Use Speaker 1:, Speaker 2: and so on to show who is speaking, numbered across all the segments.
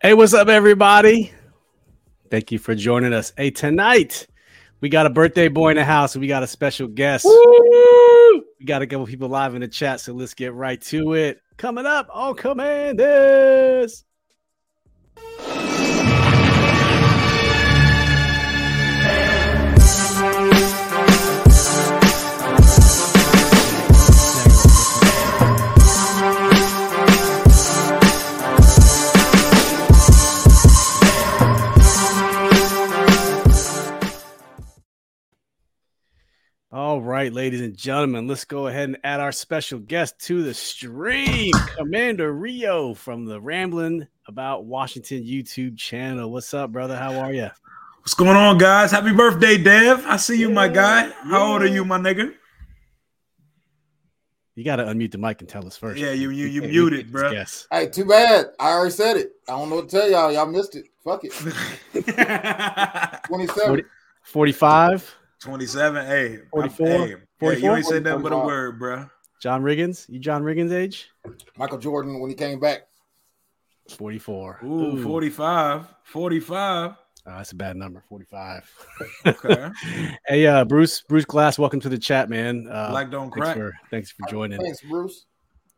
Speaker 1: Hey, what's up, everybody? Thank you for joining us. Hey, tonight we got a birthday boy in the house. We got a special guest. We got a couple people live in the chat, so let's get right to it. Coming up on Commanders. All right, ladies and gentlemen, let's go ahead and add our special guest to the stream, Commander Rio from the Rambling About Washington YouTube channel. What's up, brother? How are you?
Speaker 2: What's going on, guys? Happy birthday, Dev. I see you, my guy. How old are you, my nigga?
Speaker 1: You got to unmute the mic and tell us first.
Speaker 2: Yeah, you you you
Speaker 1: can't-
Speaker 2: muted,
Speaker 1: can't
Speaker 2: bro.
Speaker 1: guess.
Speaker 3: Hey, too bad. I already said it. I don't know what to tell y'all. Y'all missed it. Fuck it. 27.
Speaker 1: Forty- 45,
Speaker 2: 27. Hey,
Speaker 1: 44?
Speaker 2: Hey, hey, you
Speaker 1: 44?
Speaker 2: ain't said nothing but a
Speaker 3: 45.
Speaker 2: word, bro.
Speaker 1: John Riggins. You John Riggins age?
Speaker 3: Michael Jordan, when he came back,
Speaker 1: 44.
Speaker 2: Ooh, 45. 45.
Speaker 1: Oh, that's a bad number, 45.
Speaker 2: Okay.
Speaker 1: hey, uh, Bruce, Bruce Glass, welcome to the chat, man. Uh,
Speaker 2: Black don't
Speaker 1: thanks,
Speaker 2: crack.
Speaker 1: for, thanks for joining.
Speaker 3: thanks, Bruce.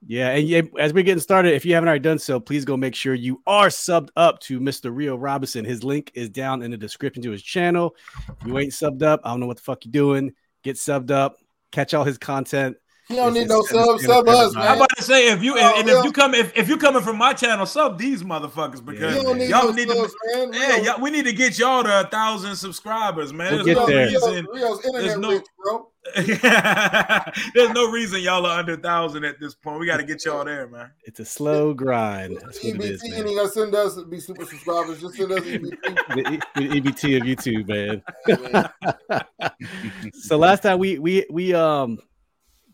Speaker 1: Yeah, and yeah, as we're getting started, if you haven't already done so, please go make sure you are subbed up to Mr. Rio Robinson. His link is down in the description to his channel. If you ain't subbed up, I don't know what the fuck you're doing. Get subbed up, catch all his content.
Speaker 3: He don't
Speaker 1: This
Speaker 3: need
Speaker 1: is-
Speaker 3: no
Speaker 1: this is
Speaker 3: sub. Sub us,
Speaker 1: everybody.
Speaker 2: I'm
Speaker 3: man.
Speaker 2: about to say if you and, and
Speaker 3: Oh,
Speaker 2: if
Speaker 3: yeah.
Speaker 2: you come if, if you coming from my channel, sub these motherfuckers
Speaker 3: You
Speaker 2: because
Speaker 3: don't need
Speaker 2: y'all
Speaker 3: no
Speaker 2: need to
Speaker 3: subs, man.
Speaker 2: yeah,
Speaker 3: Rio-
Speaker 2: y'all, we need to get y'all to a thousand subscribers, man.
Speaker 1: We'll get
Speaker 2: There's no
Speaker 1: there.
Speaker 2: reason
Speaker 3: Rio's internet
Speaker 2: no-
Speaker 3: rich, bro.
Speaker 2: There's no reason y'all are under thousand at this point. We got to get y'all there, man.
Speaker 1: It's a slow grind. That's what it
Speaker 3: EBT
Speaker 1: is,
Speaker 3: ain't
Speaker 1: man.
Speaker 3: even gonna send us to be super subscribers. Just send us EBT.
Speaker 1: The, E- the EBT of YouTube, man.
Speaker 3: man.
Speaker 1: so last time we we we um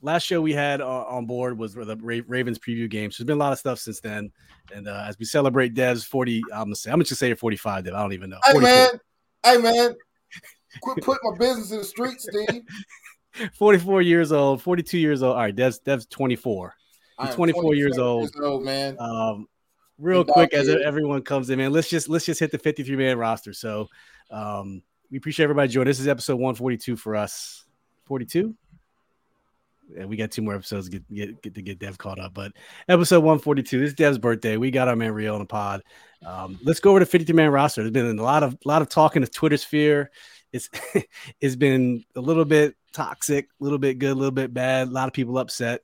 Speaker 1: last show we had uh, on board was the Ra- Ravens preview game. So there's been a lot of stuff since then, and uh, as we celebrate Dev's 40, I'm gonna say I'm gonna just say you're 45, Dev. I don't even know.
Speaker 3: Hey
Speaker 1: 44.
Speaker 3: man, hey man, quit putting my business in the streets, Steve.
Speaker 1: 44 years old, 42 years old. All right, Dev's Dev's 24.
Speaker 3: I am
Speaker 1: 24 years
Speaker 3: 27
Speaker 1: old.
Speaker 3: man.
Speaker 1: Um, real
Speaker 3: Good dog,
Speaker 1: quick, as
Speaker 3: dude.
Speaker 1: everyone comes in, man, let's just let's just hit the 53 man roster. So um, we appreciate everybody joining. This is episode 142 for us. 42. Yeah, we got two more episodes to get, get, get to get Dev caught up, but episode 142. This is Dev's birthday. We got our man Rio on the pod. Um, let's go over to 53 man roster. There's been a lot of lot of talk in the Twitter sphere. It's it's been a little bit toxic, a little bit good, a little bit bad. A lot of people upset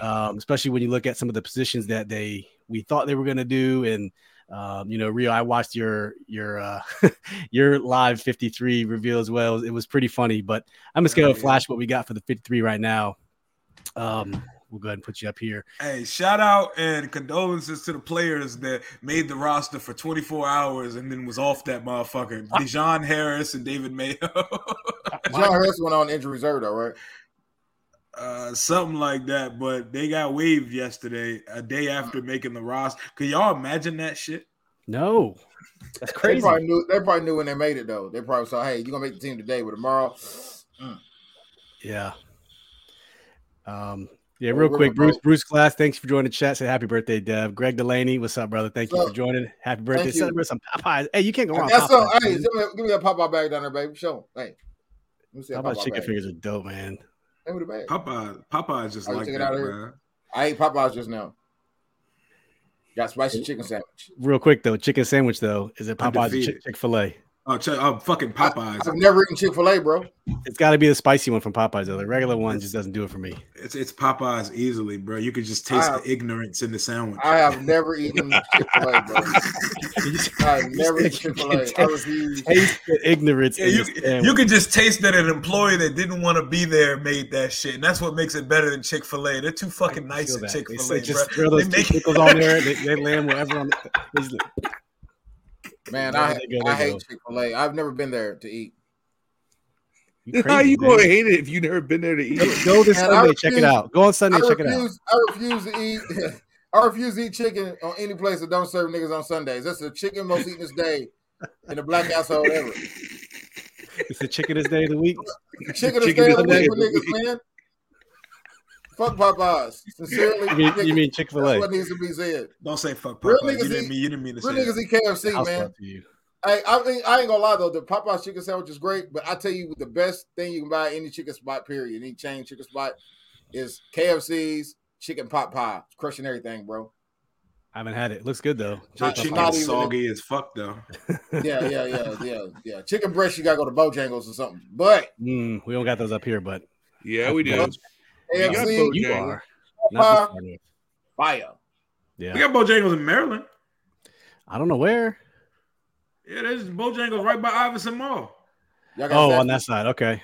Speaker 1: um, especially when you look at some of the positions that they we thought they were going to do. And um, you know, Rio, I watched your your uh, your live 53 reveal as well. It was pretty funny, but I'm just going
Speaker 2: Yeah,
Speaker 1: to
Speaker 2: yeah.
Speaker 1: flash what we got for the 53 right now. Um, we'll go ahead and put you up here.
Speaker 2: Hey, shout out and condolences to the players that made the roster for 24 hours and then was off that motherfucker. Dijon Harris and David Mayo,
Speaker 1: Uh,
Speaker 3: John Hurst went on injury reserve, though, right?
Speaker 2: uh, something like that. But they got waived yesterday, a day after making the roster. Could y'all imagine that shit?
Speaker 1: No, that's
Speaker 3: They
Speaker 1: crazy.
Speaker 3: probably knew. They probably knew when they made it though. They probably saw, "Hey, you gonna make the team today, but tomorrow." Mm.
Speaker 1: Yeah. Um, yeah,
Speaker 3: Oh,
Speaker 1: real
Speaker 3: we're
Speaker 1: quick,
Speaker 3: remote.
Speaker 1: Bruce, Bruce Glass, thanks for joining the chat. Say happy birthday, Dev. Greg Delaney, what's up, brother? Thank you
Speaker 3: What's
Speaker 1: for
Speaker 3: up?
Speaker 1: joining. Happy birthday.
Speaker 3: Thank you.
Speaker 1: Celebrate some Popeyes. Hey, you can't go wrong. with
Speaker 3: That's so.
Speaker 1: Popeyes,
Speaker 3: Hey,
Speaker 1: man.
Speaker 3: give me, give me a Popeye bag down there, baby. Show 'em. Hey, let me see
Speaker 1: How
Speaker 3: that
Speaker 1: about
Speaker 3: Popeye
Speaker 1: chicken
Speaker 3: bag.
Speaker 1: fingers are dope, man.
Speaker 3: Give me the bag.
Speaker 2: Popeye, Popeye's just
Speaker 3: Are you
Speaker 2: like
Speaker 3: taking
Speaker 2: that,
Speaker 3: out of here?
Speaker 2: man.
Speaker 3: I ate Popeyes just now. Got spicy chicken sandwich.
Speaker 1: Real quick though, chicken sandwich though, is it Popeye's
Speaker 2: Undefeated.
Speaker 1: Chick Fil A?
Speaker 2: Oh, check, oh, fucking Popeyes.
Speaker 3: I've never eaten Chick Fil A, bro.
Speaker 1: It's got to be the spicy one from Popeyes though. The regular one just doesn't do it for me.
Speaker 2: It's it's Popeyes easily, bro. You could just taste the ignorance in the sandwich.
Speaker 3: I have never eaten Chick Fil A, bro. I've never eaten
Speaker 1: You
Speaker 3: Chick Fil
Speaker 1: can
Speaker 3: A. I refuse.
Speaker 1: Taste the ignorance.
Speaker 2: Yeah,
Speaker 1: in
Speaker 2: you,
Speaker 1: the sandwich.
Speaker 2: you can just taste that an employee that didn't want to be there made that shit, and that's what makes it better than Chick Fil A. They're too fucking
Speaker 1: I
Speaker 2: nice
Speaker 1: feel that.
Speaker 2: at Chick
Speaker 1: They
Speaker 2: Fil A,
Speaker 1: say
Speaker 2: bro.
Speaker 1: just throw those
Speaker 2: They make-
Speaker 1: two pickles on there. They, they land wherever on. The, it's like-
Speaker 3: Man,
Speaker 1: There
Speaker 3: I,
Speaker 1: they go, there
Speaker 3: I
Speaker 1: they go.
Speaker 3: hate Chick Fil A. I've never been there to eat.
Speaker 1: you
Speaker 4: How
Speaker 1: crazy,
Speaker 4: you
Speaker 1: man.
Speaker 4: gonna hate it if you never been there to eat?
Speaker 1: Go- Go this
Speaker 3: Man, I
Speaker 1: Sunday. Check it
Speaker 3: refuse-
Speaker 1: out. Go on
Speaker 3: I
Speaker 1: Sunday. Check it out.
Speaker 3: refuse. I refuse to eat. I refuse to eat chicken on any place that don't serve niggas on Sundays. That's the chicken most eatenest day in the black household ever.
Speaker 1: It's the chickenest day of the week.
Speaker 3: Chicken,
Speaker 4: Chicken
Speaker 3: chicken
Speaker 4: is
Speaker 3: is
Speaker 4: the day
Speaker 3: day
Speaker 4: of
Speaker 3: with
Speaker 4: the
Speaker 3: niggas, man. Fuck Popeyes. Sincerely,
Speaker 1: You mean,
Speaker 3: niggas.
Speaker 1: you mean Chick Fil
Speaker 3: that's
Speaker 1: A?
Speaker 3: what needs to be said.
Speaker 2: Don't say fuck
Speaker 3: Real
Speaker 2: Popeyes. You
Speaker 3: niggas
Speaker 2: didn't
Speaker 3: eat-
Speaker 2: mean you didn't mean to say
Speaker 3: Real
Speaker 2: that.
Speaker 3: niggas eat KFC, man.
Speaker 1: to you.
Speaker 3: Hey, I mean, I ain't gonna lie though, the Popeye's chicken sandwich is great, but I tell you the best thing you can buy at any chicken spot, period, any chain chicken spot, is KFC's chicken pot pie, It's crushing everything, bro.
Speaker 1: I haven't had it. Looks good though.
Speaker 2: Your
Speaker 3: Not-
Speaker 1: Chick
Speaker 2: chicken
Speaker 1: Fil A.
Speaker 3: not even-
Speaker 2: soggy as fuck though.
Speaker 3: Yeah, yeah, yeah, yeah, yeah. Chicken breast, you gotta go to Bojangles or something. But
Speaker 1: Mm, we don't got those up here, but
Speaker 4: Yeah, we do.
Speaker 1: Yeah.
Speaker 4: got
Speaker 3: KFC,
Speaker 4: Bojangles.
Speaker 1: you
Speaker 4: Bojangles.
Speaker 1: are. Not this one.
Speaker 3: fire.
Speaker 2: We
Speaker 1: Yeah,
Speaker 2: got Bojangles in Maryland.
Speaker 1: I don't know where.
Speaker 2: Yeah, there's Bojangles right by Iverson Mall.
Speaker 3: Y'all got
Speaker 1: Oh,
Speaker 3: that?
Speaker 1: on that side. Okay,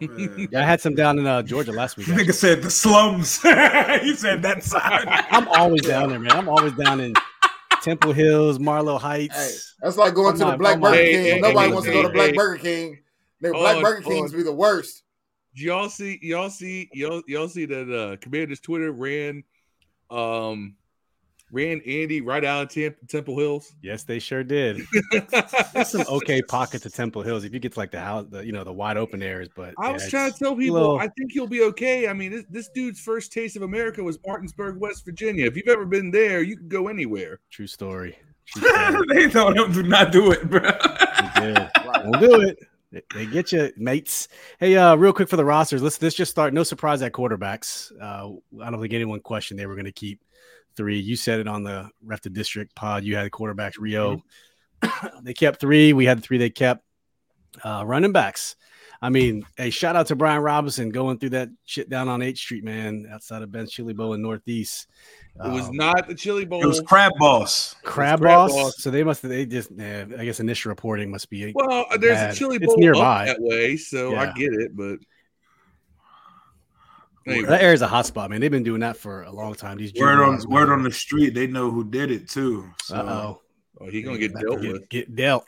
Speaker 2: Man.
Speaker 1: I had some down in uh, Georgia last week. actually.
Speaker 2: nigga said the slums. he said that side.
Speaker 1: I'm always down there, man. I'm always down in Temple Hills, Marlow
Speaker 3: Hey,
Speaker 1: Heights.
Speaker 3: that's like going to
Speaker 1: Come
Speaker 3: the
Speaker 1: on,
Speaker 3: Black
Speaker 1: come on.
Speaker 3: Burger
Speaker 4: Hey,
Speaker 3: King.
Speaker 4: hey,
Speaker 3: Nobody
Speaker 4: hey,
Speaker 3: wants to
Speaker 4: hey,
Speaker 3: go to Black
Speaker 4: hey.
Speaker 3: Burger King. Nigga,
Speaker 4: Hold
Speaker 3: Black
Speaker 4: on,
Speaker 3: Burger
Speaker 4: hold
Speaker 3: Kings
Speaker 4: on.
Speaker 3: be the worst.
Speaker 4: Y'all see, y'all see, y'all y'all see that uh Commander's Twitter ran, um, ran Andy right out of Tem- Temple Hills.
Speaker 1: Yes, they sure did. There's some okay pockets of Temple Hills if you get to like the house, the, you know, the wide open areas. But
Speaker 4: I
Speaker 1: yeah,
Speaker 4: was
Speaker 1: it's-
Speaker 4: trying to tell people,
Speaker 1: little-
Speaker 4: I think he'll be okay. I mean, this, this dude's first taste of America was Martinsburg, West Virginia. If you've ever been there, you can go anywhere.
Speaker 1: true story. True story.
Speaker 2: they told him do not do it, bro.
Speaker 1: They do.
Speaker 3: Right.
Speaker 1: Don't do it. They- They get you, mates. Hey, uh, real quick for the rosters, let's let's just start. No surprise at quarterbacks. Uh, I don't think anyone questioned they were going to keep three. You said it on the Ref the District pod. You had quarterbacks Rio.
Speaker 4: Mm-hmm.
Speaker 1: they kept three. We had the three. They kept uh, running backs. I mean, hey, shout out to Brian Robinson going through that shit down on H Street, man, outside of Ben Chili Bowl in Northeast.
Speaker 4: It was
Speaker 1: Um,
Speaker 4: not the Chili Bowl.
Speaker 2: It was crab boss.
Speaker 1: crab,
Speaker 4: crab
Speaker 1: boss,
Speaker 4: boss.
Speaker 1: So they must. They just. eh, I guess initial reporting must be.
Speaker 4: well, uh, there's
Speaker 1: bad.
Speaker 4: a Chili
Speaker 1: It's
Speaker 4: Bowl up
Speaker 1: nearby.
Speaker 4: that way, so I
Speaker 1: Yeah.
Speaker 4: get it, but anyway.
Speaker 1: That area's a hot spot, man. They've been doing that for a long time. These
Speaker 2: Word on
Speaker 1: juveniles,
Speaker 2: word
Speaker 1: man.
Speaker 2: on the street, they know who did it too. So
Speaker 1: Uh-oh.
Speaker 4: Oh, he's gonna get
Speaker 1: About to
Speaker 4: dealt
Speaker 1: get,
Speaker 4: with.
Speaker 1: Get dealt.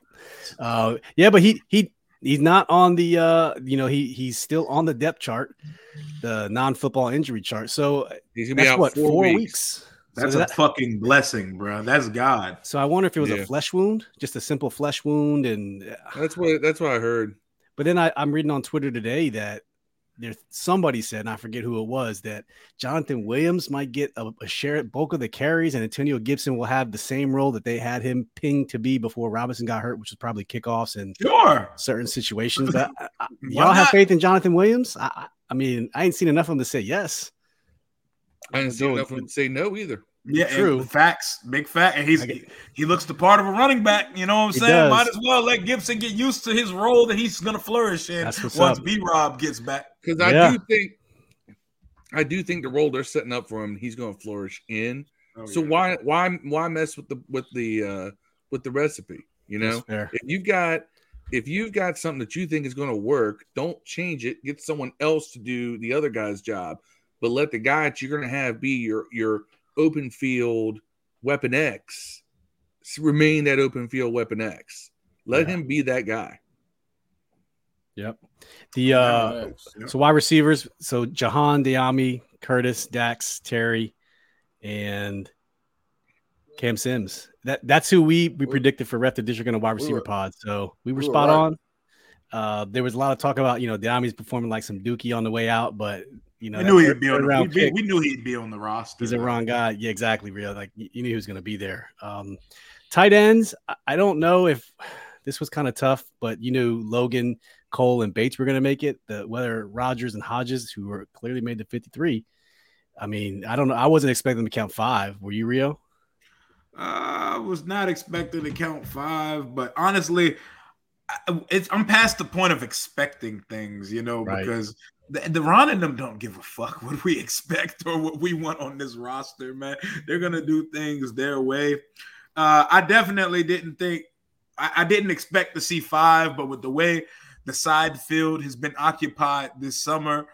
Speaker 1: Uh, yeah, but he he he's not on the uh, you know he he's still on the depth chart, the non-football injury chart. So
Speaker 4: He's gonna be
Speaker 1: that's
Speaker 4: out
Speaker 1: what
Speaker 4: four, weeks.
Speaker 1: So
Speaker 2: that's
Speaker 1: that-
Speaker 2: a fucking blessing, bro. That's God.
Speaker 1: so I wonder if it was
Speaker 4: Yeah.
Speaker 1: a flesh wound, just a simple flesh wound, and
Speaker 4: That's what that's what I heard.
Speaker 1: But then I, I'm reading on Twitter today that there somebody said, and I forget who it was, that Jonathan Williams might get a, a share bulk of the carries, and Antonio Gibson will have the same role that they had him pinged to be before Robinson got hurt, which was probably kickoffs and
Speaker 2: Sure.
Speaker 1: certain situations. I, I- I-
Speaker 2: Why
Speaker 1: y'all have
Speaker 2: not?
Speaker 1: faith in Jonathan Williams? I, I, I mean, I ain't seen enough of him to say yes.
Speaker 4: I didn't see
Speaker 1: Don't-
Speaker 4: enough of him to say no either.
Speaker 2: Yeah, and
Speaker 1: True.
Speaker 2: facts, big fact, and he's
Speaker 1: I get-
Speaker 2: he looks the part of a running back. You know what I'm
Speaker 1: He
Speaker 2: saying?
Speaker 1: does.
Speaker 2: Might as well let Gibson get used to his role that he's gonna flourish in
Speaker 1: That's what's
Speaker 2: once
Speaker 1: up.
Speaker 2: B Rob gets back.
Speaker 4: Because I
Speaker 1: Yeah.
Speaker 4: do think I do think the role they're setting up for him, he's gonna flourish in.
Speaker 2: Oh,
Speaker 4: so why why why mess with the with the uh with the recipe? You know,
Speaker 1: That's fair.
Speaker 4: if you've got if you've got something that you think is going to work, don't change it. Get someone else to do the other guy's job, but let the guy that you're going to have be your your open field weapon X. S- Remain that open field weapon X. Let
Speaker 1: Yeah.
Speaker 4: him be that guy.
Speaker 1: Yep. The uh, So wide receivers, so Jahan, Diami, Curtis, Dax, Terry, and Cam Sims. That that's who we we predicted for rep the district and a wide
Speaker 3: we
Speaker 1: receiver
Speaker 3: were-
Speaker 1: pod. So we were
Speaker 3: we were
Speaker 1: spot
Speaker 3: right.
Speaker 1: on. Uh, there was a lot of talk about you know Diami's performing like some Dookie on the way out, but you know
Speaker 2: we
Speaker 1: that
Speaker 2: knew he'd
Speaker 1: third-
Speaker 2: be on
Speaker 1: third
Speaker 2: the,
Speaker 1: round
Speaker 2: we,
Speaker 1: pick,
Speaker 2: we knew he'd be on the roster.
Speaker 1: he's a wrong guy. Yeah, exactly. Real like you you knew he was going to be there. Um, tight ends. I- I don't know if this was kind of tough, but you knew Logan, Cole, and Bates were going to make it. The whether Rogers and Hodges, who were clearly made the fifty-three. I mean, I don't know. I wasn't expecting them to count five. Were you, Rio?
Speaker 2: Uh, I was not expecting to count five, but honestly, I- it's I'm past the point of expecting things, you know,
Speaker 1: Right.
Speaker 2: because the, the Ron and them don't give a fuck what we expect or what we want on this roster, man. They're gonna do things their way. Uh, I definitely didn't think I, I didn't expect to see five, but with the way the side field has been occupied this summer,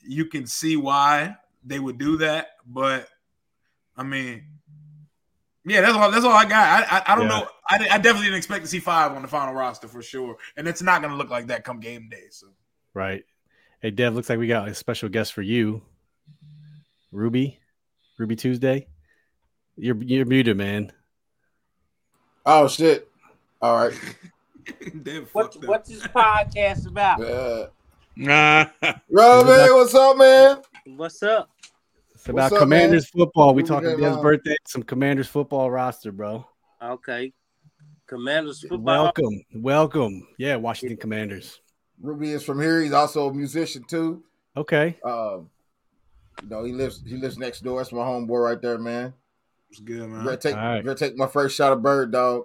Speaker 2: you can see why they would do that. But I mean, yeah, that's all. That's all I got. I I, I don't
Speaker 1: Yeah.
Speaker 2: know. I, di- I definitely didn't expect to see five on the final roster for sure, and it's not going to look like that come game day. So
Speaker 1: Right. Hey, Dev. Looks like we got a special guest for you, Ruby. Ruby Tuesday. You're you're muted, man.
Speaker 3: Oh shit. All right.
Speaker 2: Damn,
Speaker 5: What,
Speaker 2: fuck that.
Speaker 5: what's this podcast about?
Speaker 3: Yeah.
Speaker 4: Ah,
Speaker 3: Robbie, uh, what's up, man?
Speaker 5: What's up?
Speaker 1: It's about
Speaker 3: up,
Speaker 1: Commanders football. We
Speaker 3: Who we
Speaker 1: talking
Speaker 3: got
Speaker 1: Dan's
Speaker 3: on?
Speaker 1: birthday, some Commanders football roster, bro.
Speaker 5: Okay. Commanders football.
Speaker 1: Welcome, welcome. Yeah, Washington Commanders.
Speaker 3: Ruby is from here. He's also a musician too.
Speaker 1: Okay,
Speaker 3: Um, you know, he lives he lives next door. That's my homeboy right there, man.
Speaker 2: It's good,
Speaker 3: You're
Speaker 2: man.
Speaker 3: gonna take,
Speaker 1: Uh-huh. All right.
Speaker 3: you gonna take my first shot of bird, dog.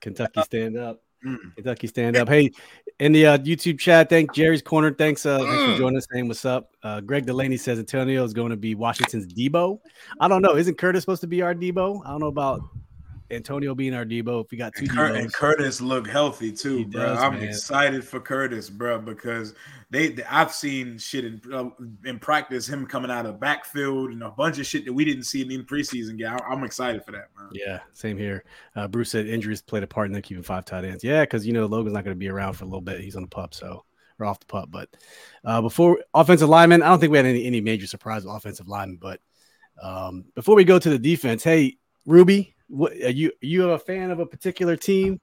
Speaker 1: Kentucky stand up.
Speaker 2: Mm.
Speaker 1: Kentucky stand up. Hey, in the uh, YouTube chat, thank Jerry's Corner. Thanks, uh, thanks
Speaker 3: Mm.
Speaker 1: for joining us. Saying what's up. Uh, Greg Delaney says Antonio is going to be Washington's Debo. I don't know. Isn't Curtis supposed to be our Debo? I don't know about Antonio being our Debo. If we got two
Speaker 2: And, Cur- and
Speaker 1: Debos,
Speaker 2: Curtis look healthy too,
Speaker 1: He
Speaker 2: bro.
Speaker 1: does,
Speaker 2: I'm
Speaker 1: man.
Speaker 2: excited for Curtis, bro, because they, they- I've seen shit in uh, in practice him coming out of backfield and a bunch of shit that we didn't see in the preseason game. I- I'm excited for that, man.
Speaker 1: Yeah, same here. Uh, Bruce said injuries played a part in them keeping five tight ends. Yeah, because you know Logan's not going to be around for a little bit. He's on the pup, so or off the pup. But uh, before offensive lineman, I don't think we had any, any major surprise with offensive lineman. But um, before we go to the defense, hey Ruby, what are you? Are you a fan of a particular team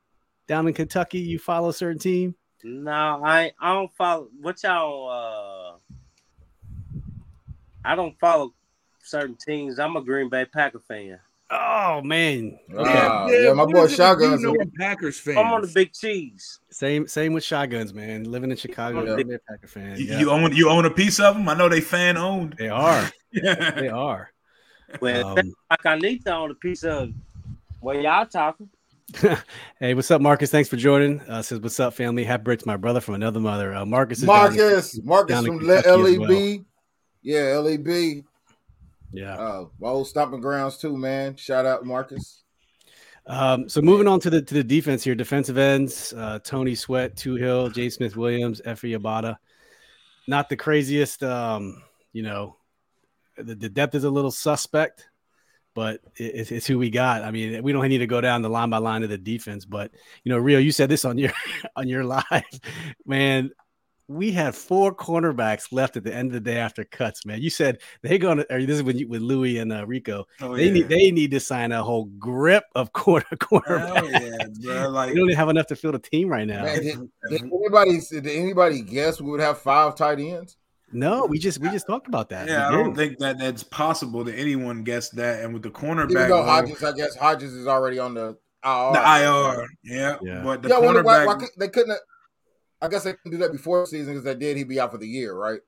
Speaker 1: down in Kentucky? You follow a certain team?
Speaker 5: No, I I don't follow what y'all uh I don't follow certain teams. I'm a Green Bay Packer fan.
Speaker 1: Oh man, okay.
Speaker 3: Ah, yeah, my
Speaker 4: what
Speaker 3: boy
Speaker 4: is it with
Speaker 3: Shotgun's
Speaker 4: You
Speaker 3: a-
Speaker 4: know Packers fan.
Speaker 5: I'm on the big cheese.
Speaker 1: Same same with shotguns, man. Living in Chicago,
Speaker 3: Yeah.
Speaker 1: I'm a Packer fan.
Speaker 2: You,
Speaker 1: Yeah,
Speaker 2: you own you own a piece of them. I know they fan owned.
Speaker 1: they are.
Speaker 2: Yeah.
Speaker 1: They are.
Speaker 5: Well
Speaker 1: Um,
Speaker 5: like I need to own a piece of well y'all talking.
Speaker 1: hey, what's up, Marcus? Thanks for joining. Uh, says, what's up, family? Happy birthday to my brother from another mother. Uh, Marcus is down in-
Speaker 3: Marcus, Marcus
Speaker 1: down in
Speaker 3: from
Speaker 1: Kentucky as
Speaker 3: LEB.
Speaker 1: well.
Speaker 3: Yeah, LEB.
Speaker 1: yeah.
Speaker 3: Uh, my old stomping grounds too, man. Shout out Marcus.
Speaker 1: Um, so moving on to the to the defense here, defensive ends: uh, Tony Sweat, Two Hill, James Smith Williams, Effie Abada. Not the craziest, um, you know. The, the depth is a little suspect, but it, it's- it's who we got. I mean, we don't need to go down the line by line of the defense, but you know, Rio, you said this on your on your live, man. We had four cornerbacks left at the end of the day after cuts, man. You said they're gonna. Or this is when you with Louis and uh, Rico.
Speaker 2: Oh,
Speaker 1: They
Speaker 2: yeah.
Speaker 1: need they need to sign a whole grip of quarter quarterback.
Speaker 2: Hell yeah, bro. Like
Speaker 1: They don't even have enough to field a team right now.
Speaker 3: Man,
Speaker 2: if-
Speaker 3: did,
Speaker 2: if-
Speaker 3: did anybody did anybody guess we would have five tight ends?
Speaker 1: No, we just we just talked about that.
Speaker 2: yeah, I
Speaker 1: We
Speaker 2: don't
Speaker 1: did.
Speaker 2: think that that's possible that anyone guessed that. And with the
Speaker 3: Even
Speaker 2: cornerback,
Speaker 3: though
Speaker 2: room,
Speaker 3: Hodges, I guess Hodges is already on the IR.
Speaker 2: the IR, yeah,
Speaker 1: Yeah.
Speaker 2: but the
Speaker 3: yeah, I wonder why, why
Speaker 2: cornerback,
Speaker 3: could- they couldn't. have- I guess they couldn't do that before the season because they did. He'd be out for the year, right?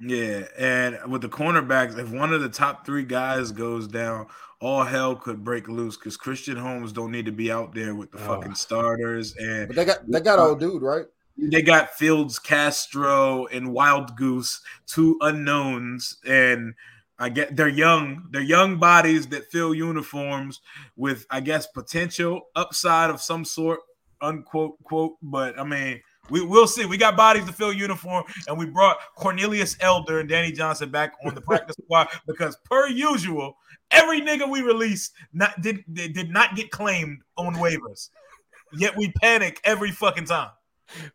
Speaker 2: yeah, and with the cornerbacks, if one of the top three guys goes down, all hell could break loose because Christian Holmes don't need to be out there with the
Speaker 1: Oh.
Speaker 2: fucking starters, and
Speaker 3: But they got they got old dude, right?
Speaker 2: they got Fields, Castro, and Wild Goose, two unknowns, and I get they're young, they're young bodies that fill uniforms with, I guess, potential upside of some sort, unquote, quote. But I mean, we will see. We got bodies to fill uniform, and we brought Cornelius Elder and Danny Johnson back on the practice squad because, per usual, every nigga we released not did they did not get claimed on waivers. Yet we panic every fucking time.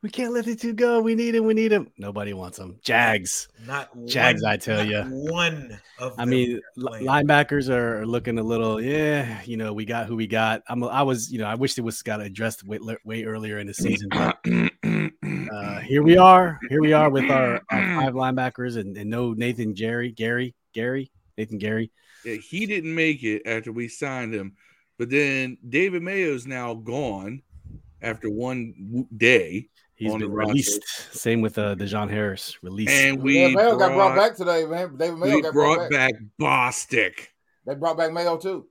Speaker 1: we can't let the two go. We need him. We need him. Nobody wants him. Jags,
Speaker 2: Not one-
Speaker 1: Jags. I tell
Speaker 2: not
Speaker 1: you.
Speaker 2: one of.
Speaker 1: I
Speaker 2: them.
Speaker 1: mean, li-
Speaker 2: playing.
Speaker 1: linebackers are are looking a little, yeah, you know, we got who we got. I'm, I was, you know, I wish it was got addressed way, way earlier in the season. But uh, here we are. Here we are with our, our five linebackers and, and no Nathan Jerry, Gary, Gary, Nathan Gary.
Speaker 4: Yeah, he didn't make it after we signed him, but then David Mayo's now gone after one w- day,
Speaker 1: He's
Speaker 4: On
Speaker 1: been
Speaker 4: the roster.
Speaker 1: released. Same with uh, Dejon Harris, released.
Speaker 4: and we
Speaker 3: yeah, Mayo
Speaker 4: brought,
Speaker 3: got brought back today, man. David Mayo
Speaker 4: we
Speaker 3: got
Speaker 4: brought back Bostic.
Speaker 3: They brought back Mayo too.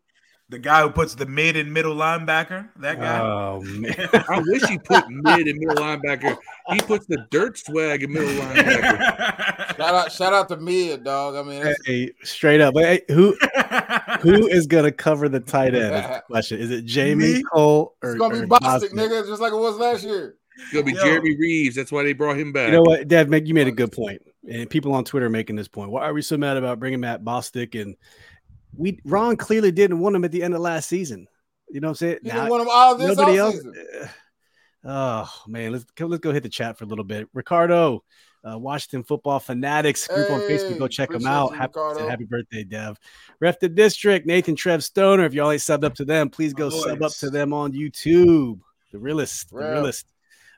Speaker 2: the guy who puts the mid and middle linebacker, that guy.
Speaker 1: oh man,
Speaker 4: I wish he put mid and middle linebacker. He puts the dirt swag in middle linebacker.
Speaker 3: Shout out, shout out to Mid, dog. I mean, that's,
Speaker 1: hey, straight up. Hey, who who is gonna cover the tight end? Is the question. Is it Jamie
Speaker 2: Me?
Speaker 1: Cole or
Speaker 3: it's gonna be
Speaker 1: or
Speaker 3: Bostic,
Speaker 1: Bostic?
Speaker 3: nigga, just like it was last year.
Speaker 4: It's gonna be
Speaker 2: Yo.
Speaker 4: Jeremy Reeves. That's why they brought him back.
Speaker 1: You know what, Dev? Make you made a good point, and people on Twitter are making this point. Why are we so mad about bringing Matt Bostic? And we Ron clearly didn't want him at the end of last season. You know what I'm saying?
Speaker 3: You
Speaker 1: Now-
Speaker 3: didn't want him all this
Speaker 1: Nobody else. Eh,
Speaker 3: offseason.
Speaker 1: Oh man, let's go, let's go hit the chat for a little bit. Ricardo, uh, Washington football fanatics group on Facebook. Go
Speaker 3: Hey,
Speaker 1: check them
Speaker 3: appreciate
Speaker 1: out.
Speaker 3: you,
Speaker 1: Happy,
Speaker 3: Ricardo.
Speaker 1: said happy birthday, Dev. Ref the district, Nathan Trev Stoner. If y'all ain't subbed up to them, please go
Speaker 2: My
Speaker 1: sub up
Speaker 2: boys.
Speaker 1: to them on YouTube. The realist, the
Speaker 3: Rev.
Speaker 1: realist.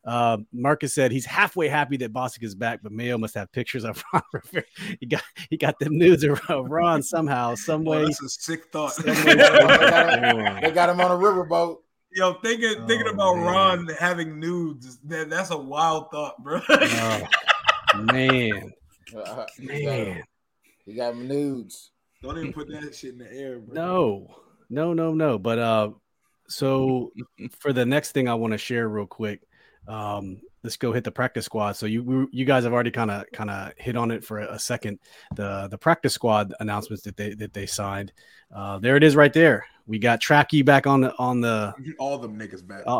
Speaker 1: Uh, Marcus said he's halfway happy that Bosick is back, but Mayo must have pictures of Ron Rivera. He got he got them nudes of of Ron somehow, some
Speaker 2: Well,
Speaker 1: way.
Speaker 2: Oh, that's a sick thought.
Speaker 3: They got him on a riverboat.
Speaker 2: Yo, thinking thinking
Speaker 1: Oh,
Speaker 2: about
Speaker 1: man.
Speaker 2: Ron having nudes, is- that, that's a wild thought, bro.
Speaker 1: Oh, man,
Speaker 3: Uh, he got him-
Speaker 1: man,
Speaker 3: he got him nudes.
Speaker 2: Don't even put that shit in the air, bro.
Speaker 1: no, no, no, no. But uh, so for the next thing I want to share real quick, um, let's go hit the practice squad. So you we- you guys have already kind of kind of hit on it for a, a second. The the practice squad announcements that they that they signed. Uh, there it is right there. We got Tracky back on the on the
Speaker 2: All them niggas back.
Speaker 1: oh,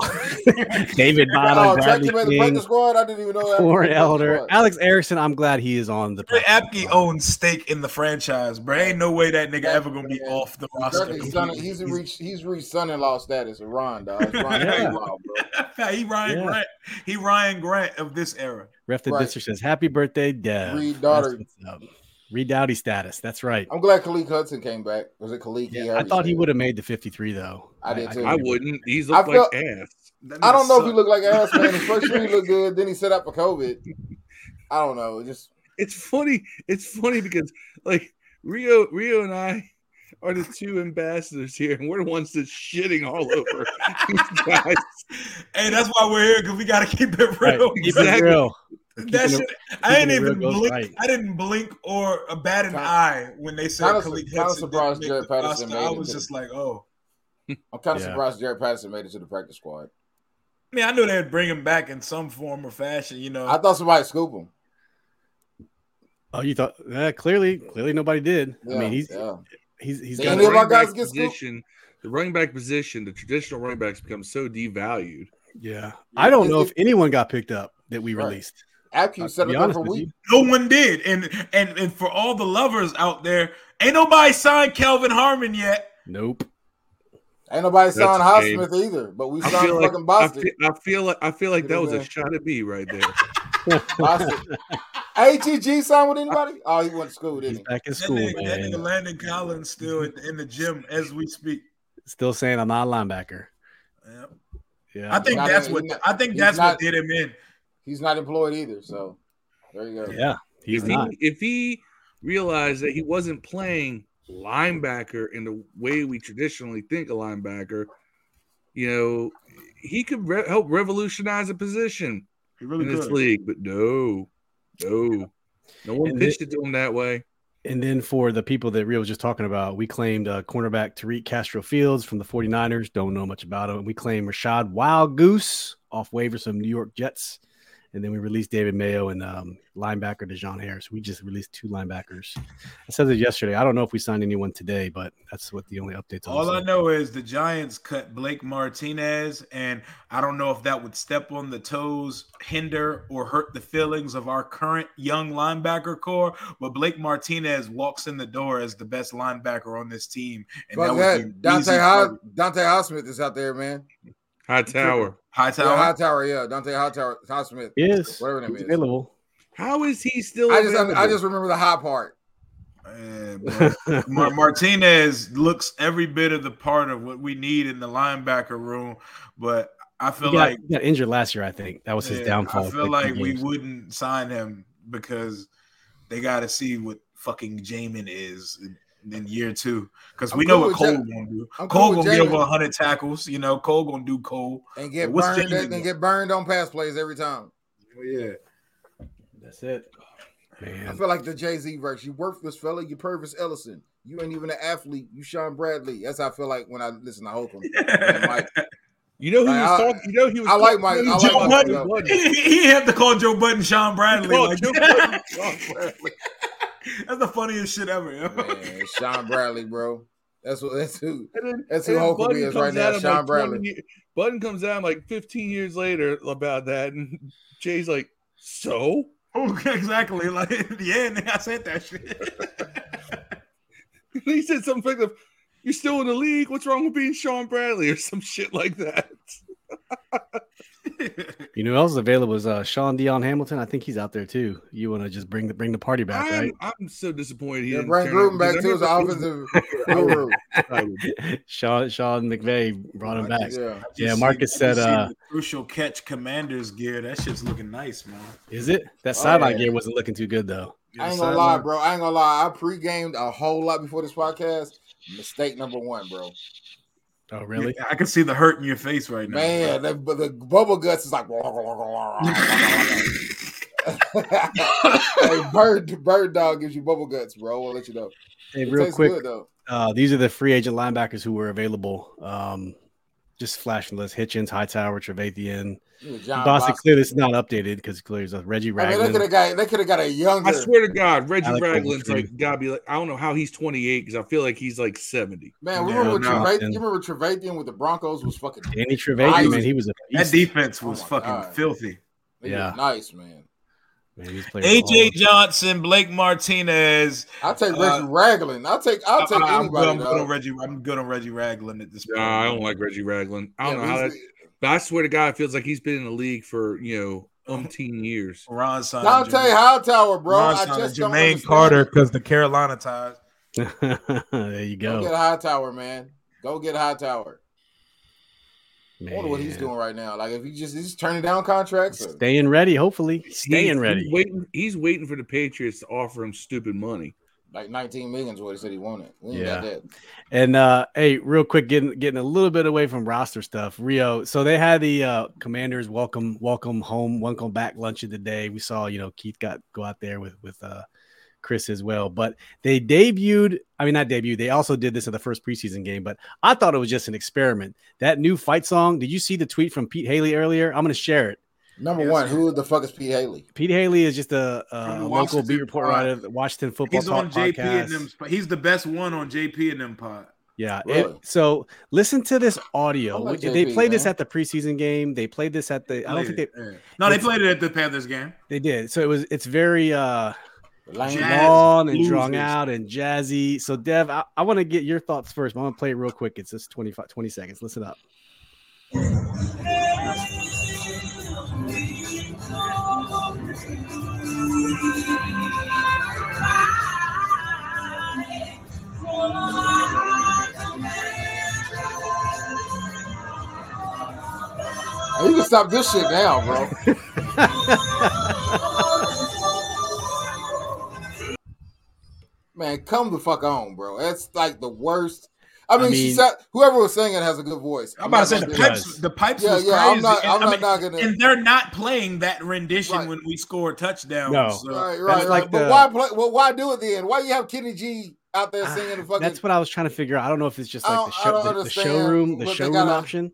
Speaker 1: David Bottom,
Speaker 3: Oh, Chuck,
Speaker 1: Bradley
Speaker 3: you made the
Speaker 1: King,
Speaker 3: practice squad. I didn't even know that.
Speaker 1: Warren Elder,
Speaker 3: Squad.
Speaker 1: Alex Erickson. I'm glad he is on the.
Speaker 2: Trey
Speaker 1: practice
Speaker 2: Apke
Speaker 1: squad.
Speaker 2: owns stake in the franchise, bro. Ain't no way that nigga ever gonna be off the roster.
Speaker 3: Chuck is son- he's reached he's reached son-in-law status with Ron, dog. It's Ron
Speaker 1: Yeah.
Speaker 3: son-in-law, bro.
Speaker 2: he Ryan
Speaker 1: Yeah.
Speaker 2: Grant. He Ryan Grant of this era.
Speaker 1: Ref the
Speaker 3: Right.
Speaker 1: district says, "Happy birthday, Dev."
Speaker 3: Reed Dowdy.
Speaker 1: That's what's up. Reed Dowdy status. That's right.
Speaker 3: I'm glad Khalik Hudson came back. Was it Khalik?
Speaker 1: Yeah, I thought he would have made the 53 though.
Speaker 3: I did too.
Speaker 4: I wouldn't. He's
Speaker 3: I
Speaker 4: looked
Speaker 3: felt-
Speaker 4: like ass.
Speaker 2: That
Speaker 3: I don't
Speaker 2: nigga
Speaker 3: know if he
Speaker 2: suck.
Speaker 3: looked like ass man. His first year he looked good. Then he set up for COVID. I don't know. It Just
Speaker 4: It's funny. It's funny because like Rio, Rio and I are the two ambassadors here, and we're the ones that's shitting all over these guys.
Speaker 2: Hey, that's why we're here because we gotta keep it
Speaker 1: Right.
Speaker 2: real.
Speaker 1: Keep it
Speaker 4: Exactly.
Speaker 1: real.
Speaker 2: That
Speaker 1: Keeping
Speaker 2: shit, I
Speaker 1: keeping
Speaker 2: didn't
Speaker 1: it real
Speaker 2: even
Speaker 1: goes
Speaker 2: blink.
Speaker 1: right.
Speaker 2: I didn't blink or a bat an
Speaker 3: Kinda-
Speaker 2: eye when they said
Speaker 3: kinda-
Speaker 2: Khalik
Speaker 3: kinda
Speaker 2: Hudson. didn't
Speaker 3: surprised
Speaker 2: make
Speaker 3: Jared
Speaker 2: the
Speaker 3: Patterson
Speaker 2: roster.
Speaker 3: made
Speaker 2: I
Speaker 3: it
Speaker 2: was
Speaker 3: to
Speaker 2: just like, oh.
Speaker 3: I'm kind of
Speaker 1: Yeah.
Speaker 3: surprised Jared Patterson made it to the practice squad.
Speaker 2: I mean, I knew they'd bring him back in some form or fashion. You
Speaker 1: Uh,
Speaker 2: know,
Speaker 3: I thought somebody scoop him.
Speaker 1: Oh, you thought eh, clearly, clearly nobody did. I
Speaker 3: Yeah,
Speaker 1: mean, he's
Speaker 3: yeah.
Speaker 1: he's he's
Speaker 3: They
Speaker 1: got
Speaker 3: Any
Speaker 1: a,
Speaker 3: of our
Speaker 4: running back
Speaker 3: guys get scooped?
Speaker 4: position, the running back position, the traditional running backs become so devalued.
Speaker 1: yeah. I don't know
Speaker 3: It-
Speaker 1: if anyone got picked up that we
Speaker 3: Right.
Speaker 1: released.
Speaker 3: After
Speaker 1: I'll
Speaker 3: you set
Speaker 1: be
Speaker 3: it up
Speaker 1: honest
Speaker 3: for
Speaker 1: with
Speaker 3: week,
Speaker 1: you.
Speaker 2: no one did, and and and for all the lovers out there, ain't nobody signed Kelvin Harmon yet.
Speaker 1: Nope.
Speaker 3: ain't nobody
Speaker 4: That's
Speaker 3: signed
Speaker 4: a shame.
Speaker 3: Highsmith either. But we
Speaker 4: I
Speaker 3: signed
Speaker 4: feel, like,
Speaker 3: fucking
Speaker 4: I,
Speaker 3: Boston.
Speaker 4: feel, I feel like I feel like
Speaker 3: Get
Speaker 4: that
Speaker 3: him
Speaker 4: was a
Speaker 3: there.
Speaker 4: shot at me right there.
Speaker 3: Boston. ATG signed with anybody? Oh, he went to school,
Speaker 1: He's
Speaker 3: didn't
Speaker 1: back in
Speaker 2: That,
Speaker 1: school,
Speaker 2: nigga, that
Speaker 1: man.
Speaker 2: nigga Landon Collins still in, in the gym as we speak.
Speaker 1: Still saying I'm not a linebacker.
Speaker 2: Yeah.
Speaker 1: Yeah.
Speaker 2: I think
Speaker 3: Not
Speaker 2: that's
Speaker 3: in-
Speaker 2: what
Speaker 3: he's not-
Speaker 2: I think
Speaker 3: he's
Speaker 2: that's
Speaker 3: not-
Speaker 2: what did him in.
Speaker 3: he? He's not employed either. So there you go.
Speaker 1: yeah. He's
Speaker 4: if
Speaker 1: not.
Speaker 4: He, if he realized that he wasn't playing linebacker in the way we traditionally think a linebacker, you know, he could re- help revolutionize a position
Speaker 2: He really
Speaker 4: in this
Speaker 2: good.
Speaker 4: league. But no, no, no one
Speaker 1: And thi-
Speaker 4: pitched it to him that way.
Speaker 1: And then for the people that Rio was just talking about, we claimed uh, cornerback Tariq Castro Fields from the 49ers. Don't know much about him. And we claimed Rashad Wild Goose off waivers from New York Jets. And then we released David Mayo and um, linebacker Dejon Harris. We just released two linebackers. I said this yesterday. I don't know if we signed anyone today, but that's what the only updates.
Speaker 2: All I
Speaker 1: on
Speaker 2: know is the Giants cut Blake Martinez, and I don't know if that would step on the toes, hinder, or hurt the feelings of our current young linebacker core. But Blake Martinez walks in the door as the best linebacker on this team, and
Speaker 3: Fuck
Speaker 2: that would
Speaker 3: that.
Speaker 2: be
Speaker 3: Dante
Speaker 2: easy
Speaker 3: High,
Speaker 2: for
Speaker 3: Dante Highsmith is out there, man.
Speaker 4: Hightower.
Speaker 2: Hightower.
Speaker 3: Yeah, Hightower, yeah. Dante Hightower, Highsmith.
Speaker 1: Yes,
Speaker 3: Whatever his name
Speaker 1: he's
Speaker 3: is.
Speaker 1: available.
Speaker 4: How is he still?
Speaker 3: I just I,
Speaker 4: available?
Speaker 3: just remember the high part.
Speaker 2: Yeah, bro. Mar- Martinez looks every bit of the part of what we need in the linebacker room, but I
Speaker 1: He
Speaker 2: feel
Speaker 1: got,
Speaker 2: like
Speaker 1: he got injured last year, I think. That was his
Speaker 2: Yeah,
Speaker 1: downfall.
Speaker 2: I feel like we
Speaker 1: would.
Speaker 2: wouldn't sign him because they got to see what fucking Jamin is in, in year two. Because
Speaker 3: I'm
Speaker 2: we
Speaker 3: cool
Speaker 2: know what
Speaker 3: with
Speaker 2: Cole
Speaker 3: Ja-
Speaker 2: gonna do.
Speaker 3: I'm
Speaker 2: Cole
Speaker 3: cool with
Speaker 2: gonna get
Speaker 3: Jamin.
Speaker 2: over hundred tackles. You know, Cole gonna do Cole.
Speaker 3: And get
Speaker 2: What's
Speaker 3: burned
Speaker 2: Jamin
Speaker 3: and
Speaker 2: doing?
Speaker 3: get burned on pass plays every time.
Speaker 2: Yeah,
Speaker 1: That's it. Oh, Man.
Speaker 3: I feel like the Jay Z verse. You worthless fella, you Purvis Ellison. You ain't even an athlete. You Sean Bradley. That's how I feel like when I listen to Holcomb. And Mike.
Speaker 4: you know who he was
Speaker 3: I-
Speaker 4: talking. You know he was.
Speaker 3: I like my-
Speaker 4: talking to
Speaker 3: I
Speaker 4: Joe
Speaker 2: like my-
Speaker 4: Budden. Budden.
Speaker 2: he, he had to call Joe Button Sean Bradley.
Speaker 4: Called
Speaker 2: like-
Speaker 4: Joe Budden. Sean Bradley.
Speaker 2: that's the funniest shit ever. yo.
Speaker 3: Man, Sean Bradley, bro. That's what that's who.
Speaker 4: And then-
Speaker 3: That's
Speaker 4: and
Speaker 3: who
Speaker 4: then
Speaker 3: Holcomb
Speaker 4: Budden
Speaker 3: is right
Speaker 4: comes
Speaker 3: now,
Speaker 4: at him
Speaker 3: Sean
Speaker 4: like
Speaker 3: Bradley.
Speaker 4: 20 year- Budden comes out like 15 years later about that, and Jay's like, "So
Speaker 2: Oh, exactly. Like, yeah, nigga, I said that shit.
Speaker 4: he said something like, "You're still in the league. What's wrong with being Sean Bradley or some shit like that?"
Speaker 1: You know who else is available is uh, Sean Dion Hamilton. I think he's out there too. You want to just bring the bring the party back,
Speaker 4: I'm,
Speaker 1: right?
Speaker 4: I'm so disappointed. He
Speaker 3: Yeah,
Speaker 4: didn't
Speaker 3: bring
Speaker 4: turn up,
Speaker 3: Gruden back
Speaker 4: because
Speaker 3: to his
Speaker 4: I never-
Speaker 3: offensive guru.
Speaker 1: Sean Sean McVay brought him back.
Speaker 3: Yeah.
Speaker 1: Yeah,
Speaker 2: Just
Speaker 1: Marcus
Speaker 2: see-
Speaker 1: said,
Speaker 2: just see
Speaker 1: uh,
Speaker 2: the crucial catch commander's gear. That shit's looking nice, man.
Speaker 1: Is it that
Speaker 3: Oh,
Speaker 1: sideline
Speaker 3: yeah.
Speaker 1: gear wasn't looking too good though?
Speaker 3: I ain't
Speaker 2: Yes,
Speaker 3: gonna
Speaker 2: I
Speaker 3: lie,
Speaker 2: know.
Speaker 3: bro. I ain't gonna lie. I pre-gamed a whole lot before this podcast. Mistake number one, bro.
Speaker 1: Oh really?
Speaker 2: I can see the hurt in your face right now.
Speaker 3: Man, the, but the bubble guts is like like bird bird dog gives you bubble guts, bro. I'll let you know.
Speaker 1: Hey,
Speaker 3: It
Speaker 1: real
Speaker 3: tastes
Speaker 1: quick,
Speaker 3: good, though.
Speaker 1: uh, these are the free agent linebackers who were available. Um, just flashing the list: Hitchens, Hightower, Trevathan.
Speaker 3: Yeah, John
Speaker 1: Bossy
Speaker 3: Boss-
Speaker 1: clearly is not updated because clearly it's Reggie
Speaker 3: I mean, they could
Speaker 1: Ragland.
Speaker 3: have got they could have got a younger.
Speaker 4: I swear to God, Reggie
Speaker 1: Alec
Speaker 4: Ragland's
Speaker 1: Ogletree.
Speaker 4: like gotta be like. I don't know how he's 28 because I feel like he's like 70.
Speaker 3: man, we
Speaker 2: No,
Speaker 3: remember
Speaker 1: no.
Speaker 3: Trevathan, you remember Trevathan with the Broncos was fucking.
Speaker 1: Danny
Speaker 3: I
Speaker 1: Trevathan,
Speaker 3: was-
Speaker 1: man, he was a
Speaker 2: That
Speaker 1: beast.
Speaker 2: defense was
Speaker 3: Oh my
Speaker 2: fucking
Speaker 3: God.
Speaker 2: filthy.
Speaker 3: he was
Speaker 1: Yeah.
Speaker 3: nice man.
Speaker 1: Man, he's played with all
Speaker 2: AJ
Speaker 1: of them.
Speaker 2: Johnson, Blake Martinez.
Speaker 3: I'll take Reggie
Speaker 2: Uh,
Speaker 3: Ragland. I'll take I'll take
Speaker 2: I- I'm, good,
Speaker 3: anybody.
Speaker 2: I'm good on
Speaker 3: dog.
Speaker 2: Reggie. I'm good on Reggie Ragland at this point.
Speaker 4: Nah, I don't like Reggie Ragland. I don't
Speaker 3: Yeah,
Speaker 4: know how
Speaker 3: he's-
Speaker 4: that. But I swear to God, it feels like he's been in the league for you know umpteen years.
Speaker 2: Ron Simon,
Speaker 3: Dante
Speaker 2: uh, Jermaine-
Speaker 3: Hightower, bro.
Speaker 2: Ron
Speaker 3: I
Speaker 2: Simon,
Speaker 3: just don't
Speaker 2: Jermaine
Speaker 3: understand.
Speaker 2: Carter because the Carolina ties.
Speaker 1: there you
Speaker 3: Go get
Speaker 1: go.
Speaker 3: Hightower, man. Go get Hightower. I wonder what he's
Speaker 1: Man.
Speaker 3: doing right now. Like if he just he's turning down contracts. uh, or-
Speaker 1: Staying ready, hopefully.
Speaker 4: He's-
Speaker 1: Staying
Speaker 4: he's
Speaker 1: ready.
Speaker 4: waiting, he's waiting for the Patriots to offer him stupid money.
Speaker 3: like 19 million is what he said he wanted. We ain't got
Speaker 1: Yeah.
Speaker 3: that.
Speaker 1: And uh hey, real quick, getting getting a little bit away from roster stuff. Rio, so they had the uh commanders welcome, welcome home, welcome back luncheon today. We saw, you know, Keith got go out there with with uh Chris as well. But they debuted, I mean not debuted, they also did this in the first preseason game, but I thought it was just an experiment. That new fight song, did you see the tweet from Pete Haley earlier? I'm gonna share it.
Speaker 3: Number
Speaker 2: Yes,
Speaker 3: one,
Speaker 2: sir.
Speaker 3: who the fuck is Pete Haley?
Speaker 1: Pete Haley is just a, a
Speaker 2: From the
Speaker 1: local
Speaker 2: Washington
Speaker 1: beat reporter
Speaker 2: Pod.
Speaker 1: out of the Washington football
Speaker 2: He's
Speaker 1: Talk
Speaker 2: on JP
Speaker 1: podcast.
Speaker 2: and them. He's the best one on JP and them pod.
Speaker 1: Yeah. it-
Speaker 3: Really?
Speaker 1: so listen to this
Speaker 3: I
Speaker 1: audio.
Speaker 3: like
Speaker 1: they
Speaker 3: JP,
Speaker 1: played this
Speaker 3: man.
Speaker 1: at the preseason game. They played this at the. I don't think they,
Speaker 2: Played it, yeah. No, they
Speaker 1: it's-
Speaker 2: played it at the Panthers game.
Speaker 1: they did. So it was. It's very uh
Speaker 3: Lane
Speaker 2: Jazz
Speaker 1: long and drawn
Speaker 2: blues.
Speaker 1: out and jazzy. So Dev, I, I want to get your thoughts first. But I'm gonna play it real quick. It's just 25, 20 seconds. Listen up.
Speaker 3: Hey, you can stop this shit now, bro. Man, come the fuck on, bro. That's like the worst. I
Speaker 1: I
Speaker 3: mean, she
Speaker 1: mean-
Speaker 3: said, whoever was singing has a good voice.
Speaker 2: I'm about to say
Speaker 3: not
Speaker 2: the
Speaker 3: gonna-
Speaker 1: pipe-
Speaker 2: pipes. The pipes
Speaker 3: Yeah,
Speaker 2: was
Speaker 3: yeah.
Speaker 2: crazy.
Speaker 3: I'm not. I'm
Speaker 2: and, I
Speaker 3: not
Speaker 2: mean,
Speaker 3: knocking it.
Speaker 2: and they're not playing that rendition
Speaker 3: Right.
Speaker 2: when we score touchdowns.
Speaker 1: No.
Speaker 2: so-
Speaker 3: Right,
Speaker 1: That's like
Speaker 3: right, right. But
Speaker 1: the-
Speaker 3: why play? Well, why do it then? Why you have Kenny G out there
Speaker 1: Ah,
Speaker 3: singing the fucking?
Speaker 1: That's what I was trying to figure out. I don't know if it's just
Speaker 3: I
Speaker 1: like the,
Speaker 3: don't- I
Speaker 1: show,
Speaker 3: don't
Speaker 1: the, the
Speaker 3: understand
Speaker 1: showroom, the
Speaker 3: what they
Speaker 1: showroom
Speaker 3: gotta-
Speaker 1: option.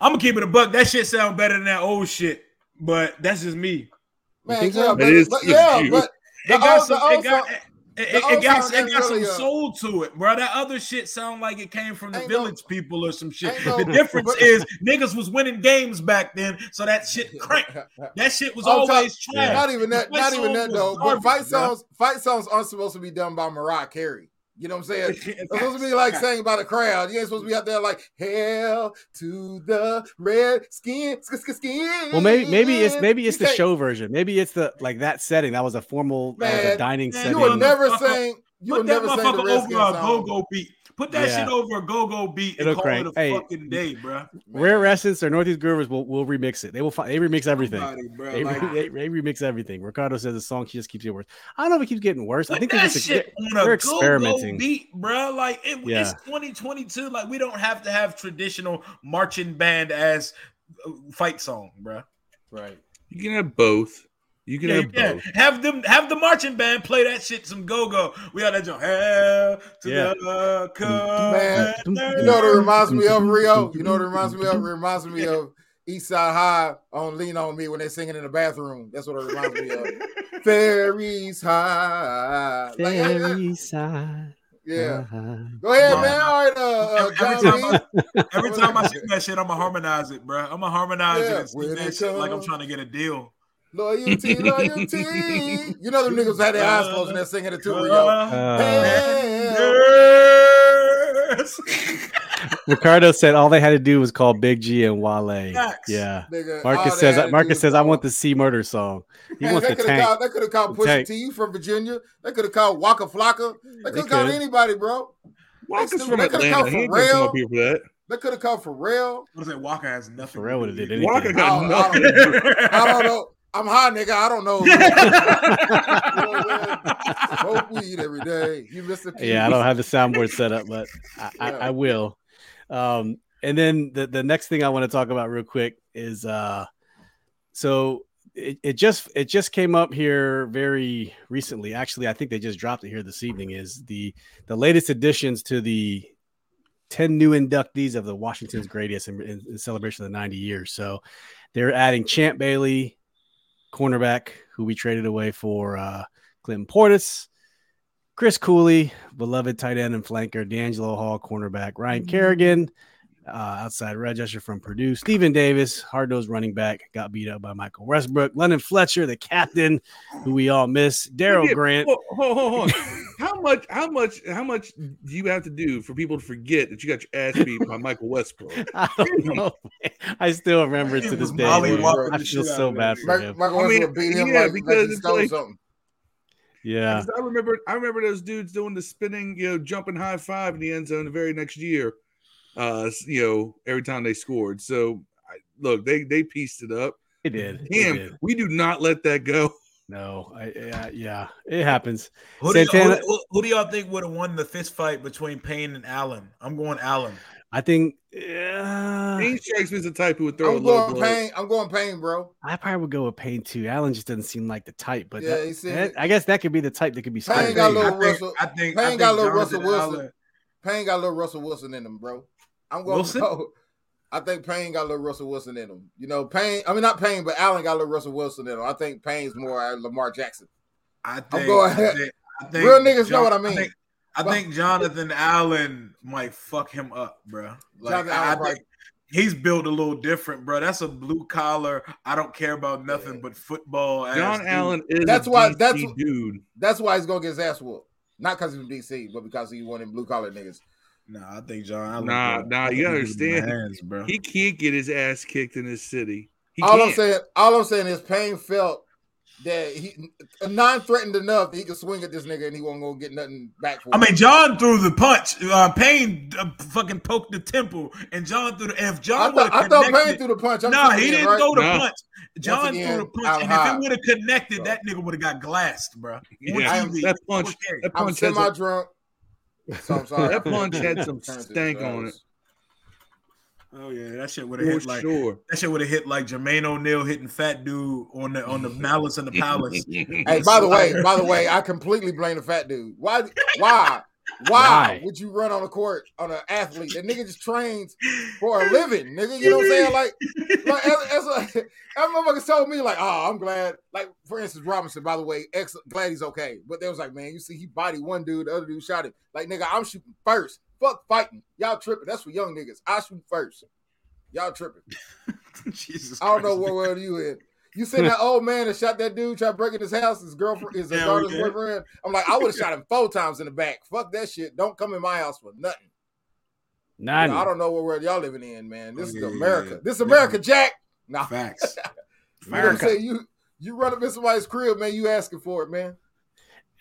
Speaker 2: I'm gonna keep it a buck. That shit sound better than that old shit, but that's just me.
Speaker 3: man,
Speaker 1: think so?
Speaker 3: yeah,
Speaker 1: It
Speaker 3: but,
Speaker 4: is
Speaker 3: but-
Speaker 4: just
Speaker 3: yeah,
Speaker 4: you.
Speaker 3: but
Speaker 2: It
Speaker 3: The
Speaker 2: got
Speaker 3: old-
Speaker 2: some.
Speaker 3: the
Speaker 2: It
Speaker 3: old
Speaker 2: got.
Speaker 3: song-
Speaker 2: It, it,
Speaker 3: the
Speaker 2: it
Speaker 3: old
Speaker 2: got.
Speaker 3: song
Speaker 2: It
Speaker 3: ain't
Speaker 2: got some
Speaker 3: really, uh,
Speaker 2: soul to it, bro. That other shit sound like it came from the
Speaker 3: Ain't no-
Speaker 2: village people or some shit.
Speaker 3: ain't no-
Speaker 2: the difference
Speaker 3: but-
Speaker 2: is niggas was winning games back then, so that shit crank. That shit was
Speaker 3: I'm talking-
Speaker 2: always
Speaker 1: Yeah.
Speaker 2: trash.
Speaker 3: Not even that.
Speaker 2: Fight
Speaker 3: Not even
Speaker 2: song
Speaker 3: that
Speaker 2: was
Speaker 3: though. But
Speaker 2: garbage,
Speaker 3: fight
Speaker 2: bro.
Speaker 3: songs, fight songs aren't supposed to be done by Mariah Carey. You know what I'm saying? It's supposed to be like saying by the crowd. You ain't supposed to be out there like "Hell to the red skin, skin, skin, skin."
Speaker 1: Well, maybe maybe it's maybe
Speaker 3: You
Speaker 1: it's the
Speaker 3: can't-
Speaker 1: show version. Maybe it's the like that setting. That was a formal, that was a
Speaker 3: Man,
Speaker 1: dining
Speaker 2: man,
Speaker 1: setting.
Speaker 3: You would never
Speaker 2: Motherfucker.
Speaker 3: sing. You
Speaker 2: Put
Speaker 3: would
Speaker 2: that
Speaker 3: never sing the
Speaker 2: motherfucker over
Speaker 3: red
Speaker 2: a
Speaker 3: skin song.
Speaker 2: go-go beat. Put that
Speaker 1: Yeah.
Speaker 2: shit over a go-go beat and
Speaker 1: It'll
Speaker 2: call
Speaker 1: crank.
Speaker 2: it a
Speaker 1: Hey,
Speaker 2: fucking day, bro.
Speaker 3: Man.
Speaker 1: Rare Essence or Northeast Groovers will will remix it. They will find they remix everything.
Speaker 2: Somebody, bro.
Speaker 1: They,
Speaker 2: Like,
Speaker 1: they, they remix everything. Ricardo says the song she just keeps getting worse. I don't know if it keeps getting worse. I
Speaker 2: Put
Speaker 1: think they're
Speaker 2: that
Speaker 1: just
Speaker 2: shit on a
Speaker 1: they're
Speaker 2: experimenting
Speaker 1: experimenting.
Speaker 2: beat, bro. Like it,
Speaker 1: Yeah.
Speaker 2: it's 2022. Like we don't have to have traditional marching band as uh, fight song, bro.
Speaker 3: Right.
Speaker 4: You can have both. You can
Speaker 2: Yeah,
Speaker 4: have
Speaker 2: yeah.
Speaker 4: both.
Speaker 2: Have them have the marching band play that shit some go go. We all that jump hell to
Speaker 1: Yeah.
Speaker 2: the
Speaker 3: Man,
Speaker 2: commander.
Speaker 3: You know what it reminds me of, Rio? You know what it reminds me of? It reminds me of East Side High on Lean On Me when they're singing in the bathroom. That's what it reminds me of. Fairies high. Like, yeah, yeah,
Speaker 1: Very sad.
Speaker 3: yeah. Go ahead, man. All right, uh, uh
Speaker 2: Every- every
Speaker 3: John
Speaker 2: time
Speaker 3: B.
Speaker 2: Every time I sing that shit, I'ma harmonize it, bro. I'ma harmonize
Speaker 3: Yeah,
Speaker 2: it and sing
Speaker 3: when
Speaker 2: that
Speaker 3: it
Speaker 2: shit like I'm
Speaker 3: comes-
Speaker 2: trying to get a deal.
Speaker 3: Loyalty, loyalty. You know them niggas had their eyes closed and they're singing it too, Rio.
Speaker 1: Uh,
Speaker 3: Hey,
Speaker 2: Commanders.
Speaker 1: Ricardo said all they had to do was call Big G and Wale.
Speaker 2: Facts.
Speaker 1: Yeah.
Speaker 3: Nigga,
Speaker 1: Marcus
Speaker 3: all they had
Speaker 1: says
Speaker 3: to
Speaker 1: Marcus
Speaker 3: do
Speaker 1: says I
Speaker 3: was
Speaker 1: want
Speaker 3: call-
Speaker 1: the C murder song. He
Speaker 3: Man,
Speaker 1: wants
Speaker 3: they
Speaker 1: the
Speaker 3: could
Speaker 1: tank.
Speaker 3: have called, they could have called
Speaker 1: The
Speaker 3: Pusha
Speaker 1: tank.
Speaker 3: T from Virginia. They could have called Waka Flocka. They could have called
Speaker 1: coulda.
Speaker 3: anybody, bro.
Speaker 4: Walker's
Speaker 3: They
Speaker 4: from
Speaker 3: could've come
Speaker 4: Atlanta. He
Speaker 3: from
Speaker 4: ain't gonna come
Speaker 3: rail.
Speaker 4: up here for that.
Speaker 3: They could have called Pharrell.
Speaker 2: What is that? Walker has nothing.
Speaker 1: Pharrell would've did anything.
Speaker 4: Walker
Speaker 3: I
Speaker 2: Oh,
Speaker 4: got
Speaker 3: don't-
Speaker 4: nothing.
Speaker 3: I
Speaker 4: to do.
Speaker 3: I don't know. I'm high, nigga. I don't know. Smoke weed every day. You listen. to
Speaker 1: yeah, I don't have the soundboard set up, but I, I,
Speaker 3: Yeah.
Speaker 1: I will. Um, and then the, the next thing I want to talk about real quick is uh, so it, it just it just came up here very recently. Actually, I think they just dropped it here this evening. Is the the latest additions to the ten new inductees of the Washington's greatest in, in, in celebration of the ninety years. So they're adding Champ Bailey, cornerback, who we traded away for uh, Clinton Portis. Chris Cooley, beloved tight end and flanker, D'Angelo Hall, cornerback, Ryan Kerrigan, uh, outside red Usher from Purdue, Steven Davis, hard nosed running back, got beat up by Michael Westbrook, London Fletcher, the captain, who we all miss, Daryl
Speaker 4: Forget-
Speaker 1: Grant.
Speaker 4: Hold, hold- hold- hold on. how much? How much? How much do you have to do for people to forget that you got your ass beat by Michael Westbrook?
Speaker 1: I don't know. I still remember it to this day.
Speaker 3: Molly
Speaker 1: man.
Speaker 3: Walker
Speaker 1: I
Speaker 2: the
Speaker 1: feel
Speaker 2: shit out
Speaker 1: so
Speaker 2: of
Speaker 1: bad
Speaker 2: that
Speaker 1: for
Speaker 3: Michael
Speaker 1: him.
Speaker 4: I mean,
Speaker 3: Westbrook beat him
Speaker 4: yeah,
Speaker 3: like, like
Speaker 4: because
Speaker 3: he
Speaker 4: it's
Speaker 3: stole
Speaker 4: like-
Speaker 3: something.
Speaker 1: Yeah.
Speaker 4: 'Cause I remember. I remember those dudes doing the spinning, you know, jumping high five in the end zone the very next year. Uh, s- you know, every time they scored. So I, look, they they pieced it up.
Speaker 1: It did. It
Speaker 4: Damn,
Speaker 1: did.
Speaker 4: we do not let that go.
Speaker 1: No. I, yeah, yeah. It happens.
Speaker 2: Who do, y'all,
Speaker 1: Santana-
Speaker 2: who, who do y'all think would have won the fist fight between Payne and Allen? I'm going Allen.
Speaker 1: I think. Yeah.
Speaker 4: He strikes me as the type who would throw a
Speaker 3: I'm
Speaker 4: low
Speaker 3: going
Speaker 4: blow.
Speaker 3: pain. I'm going pain, bro.
Speaker 1: I probably would go with Payne too. Allen just doesn't seem like the type, but
Speaker 3: Yeah,
Speaker 1: that-
Speaker 3: he seemed-
Speaker 1: that- I guess that could be the type that could be.
Speaker 3: Payne
Speaker 1: Scotty
Speaker 3: got a
Speaker 1: Pippen.
Speaker 2: I
Speaker 3: little-
Speaker 2: think,
Speaker 3: Russell-
Speaker 2: I think, I
Speaker 3: Payne
Speaker 2: think
Speaker 3: got a little
Speaker 2: Jonathan
Speaker 3: Russell Wilson.
Speaker 2: Allen-
Speaker 3: Payne got a little Russell Wilson in him, bro. I'm going.
Speaker 2: Wilson?
Speaker 3: Go, I think Payne got a little Russell Wilson in him. You know, Payne. I mean, not Payne, but Allen got a little Russell Wilson in him. I think Payne's more uh, Lamar Jackson.
Speaker 2: I think,
Speaker 3: going-
Speaker 2: I think, I think
Speaker 3: Real niggas know what I mean.
Speaker 2: think, I
Speaker 3: Well-
Speaker 2: think Jonathan Allen might fuck him up, bro. Like
Speaker 3: Jonathan
Speaker 2: I, I
Speaker 3: Allen
Speaker 2: think he's built a little different, bro. That's a blue collar. I don't care about nothing
Speaker 3: Yeah.
Speaker 2: but football. ass
Speaker 4: John
Speaker 2: dude.
Speaker 4: Allen is
Speaker 3: That's
Speaker 4: a
Speaker 3: why-
Speaker 4: DC
Speaker 3: that's-
Speaker 4: dude.
Speaker 3: That's why he's gonna get his ass whooped. Not because he's from DC, but because he wanted blue collar niggas.
Speaker 2: Nah, I think John Allen.
Speaker 4: Nah,
Speaker 2: bro. I
Speaker 4: nah, you
Speaker 2: think he
Speaker 4: understand.
Speaker 2: beat my ass, bro.
Speaker 4: He can't get his ass kicked in this city. He
Speaker 3: all I'm
Speaker 4: can't.
Speaker 3: saying, all I'm saying is Payne felt that he non-threatened enough that he could swing at this nigga and he wasn't gonna get nothing back for
Speaker 2: I
Speaker 3: it.
Speaker 2: mean, John threw the punch. Uh, Payne uh, fucking poked the temple, and John threw the. If
Speaker 3: I
Speaker 2: John would
Speaker 3: thought, I
Speaker 2: have
Speaker 3: thought Payne
Speaker 2: connected,
Speaker 3: threw the punch.
Speaker 2: no,
Speaker 3: I'm
Speaker 2: nah,
Speaker 3: just
Speaker 2: he
Speaker 3: saying,
Speaker 2: didn't
Speaker 3: right?
Speaker 2: throw the
Speaker 4: No.
Speaker 2: punch. John
Speaker 3: again,
Speaker 2: threw the
Speaker 3: out
Speaker 2: punch, and if
Speaker 3: high.
Speaker 2: it would have connected,
Speaker 3: Bro.
Speaker 2: that nigga would have got glassed, bro.
Speaker 4: Yeah,
Speaker 2: On TV,
Speaker 4: that punch-
Speaker 2: four carries.
Speaker 4: That
Speaker 3: I'm
Speaker 4: punch has a-
Speaker 3: semi-drunk. So I'm sorry.
Speaker 4: That punch had some
Speaker 3: Turned to
Speaker 4: stank on it.
Speaker 3: drugs.
Speaker 2: Oh yeah, that shit would have
Speaker 4: for
Speaker 2: hit like
Speaker 4: sure.
Speaker 2: that shit would have hit like Jermaine O'Neal hitting fat dude on the on the malice and the palace.
Speaker 3: Hey, by the way, by the way, I completely blame the fat dude. Why? Why?
Speaker 1: Why?
Speaker 3: Why, would you run on a court on an athlete? That nigga just trains for a living, nigga. You know what I'm saying? Like, like as, as a, that motherfucker told me, like, oh, I'm glad. Like, for instance, Robinson, by the way, ex glad he's okay. But they was like, man, you see, he body one dude, the other dude shot him. Like, nigga, I'm shooting first. Fuck fighting. Y'all tripping. That's for young niggas. I shoot first. Y'all tripping.
Speaker 2: Jesus,
Speaker 3: I don't know
Speaker 2: Christ.
Speaker 3: what world you in. You seen that old man that shot that dude, tried to break in his house, his girlfriend, his
Speaker 2: Yeah, we
Speaker 3: daughter's
Speaker 2: did.
Speaker 3: boyfriend. I'm like, I would have shot him four times in the back. Fuck that shit. Don't come in my house for nothing.
Speaker 1: Nine.
Speaker 3: You know, I don't know what world y'all living in, man. This
Speaker 2: Oh,
Speaker 3: is
Speaker 2: yeah, yeah,
Speaker 3: America.
Speaker 2: yeah.
Speaker 3: This is America, Jack. Nah,
Speaker 2: facts.
Speaker 3: you know what I'm
Speaker 1: America.
Speaker 3: saying? You you run up in somebody's crib, man. You asking for it, man.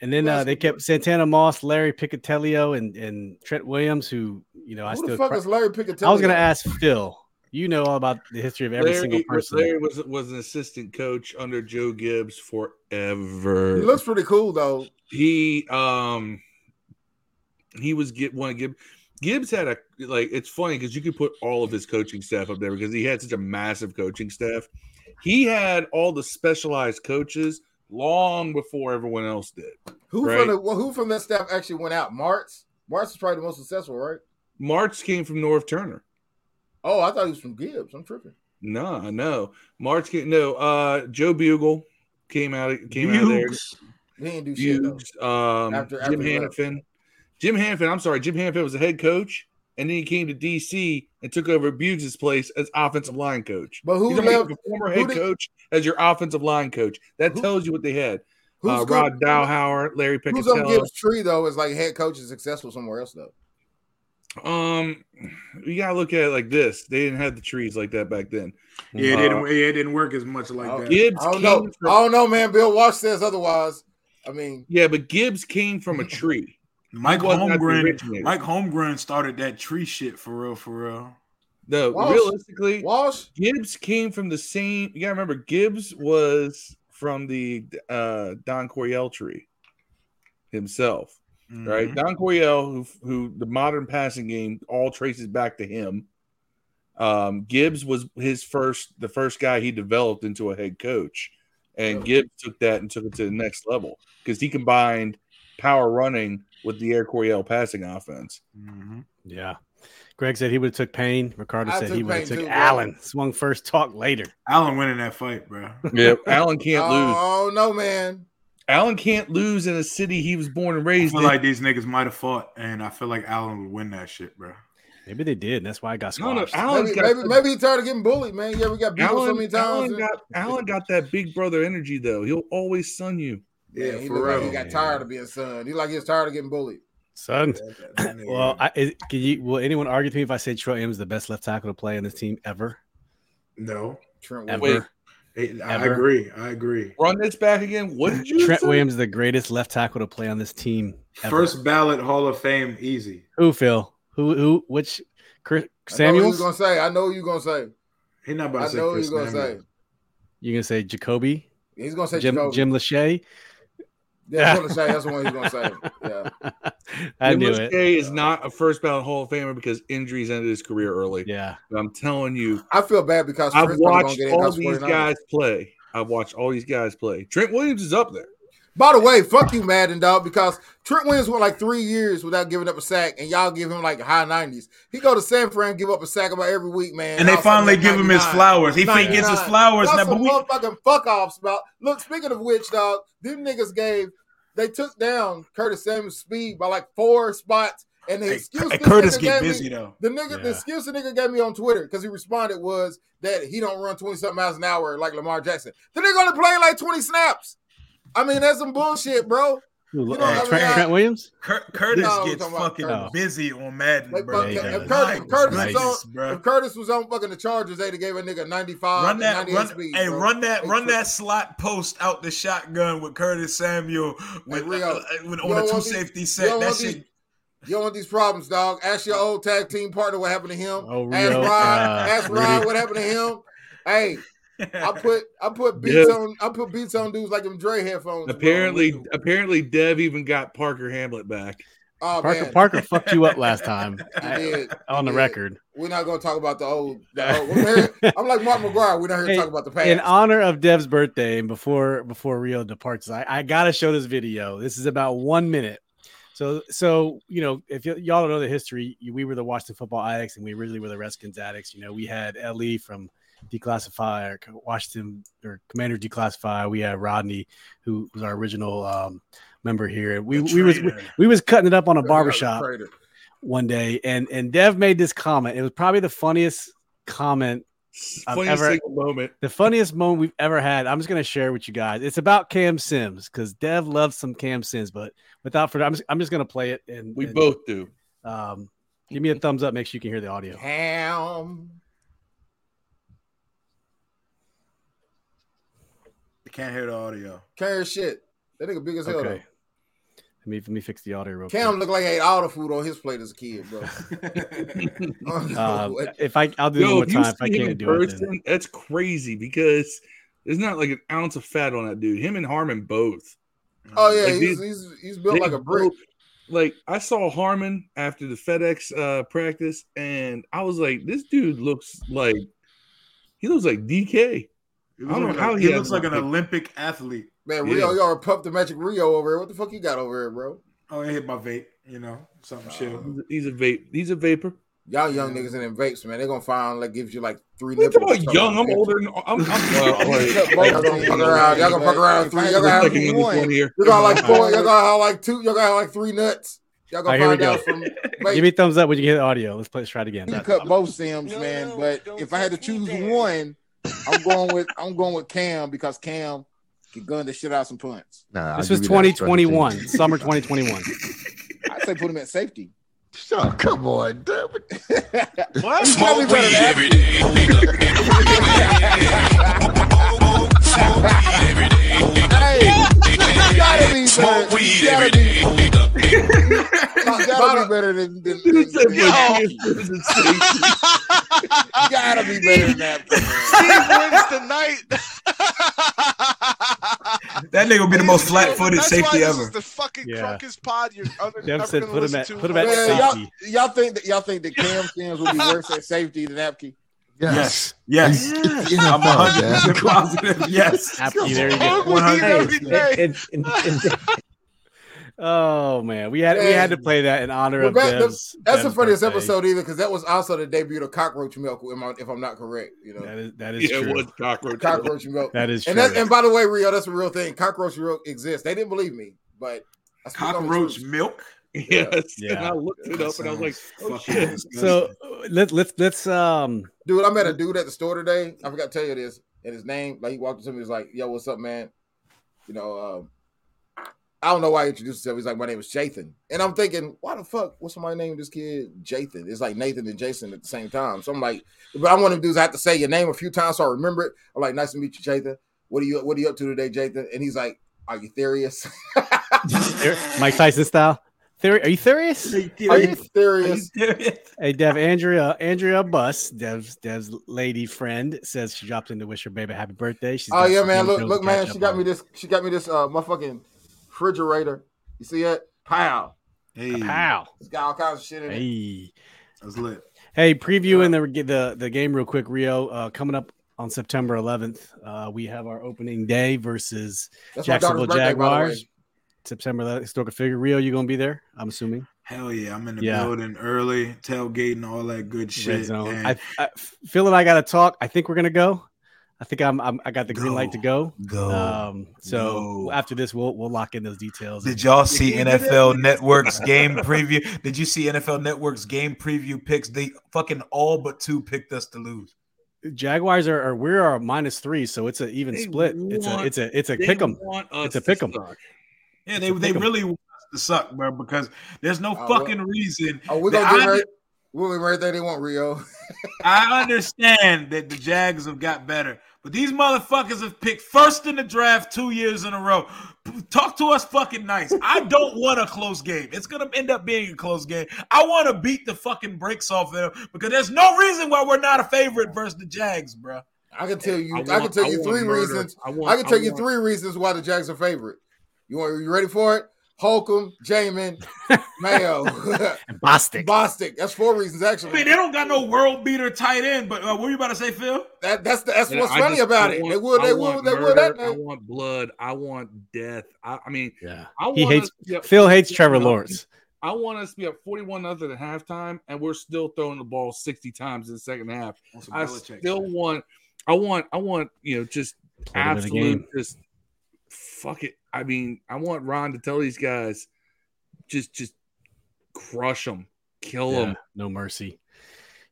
Speaker 1: And then uh,
Speaker 3: That's-
Speaker 1: they kept Santana Moss, Larry Picatelio, and, and Trent Williams, who you know I
Speaker 3: Who the
Speaker 1: still.
Speaker 3: fuck
Speaker 1: cry-
Speaker 3: is Larry Pickett?
Speaker 1: I was gonna ask Phil. You know all about the history of every
Speaker 4: Larry,
Speaker 1: single person.
Speaker 4: Larry was was an assistant coach under Joe Gibbs forever.
Speaker 3: He looks pretty cool though.
Speaker 4: he um he was get one Gibbs. Gibbs had a like it's funny because you could put all of his coaching staff up there because he had such a massive coaching staff. He had all the specialized coaches long before everyone else did.
Speaker 3: Who
Speaker 4: Right.
Speaker 3: from the well, who from that staff actually went out? Martz. Martz is probably the most successful, right?
Speaker 4: March came from North Turner.
Speaker 3: Oh, I thought he was from Gibbs. I'm tripping.
Speaker 4: No, no. March came no, uh Joe Bugle came out came out of there.
Speaker 2: Hughes.
Speaker 3: He didn't do shit though.
Speaker 4: Hughes, um,
Speaker 3: After-
Speaker 4: Jim
Speaker 3: after he left.
Speaker 4: Hannafin. Jim Hannafin, I'm sorry, Jim Hannafin was the head coach, and then he came to DC and took over Buges's place as offensive line coach.
Speaker 3: But who
Speaker 4: He's already
Speaker 3: left?
Speaker 4: a former
Speaker 3: who
Speaker 4: head
Speaker 3: did-
Speaker 4: coach as your offensive line coach. That
Speaker 3: Who-
Speaker 4: tells you what they had.
Speaker 3: Who's
Speaker 4: uh,
Speaker 3: good-
Speaker 4: Rod Dowhauer, Larry
Speaker 3: Who's on
Speaker 4: Picatello.
Speaker 3: Gibbs' tree though is like head coach is successful somewhere else though.
Speaker 4: Um, you gotta look at it like this. They didn't have the trees like that back then.
Speaker 2: Yeah, it
Speaker 4: Uh,
Speaker 2: didn't. Yeah, it didn't work as much like
Speaker 3: Oh,
Speaker 2: that.
Speaker 4: Gibbs
Speaker 3: I don't
Speaker 4: came
Speaker 3: know.
Speaker 4: from-
Speaker 3: I don't know, man. Bill Walsh says otherwise. I mean,
Speaker 4: yeah, but Gibbs came from a tree.
Speaker 2: Mike
Speaker 4: He was not the
Speaker 2: Holmgren.
Speaker 4: originator.
Speaker 2: Mike Holmgren started that tree shit for real, for real.
Speaker 4: No,
Speaker 3: Walsh-
Speaker 4: realistically,
Speaker 3: Walsh.
Speaker 4: Gibbs came from the same. You gotta remember, Gibbs was from the uh, Don Coryell tree himself, right?
Speaker 2: Mhm.
Speaker 4: Don Coryell, who, who the modern passing game all traces back to him. Um, Gibbs was his first, the first guy he developed into a head coach, and
Speaker 3: Yeah.
Speaker 4: Gibbs took that and took it to the next level because he combined power running with the Air Coryell passing offense.
Speaker 2: Mhm.
Speaker 1: Yeah. Greg said he would have took Payne. Ricardo
Speaker 3: I
Speaker 1: said
Speaker 3: took
Speaker 1: he would have
Speaker 3: Payne
Speaker 1: took
Speaker 3: too, bro.
Speaker 1: Allen. Swung first, talk later.
Speaker 2: Allen winning that fight, bro.
Speaker 4: Yeah, Allen can't lose.
Speaker 3: Oh no, man.
Speaker 4: Allen can't lose in a city he was born and
Speaker 2: I
Speaker 4: raised
Speaker 2: feel
Speaker 4: in.
Speaker 2: like these niggas might have fought, and I feel like Allen would win that shit, bro.
Speaker 1: Maybe they did. And that's why I got
Speaker 4: No, no,
Speaker 1: squashed.
Speaker 4: Allen's
Speaker 3: Maybe,
Speaker 4: got
Speaker 3: maybe,
Speaker 4: the-
Speaker 3: maybe he tired of getting bullied, man. Yeah, we got beat so
Speaker 4: Allen,
Speaker 3: many times.
Speaker 4: Allen, got, Allen got that big brother energy though. He'll always sun you.
Speaker 3: yeah,
Speaker 2: Yeah,
Speaker 3: he
Speaker 2: for
Speaker 3: looked like
Speaker 2: real.
Speaker 3: he got tired of being son. He like he was tired of getting bullied.
Speaker 1: Son.
Speaker 2: That- that nigga-
Speaker 1: Well, I, is, can you? Will anyone argue with me if I say Troy M is the best left tackle to play on this team ever?
Speaker 2: no,
Speaker 3: Trent
Speaker 1: Ever.
Speaker 3: Williams.
Speaker 2: It- I
Speaker 1: Ever.
Speaker 2: agree. I agree.
Speaker 4: Run this back again. What did you
Speaker 1: Trent
Speaker 4: say?
Speaker 1: Williams is the greatest left tackle to play on this team. Ever.
Speaker 2: First ballot Hall of Fame, easy.
Speaker 1: who Phil? Who? Who? Which? Chris,
Speaker 3: Samuel's
Speaker 1: Samuels?
Speaker 3: gonna say. I know what you're gonna say.
Speaker 2: He's not about
Speaker 3: I
Speaker 2: to say
Speaker 3: know what
Speaker 2: Chris
Speaker 3: you're gonna say.
Speaker 2: Samuel.
Speaker 1: You're gonna say Jacoby?
Speaker 3: He's gonna say
Speaker 1: Jim
Speaker 3: Jacoby.
Speaker 1: Jim Lachey?
Speaker 3: Yeah, Jim Lachey, that's the one he's gonna say. Yeah,
Speaker 1: I
Speaker 4: Jim
Speaker 1: knew
Speaker 4: Lachey
Speaker 1: it.
Speaker 4: is not a first ballot Hall of Famer because injuries ended his career early.
Speaker 1: Yeah.
Speaker 4: But I'm telling you,
Speaker 3: I feel bad because
Speaker 4: I've
Speaker 3: Trent's probably
Speaker 4: watched
Speaker 3: in
Speaker 4: all
Speaker 3: 'cause
Speaker 4: these
Speaker 3: 49ers.
Speaker 4: guys play. I've watched all these guys play. Trent Williams is up there.
Speaker 3: By the way, fuck you, Madden dog, because Trent Williams went like three years without giving up a sack, and y'all give him like high nineties. He go to San Fran, and give up a sack about every week, man.
Speaker 2: And they
Speaker 3: Y'all
Speaker 2: finally
Speaker 3: something
Speaker 2: give
Speaker 3: like
Speaker 2: him his
Speaker 3: 99.
Speaker 2: flowers. He finally gets his
Speaker 3: 99.
Speaker 2: flowers
Speaker 3: Y'all
Speaker 2: now, but
Speaker 3: some
Speaker 2: we
Speaker 3: motherfucking fuck offs about. Look, speaking of which, dog, them niggas gave they took down Curtis Samuel's speed by like four spots, and the
Speaker 2: Hey,
Speaker 3: excuse
Speaker 2: hey,
Speaker 3: this
Speaker 2: Curtis
Speaker 3: nigga
Speaker 2: get
Speaker 3: gave me-
Speaker 2: busy though.
Speaker 3: The nigga, the
Speaker 1: Yeah.
Speaker 3: excuse the nigga gave me on Twitter because he responded was that he don't run 20 something miles an hour like Lamar Jackson. The nigga only played like 20 snaps. I mean, that's some bullshit, bro.
Speaker 1: Who-
Speaker 3: don't
Speaker 1: uh,
Speaker 2: have
Speaker 1: Trent,
Speaker 2: any-
Speaker 1: Trent Williams?
Speaker 2: Cur- Curtis
Speaker 3: No, I'm
Speaker 2: gets
Speaker 3: talking about
Speaker 2: fucking
Speaker 1: Curtis.
Speaker 2: busy on Madden,
Speaker 3: Like,
Speaker 2: bro.
Speaker 1: fuck,
Speaker 2: Yeah,
Speaker 1: if
Speaker 2: he
Speaker 3: Curtis-
Speaker 2: does.
Speaker 3: Curtis
Speaker 2: Nice,
Speaker 3: don't-
Speaker 2: bro.
Speaker 3: If Curtis was on fucking the Chargers, they'd have gave a nigga 95
Speaker 2: Run
Speaker 3: and
Speaker 2: that,
Speaker 3: 98
Speaker 2: run,
Speaker 3: speed.
Speaker 2: hey,
Speaker 3: bro.
Speaker 2: run that,
Speaker 3: They
Speaker 2: run
Speaker 3: took-
Speaker 2: that slot post out the shotgun with Curtis Samuel with,
Speaker 3: Rio,
Speaker 2: uh, uh, with-
Speaker 3: you
Speaker 2: on
Speaker 3: don't
Speaker 2: a two
Speaker 3: want these-
Speaker 2: safety
Speaker 3: you
Speaker 2: set.
Speaker 3: don't
Speaker 2: That
Speaker 3: want these-
Speaker 2: shit,
Speaker 3: You don't want these problems, dog. Ask your old tag team partner what happened to him.
Speaker 1: Oh,
Speaker 3: ask
Speaker 1: Rio,
Speaker 3: Rod,
Speaker 1: uh,
Speaker 3: ask
Speaker 1: Rudy.
Speaker 3: Rod what happened to him. Hey, I put I put beats
Speaker 4: Yes.
Speaker 3: on I put beats on dudes like them Dre headphones. Oh, bro.
Speaker 4: Apparently, apparently, Dev even got Parker Hamlet back.
Speaker 3: oh,
Speaker 1: Parker,
Speaker 3: man.
Speaker 1: Parker fucked you up last time
Speaker 3: He
Speaker 1: I-
Speaker 3: did.
Speaker 1: on the
Speaker 3: Yeah.
Speaker 1: record.
Speaker 3: We're not gonna talk about the old. The old we're here- I'm like Mark McGuire. We're not here to
Speaker 1: Hey,
Speaker 3: talk about the past.
Speaker 1: In honor of Dev's birthday and before before Rio departs, I, I gotta show this video. This is about one minute. So so you know if y- y'all don't know the history, you- we were the Washington Football Addicts and we originally were the Redskins Addicts. You know we had Le from Declassify or Washington or Commander Declassify. We had Rodney who was our original um, member here. We
Speaker 2: the
Speaker 1: we was we,
Speaker 2: traitor.
Speaker 1: we was cutting it up on a
Speaker 3: Yeah,
Speaker 1: barbershop
Speaker 3: traitor.
Speaker 1: one day and and Dev made this comment. It was probably the funniest comment I've
Speaker 4: Funny
Speaker 1: ever-
Speaker 4: single moment.
Speaker 1: the funniest moment we've ever had. I'm just gonna share with you guys. It's about Cam Sims because Dev loves some Cam Sims, but without further, I'm just, I'm just gonna play it and
Speaker 4: We
Speaker 1: and,
Speaker 4: both do.
Speaker 1: um, give me a thumbs up. Make sure you can hear the audio.
Speaker 3: Ham.
Speaker 2: can't hear the audio.
Speaker 3: Can't hear shit. That nigga big as hell.
Speaker 1: Okay, let me let me fix the audio real
Speaker 3: though. Cam
Speaker 1: quick.
Speaker 3: looked like he ate all the food on his plate as a kid, bro.
Speaker 2: Oh,
Speaker 1: Uh, if I I'll do it
Speaker 4: Yo,
Speaker 1: one more
Speaker 4: if you
Speaker 1: time if I
Speaker 4: see him in
Speaker 1: can't do it. then-
Speaker 4: person, that's crazy because there's not like an ounce of fat on that dude. Him and Harmon both.
Speaker 3: oh yeah,
Speaker 4: Like,
Speaker 3: he's,
Speaker 4: these-
Speaker 3: he's he's built
Speaker 4: they
Speaker 3: like a brick.
Speaker 4: both- Like I saw Harmon after the FedEx uh, practice, and I was like, this dude looks like he looks like DK.
Speaker 2: He
Speaker 4: I
Speaker 2: looks
Speaker 4: don't know
Speaker 2: like,
Speaker 4: how
Speaker 2: a-
Speaker 4: he
Speaker 2: he looks
Speaker 4: has
Speaker 2: like an
Speaker 4: one.
Speaker 2: Olympic athlete.
Speaker 3: Man,
Speaker 4: Yeah.
Speaker 3: Rio, y'all are pumped the magic Rio over here. What the fuck you got over here, bro?
Speaker 2: Oh, he hit my vape, you know, something
Speaker 3: Oh,
Speaker 2: shit.
Speaker 4: He's a- He's a vape. He's a vapor.
Speaker 3: Y'all young niggas in them vapes, man. They're gonna find like gives you like three.
Speaker 4: What are you
Speaker 3: nipples or
Speaker 4: talking about
Speaker 3: something.
Speaker 4: young? I'm older. Than, I'm. I'm well, like,
Speaker 3: Y'all gonna fuck around. Y'all gonna fuck around three. Y'all gonna have
Speaker 4: second in this one here.
Speaker 3: You're gonna like four. You're gonna have like two. You're gonna have like three nuts. Y'all gonna
Speaker 1: All right,
Speaker 3: find
Speaker 1: here
Speaker 3: out
Speaker 1: we
Speaker 3: from.
Speaker 1: Give me a thumbs up when you can hear the audio. Let's play. Let's try it again.
Speaker 6: You
Speaker 1: That-
Speaker 6: cut both Sims, man. but if I had to choose one, I'm going with I'm going with Cam because Cam can gun the shit out some punts.
Speaker 7: Nah, I'll
Speaker 1: this was
Speaker 7: give you that, Trey.
Speaker 1: 2021, summer 2021.
Speaker 6: I say put him at safety.
Speaker 7: So come on, dude.
Speaker 3: What?
Speaker 8: Smoke weed every day, nigga. Oh, oh, smoke weed every day,
Speaker 6: Hey, you gotta be
Speaker 8: nigga. Smoke
Speaker 6: better.
Speaker 8: weed
Speaker 6: You
Speaker 8: every
Speaker 6: gotta be,
Speaker 8: day, nigga.
Speaker 6: you gotta be better than, than, than you gotta be better than that.
Speaker 7: tonight.
Speaker 2: That nigga would be the most flat-footed
Speaker 7: That's why
Speaker 2: safety
Speaker 7: this
Speaker 2: ever.
Speaker 7: is the fucking
Speaker 1: Yeah.
Speaker 7: drunkest pod you're ever,
Speaker 1: Dev
Speaker 7: ever
Speaker 1: said,
Speaker 7: gonna
Speaker 1: "Put him
Speaker 7: listen
Speaker 1: at,
Speaker 7: to.
Speaker 1: put him at
Speaker 6: Yeah, y'all-
Speaker 1: safety."
Speaker 6: Y'all think that y'all think that Cam Sims will be worse at safety than Apke?
Speaker 7: Yes.
Speaker 2: Yes.
Speaker 7: It's
Speaker 2: I'm
Speaker 7: NFL, Dev.
Speaker 2: 100% positive. Yes.
Speaker 1: Happy, there you go.
Speaker 7: Come on, we eat every day.
Speaker 9: And- and- and-
Speaker 1: Oh man, we had we had to play that in honor
Speaker 3: Well,
Speaker 1: of
Speaker 3: that-
Speaker 1: Dev's,
Speaker 3: That's the
Speaker 1: Dev's
Speaker 3: funniest
Speaker 1: birthday.
Speaker 3: episode either, because that was also the debut of cockroach milk. If I'm, if I'm not correct, you know,
Speaker 1: That is that is
Speaker 4: Yeah, it
Speaker 1: true.
Speaker 4: was cockroach.
Speaker 3: cockroach milk.
Speaker 1: That is true.
Speaker 3: and that, and by the way, Rio, that's a real thing. Cockroach milk exists. They didn't believe me, but I speak on the
Speaker 2: Cockroach
Speaker 3: truth.
Speaker 2: milk.
Speaker 4: Yes.
Speaker 1: Yeah.
Speaker 4: And I looked it up and I was like, oh
Speaker 2: Fucking
Speaker 4: shit.
Speaker 2: disgusting.
Speaker 1: so let's let's let's um
Speaker 3: Dude, I met a dude at the store today. I forgot to tell you this. And his name, like he walked up to me, he was like, Yo, what's up, man? You know, um, I don't know why he introduced himself. He's like, My name is Jathan. And I'm thinking, why the fuck was somebody naming this kid Jathan? It's like Nathan and Jason at the same time. So I'm like, but I'm one of them dudes I have to say your name a few times so I remember it. I'm like, nice to meet you, Jathan. What are you what are you up to today, Jathan? And he's like, Are you serious?
Speaker 1: Mike Tyson style. Theory, are you serious?
Speaker 3: are you serious?
Speaker 1: Hey Dev, Andrea, Andrea Bus, Dev's Dev's lady friend, says she dropped in to wish her baby happy birthday. She's
Speaker 3: Oh
Speaker 1: got
Speaker 3: yeah,
Speaker 1: some
Speaker 3: man.
Speaker 1: things
Speaker 3: Look,
Speaker 1: to
Speaker 3: look, man.
Speaker 1: catch
Speaker 3: She
Speaker 1: up
Speaker 3: got
Speaker 1: on.
Speaker 3: me this. She got me this. Uh, motherfucking refrigerator. You see that? Pow.
Speaker 2: Hey,
Speaker 4: ah.
Speaker 1: Pow.
Speaker 3: It's got all kinds of shit in it.
Speaker 1: Hey.
Speaker 2: that's lit.
Speaker 1: Hey, previewing the the the game real quick, Rio. Uh, coming up on September 11th, uh, we have our opening day versus
Speaker 3: That's my daughter's
Speaker 1: Jacksonville
Speaker 3: birthday,
Speaker 1: Jaguars. September 11th, historical figure. Rio, you gonna be there? I'm assuming.
Speaker 2: Hell yeah, I'm in the
Speaker 1: Yeah.
Speaker 2: building early, tailgating, all that good shit.
Speaker 1: Red zone.
Speaker 2: and
Speaker 1: I, I Phil and I got to talk. I think we're gonna go. I think I'm. I'm I got the green
Speaker 2: Go.
Speaker 1: light to go.
Speaker 2: go.
Speaker 1: um. So
Speaker 2: Go.
Speaker 1: after this, we'll we'll lock in those details.
Speaker 2: Did y'all see NFL Network's game preview? Did you see NFL Network's game preview picks? They fucking all but two picked us to lose.
Speaker 1: Jaguars are, are we are minus three, so it's an even
Speaker 4: They
Speaker 1: split. It's a
Speaker 4: want-
Speaker 1: it's a it's a
Speaker 4: They
Speaker 1: pick 'em.
Speaker 4: want us
Speaker 1: It's a
Speaker 4: to
Speaker 1: pick 'em.
Speaker 4: suck.
Speaker 2: Yeah, they they
Speaker 1: pick 'em.
Speaker 2: really want us to suck, bro, because there's no
Speaker 3: Oh, well.
Speaker 2: fucking reason.
Speaker 3: Oh, we're
Speaker 2: that
Speaker 3: gonna
Speaker 2: I-
Speaker 3: get right. We'll be right there. They want Rio.
Speaker 2: I understand that the Jags have got better, but these motherfuckers have picked first in the draft two years in a row. Talk to us fucking nice. I don't want a close game. It's gonna end up being a close game. I want to beat the fucking brakes off them because there's no reason why we're not a favorite versus the Jags, bro.
Speaker 3: I can tell you. I, can
Speaker 4: want-
Speaker 3: tell you
Speaker 4: want
Speaker 3: three
Speaker 4: murder.
Speaker 3: reasons.
Speaker 4: want,
Speaker 3: I can tell you
Speaker 4: want-
Speaker 3: three reasons why the Jags are favorite. You want? You ready for it? Holcomb, Jamin, Mayo,
Speaker 1: Bostic.
Speaker 3: Bostic. That's four reasons
Speaker 2: I
Speaker 3: actually.
Speaker 2: mean, they don't got no world beater tight end, but uh, what were you about to say, Phil?
Speaker 3: That, that's the, that's
Speaker 4: Yeah,
Speaker 3: what's
Speaker 4: I
Speaker 3: funny
Speaker 4: just-
Speaker 3: about
Speaker 4: I
Speaker 3: it. They
Speaker 4: want-
Speaker 3: will.
Speaker 4: I
Speaker 3: They will.
Speaker 4: want
Speaker 3: They will. That
Speaker 4: murder, I
Speaker 3: night.
Speaker 4: want blood. I want death. I, I mean,
Speaker 1: Yeah.
Speaker 4: I want
Speaker 1: He hates-
Speaker 4: us to be up,
Speaker 1: Phil hates Trevor
Speaker 4: You know,
Speaker 1: Lawrence.
Speaker 4: I want us to be up 41 nothing at halftime, and we're still throwing the ball 60 times in the second half. I still want, I want, I want, you know, just
Speaker 1: Play to win the
Speaker 4: absolute, just fuck it. I mean, I want Ron to tell these guys, just, just crush them, kill
Speaker 1: Yeah,
Speaker 4: them.
Speaker 1: no mercy.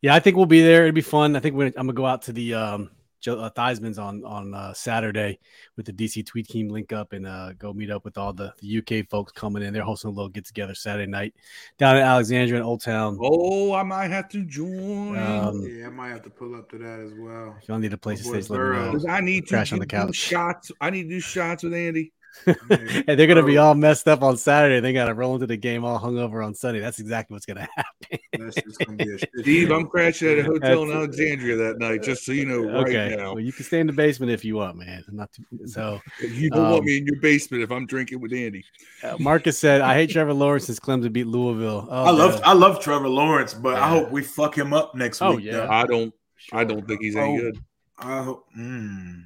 Speaker 1: Yeah, I think we'll be there. It'd be fun. I think we're, I'm gonna go out to the um, Joe uh, Theismann's on on uh, Saturday with the DC Tweet Team link up and uh, go meet up with all the, the UK folks coming in. They're hosting a little get together Saturday night down in Alexandria in Old Town.
Speaker 4: Oh, I might have to join.
Speaker 1: Um,
Speaker 2: Yeah, I might have to pull up to that as well.
Speaker 1: if y'all need a place to
Speaker 2: Oh,
Speaker 1: stay,
Speaker 2: boy,
Speaker 1: just let me know.
Speaker 4: 'Cause I need to
Speaker 1: Crash on
Speaker 4: do
Speaker 1: the couch.
Speaker 4: Shots. I need to do shots with Andy.
Speaker 2: Yeah.
Speaker 1: and they're gonna be all messed up on Saturday. They gotta roll into the game all hungover on Sunday. That's exactly what's gonna happen.
Speaker 2: That's just gonna be a shit
Speaker 4: Steve,
Speaker 2: show.
Speaker 4: I'm crashing at a hotel in
Speaker 1: That's-
Speaker 4: Alexandria that night, just so you know, right
Speaker 1: okay,
Speaker 4: now.
Speaker 1: well you can stay in the basement if you want, man. I'm not too, so.
Speaker 4: You don't
Speaker 1: Um,
Speaker 4: want me in your basement if I'm drinking with Andy.
Speaker 1: Uh, Marcus said, "I hate Trevor Lawrence since Clemson beat Louisville." Oh,
Speaker 2: I love
Speaker 1: man.
Speaker 2: I love Trevor Lawrence, but
Speaker 1: Yeah.
Speaker 2: I hope we fuck him up next
Speaker 1: Oh,
Speaker 2: week.
Speaker 1: yeah.
Speaker 2: though.
Speaker 4: I don't. I don't think he's any
Speaker 2: Oh,
Speaker 4: good.
Speaker 2: I hope. Mm,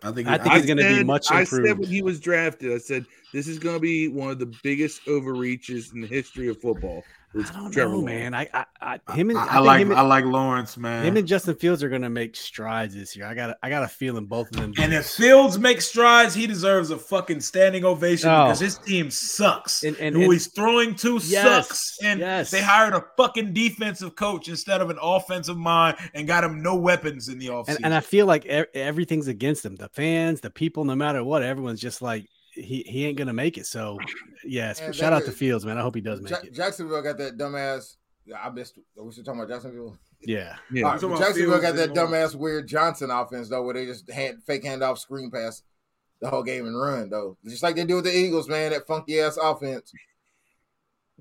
Speaker 2: I think.
Speaker 1: I think he's gonna be
Speaker 4: said-
Speaker 1: much
Speaker 4: I said
Speaker 1: improved.
Speaker 4: when he was drafted, I said this is going to be one of the biggest overreaches in the history of football. It's
Speaker 1: I don't
Speaker 4: Trevor
Speaker 1: know,
Speaker 4: Lawrence.
Speaker 1: man. I, I, I him and
Speaker 2: I,
Speaker 1: I,
Speaker 2: I
Speaker 1: think
Speaker 2: like.
Speaker 1: him, and,
Speaker 2: I like Lawrence, man.
Speaker 1: him and Justin Fields are gonna make strides this year. I got, a, I got a feeling both of them.
Speaker 2: and if Fields makes strides, he deserves a fucking standing ovation
Speaker 1: Oh.
Speaker 2: because his team sucks.
Speaker 1: and, and,
Speaker 2: Who
Speaker 1: and-
Speaker 2: he's throwing to
Speaker 1: Yes,
Speaker 2: sucks. And
Speaker 1: yes.
Speaker 2: they hired a fucking defensive coach instead of an offensive mind and got him no weapons in the offseason.
Speaker 1: and, and I feel like e- everything's against them. The fans, the people, no matter what, everyone's just like, he he ain't gonna make it. So yes,
Speaker 3: Man,
Speaker 1: shout
Speaker 3: that
Speaker 1: out to
Speaker 3: is-
Speaker 1: Fields, man. I hope he does make
Speaker 3: Ja-
Speaker 1: it.
Speaker 3: Jacksonville got that dumbass. Yeah, I missed. We should talk about Jacksonville.
Speaker 1: Yeah,
Speaker 4: Yeah.
Speaker 3: All right,
Speaker 2: Talking
Speaker 3: but
Speaker 2: about
Speaker 3: Jacksonville
Speaker 2: Fields
Speaker 3: got that
Speaker 2: and Moore.
Speaker 3: dumbass weird Johnson offense though, where they just hand, fake handoff, screen pass the whole game and run though, just like they do with the Eagles, man. That funky ass offense.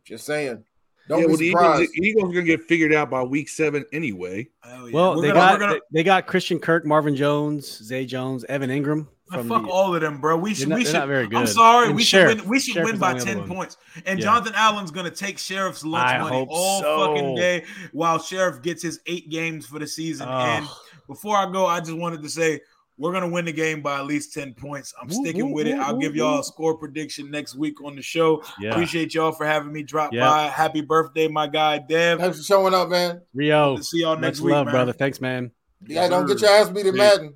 Speaker 3: Just saying. Don't
Speaker 4: yeah,
Speaker 3: be
Speaker 4: well, the Eagles,
Speaker 3: surprised.
Speaker 4: the Eagles are going to get figured out by week seven anyway.
Speaker 2: Hell yeah.
Speaker 1: Well,
Speaker 2: We're
Speaker 1: they
Speaker 2: gonna- we're
Speaker 1: got
Speaker 2: gonna-
Speaker 1: they- they got Christian Kirk, Marvin Jones, Zay Jones, Evan Ingram
Speaker 2: Man,
Speaker 1: from
Speaker 2: fuck
Speaker 1: the,
Speaker 2: all of them, bro. We
Speaker 1: they're
Speaker 2: should.
Speaker 1: not,
Speaker 2: we
Speaker 1: they're
Speaker 2: should.
Speaker 1: not very good.
Speaker 2: I'm sorry.
Speaker 1: And
Speaker 2: We should
Speaker 1: Sheriff-
Speaker 2: win. We should
Speaker 1: Sheriff
Speaker 2: win
Speaker 1: is
Speaker 2: by
Speaker 1: the only
Speaker 2: ten
Speaker 1: other one.
Speaker 2: points. And
Speaker 1: Yeah.
Speaker 2: Jonathan Allen's gonna take Sheriff's lunch
Speaker 1: I
Speaker 2: money
Speaker 1: hope
Speaker 2: all
Speaker 1: so.
Speaker 2: fucking day while Sheriff gets his eight games for the season. And
Speaker 1: Ugh.
Speaker 2: before I go, I just wanted to say we're gonna win the game by at least ten points. I'm
Speaker 1: Woo,
Speaker 2: sticking
Speaker 1: woo,
Speaker 2: with it.
Speaker 1: woo,
Speaker 2: I'll
Speaker 1: woo,
Speaker 2: give y'all a score prediction next week on the show.
Speaker 1: yeah,
Speaker 2: Appreciate y'all for having me drop
Speaker 1: Yeah.
Speaker 2: by. Happy birthday, my guy Dev.
Speaker 3: Thanks for showing up, man.
Speaker 1: Rio,
Speaker 2: See y'all next
Speaker 1: much
Speaker 2: week,
Speaker 1: love,
Speaker 2: man.
Speaker 1: brother. Thanks, man.
Speaker 3: Yeah, don't get your ass beat in
Speaker 1: Dude.
Speaker 3: Madden.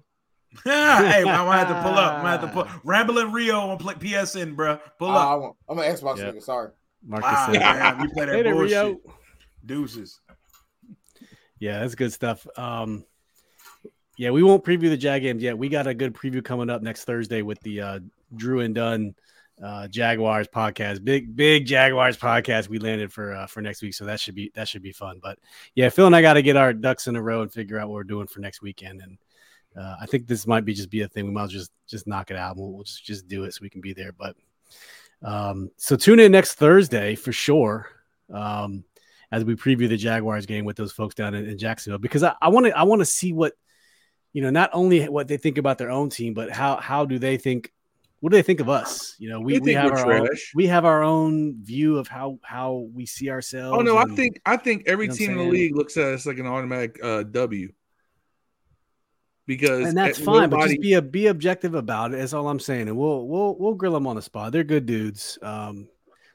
Speaker 2: hey, man, I'm gonna have to pull up. I'm gonna have to pull. Rambling Rio on play PSN, bro. Pull
Speaker 3: Oh,
Speaker 2: up.
Speaker 3: I won't. I'm an Xbox
Speaker 1: Yeah.
Speaker 3: nigga. Sorry.
Speaker 1: Marcus.
Speaker 2: Ah,
Speaker 1: said-
Speaker 2: man, you play that
Speaker 1: Later,
Speaker 2: bullshit.
Speaker 1: Rio.
Speaker 2: Deuces.
Speaker 1: Yeah, that's good stuff. Um, yeah, we won't preview the Jag games yet. We got a good preview coming up next Thursday with the uh, Drew and Dunn uh, Jaguars podcast. Big big Jaguars podcast we landed for uh, for next week, so that should be that should be fun. But yeah, Phil and I got to get our ducks in a row and figure out what we're doing for next weekend. And uh, I think this might be just be a thing. We might as well just just knock it out. We'll, we'll just just do it so we can be there. But um, so tune in next Thursday for sure. Um, as we preview the Jaguars game with those folks down in, in Jacksonville because I want to I want to see what you know not only what they think about their own team but how how do they think what do they think of us you know we,
Speaker 4: They
Speaker 1: we
Speaker 4: think
Speaker 1: have
Speaker 4: we're
Speaker 1: our own,
Speaker 4: trash.
Speaker 1: we have our own view of how how we see ourselves
Speaker 4: Oh no, I
Speaker 1: and-
Speaker 4: think I think
Speaker 1: You
Speaker 4: every
Speaker 1: know what I'm
Speaker 4: team in the
Speaker 1: saying?
Speaker 4: league looks at us like an automatic uh, W. Because
Speaker 1: and that's
Speaker 4: at-
Speaker 1: fine but
Speaker 4: nobody-
Speaker 1: just be a be objective about it that's all I'm saying and we'll we'll we'll grill them on the spot they're good dudes um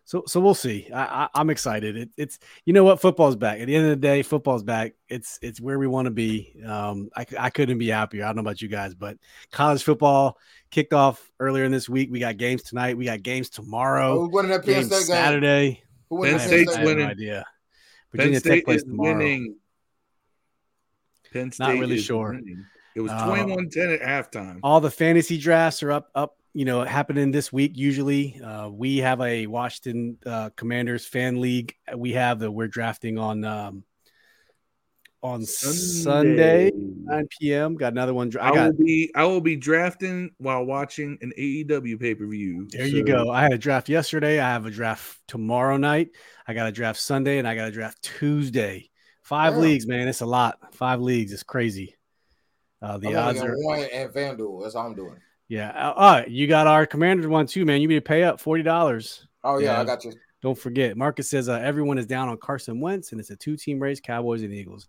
Speaker 1: so so we'll see I, I I'm excited it, it's you know what football's back at the end of the day football's back it's it's where we want to be um I, I couldn't be happier i don't know about you guys but college football kicked off earlier in this week we got games tonight we got games
Speaker 3: Oh,
Speaker 1: tomorrow
Speaker 3: who winning that Penn
Speaker 1: games
Speaker 3: State game?
Speaker 1: saturday
Speaker 3: Who winning
Speaker 1: I
Speaker 3: that
Speaker 1: have-
Speaker 4: Penn
Speaker 3: Penn
Speaker 4: State's
Speaker 1: I have
Speaker 3: State
Speaker 1: no
Speaker 4: winning.
Speaker 1: idea
Speaker 4: Penn
Speaker 1: virginia
Speaker 4: State
Speaker 1: tech plays
Speaker 4: is
Speaker 1: tomorrow
Speaker 4: winning. Penn State
Speaker 1: Not really
Speaker 4: is
Speaker 1: sure.
Speaker 4: winning. It was
Speaker 1: Uh,
Speaker 4: 21-10 at halftime.
Speaker 1: all the fantasy drafts are up up you know happening this week usually uh, we have a washington uh, commanders fan league we have that we're drafting on um, on sunday, 9 p.m got another one dra-
Speaker 4: I,
Speaker 1: i got
Speaker 4: will be I will be drafting while watching an E AEW pay per view.
Speaker 1: there you go i had a draft yesterday i have a draft tomorrow night i got a draft sunday and i got a draft tuesday five
Speaker 3: Damn.
Speaker 1: leagues man it's a lot five leagues it's crazy uh, the
Speaker 3: I'm
Speaker 1: odds
Speaker 3: only
Speaker 1: are
Speaker 3: in one and FanDuel. That's all I'm doing.
Speaker 1: yeah uh, all right you got our commander one too man you need to pay up $40
Speaker 3: Oh yeah,
Speaker 1: Yeah.
Speaker 3: I got you.
Speaker 1: Don't forget, Marcus says uh, everyone is down on Carson Wentz, and it's a two-team race: Cowboys and Eagles.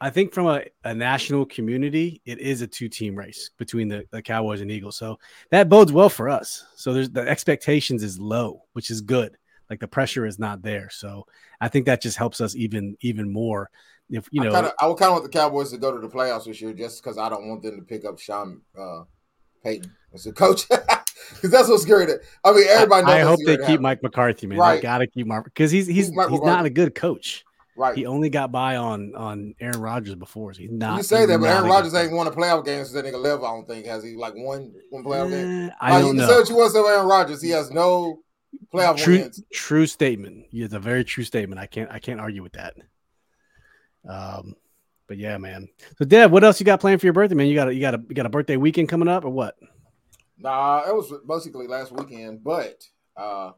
Speaker 1: I think from a, a national community, it is a two-team race between the, the Cowboys and Eagles. So that bodes well for us. So there's the expectations is low, which is good. Like the pressure is not there. So I think that just helps us even even more. If you know,
Speaker 3: I, kinda, I would kind of want the Cowboys to go to the playoffs this year, just because I don't want them to pick up Sean uh, Payton as a coach, because that's what's scary. To, I mean, everybody.
Speaker 1: I,
Speaker 3: Knows
Speaker 1: I
Speaker 3: that's
Speaker 1: hope
Speaker 3: scary
Speaker 1: they
Speaker 3: to
Speaker 1: keep
Speaker 3: happen.
Speaker 1: Mike McCarthy, man. They
Speaker 3: Right.
Speaker 1: gotta keep Mark because he's he's he's
Speaker 3: Mike
Speaker 1: not
Speaker 3: McCarthy.
Speaker 1: a good coach.
Speaker 3: right.
Speaker 1: He only got by on on Aaron Rodgers before. So he's not.
Speaker 3: you say
Speaker 1: he's
Speaker 3: that, but
Speaker 1: not a
Speaker 3: Aaron
Speaker 1: good
Speaker 3: Rodgers
Speaker 1: coach.
Speaker 3: ain't won a playoff game since that nigga left. I don't think has he like one one playoff
Speaker 1: Eh,
Speaker 3: game. Like,
Speaker 1: I don't
Speaker 3: you can say
Speaker 1: know.
Speaker 3: what you want to say about Aaron Rodgers. He has no playoff
Speaker 1: True,
Speaker 3: wins.
Speaker 1: true statement. Yeah, It's a very true statement. I can't, I can't argue with that. Um, but yeah, man. So, Deb, what else you got planned for your birthday, man? You got, a, you got a, you got a birthday weekend coming up, or what?
Speaker 3: Nah, it was basically last weekend, but uh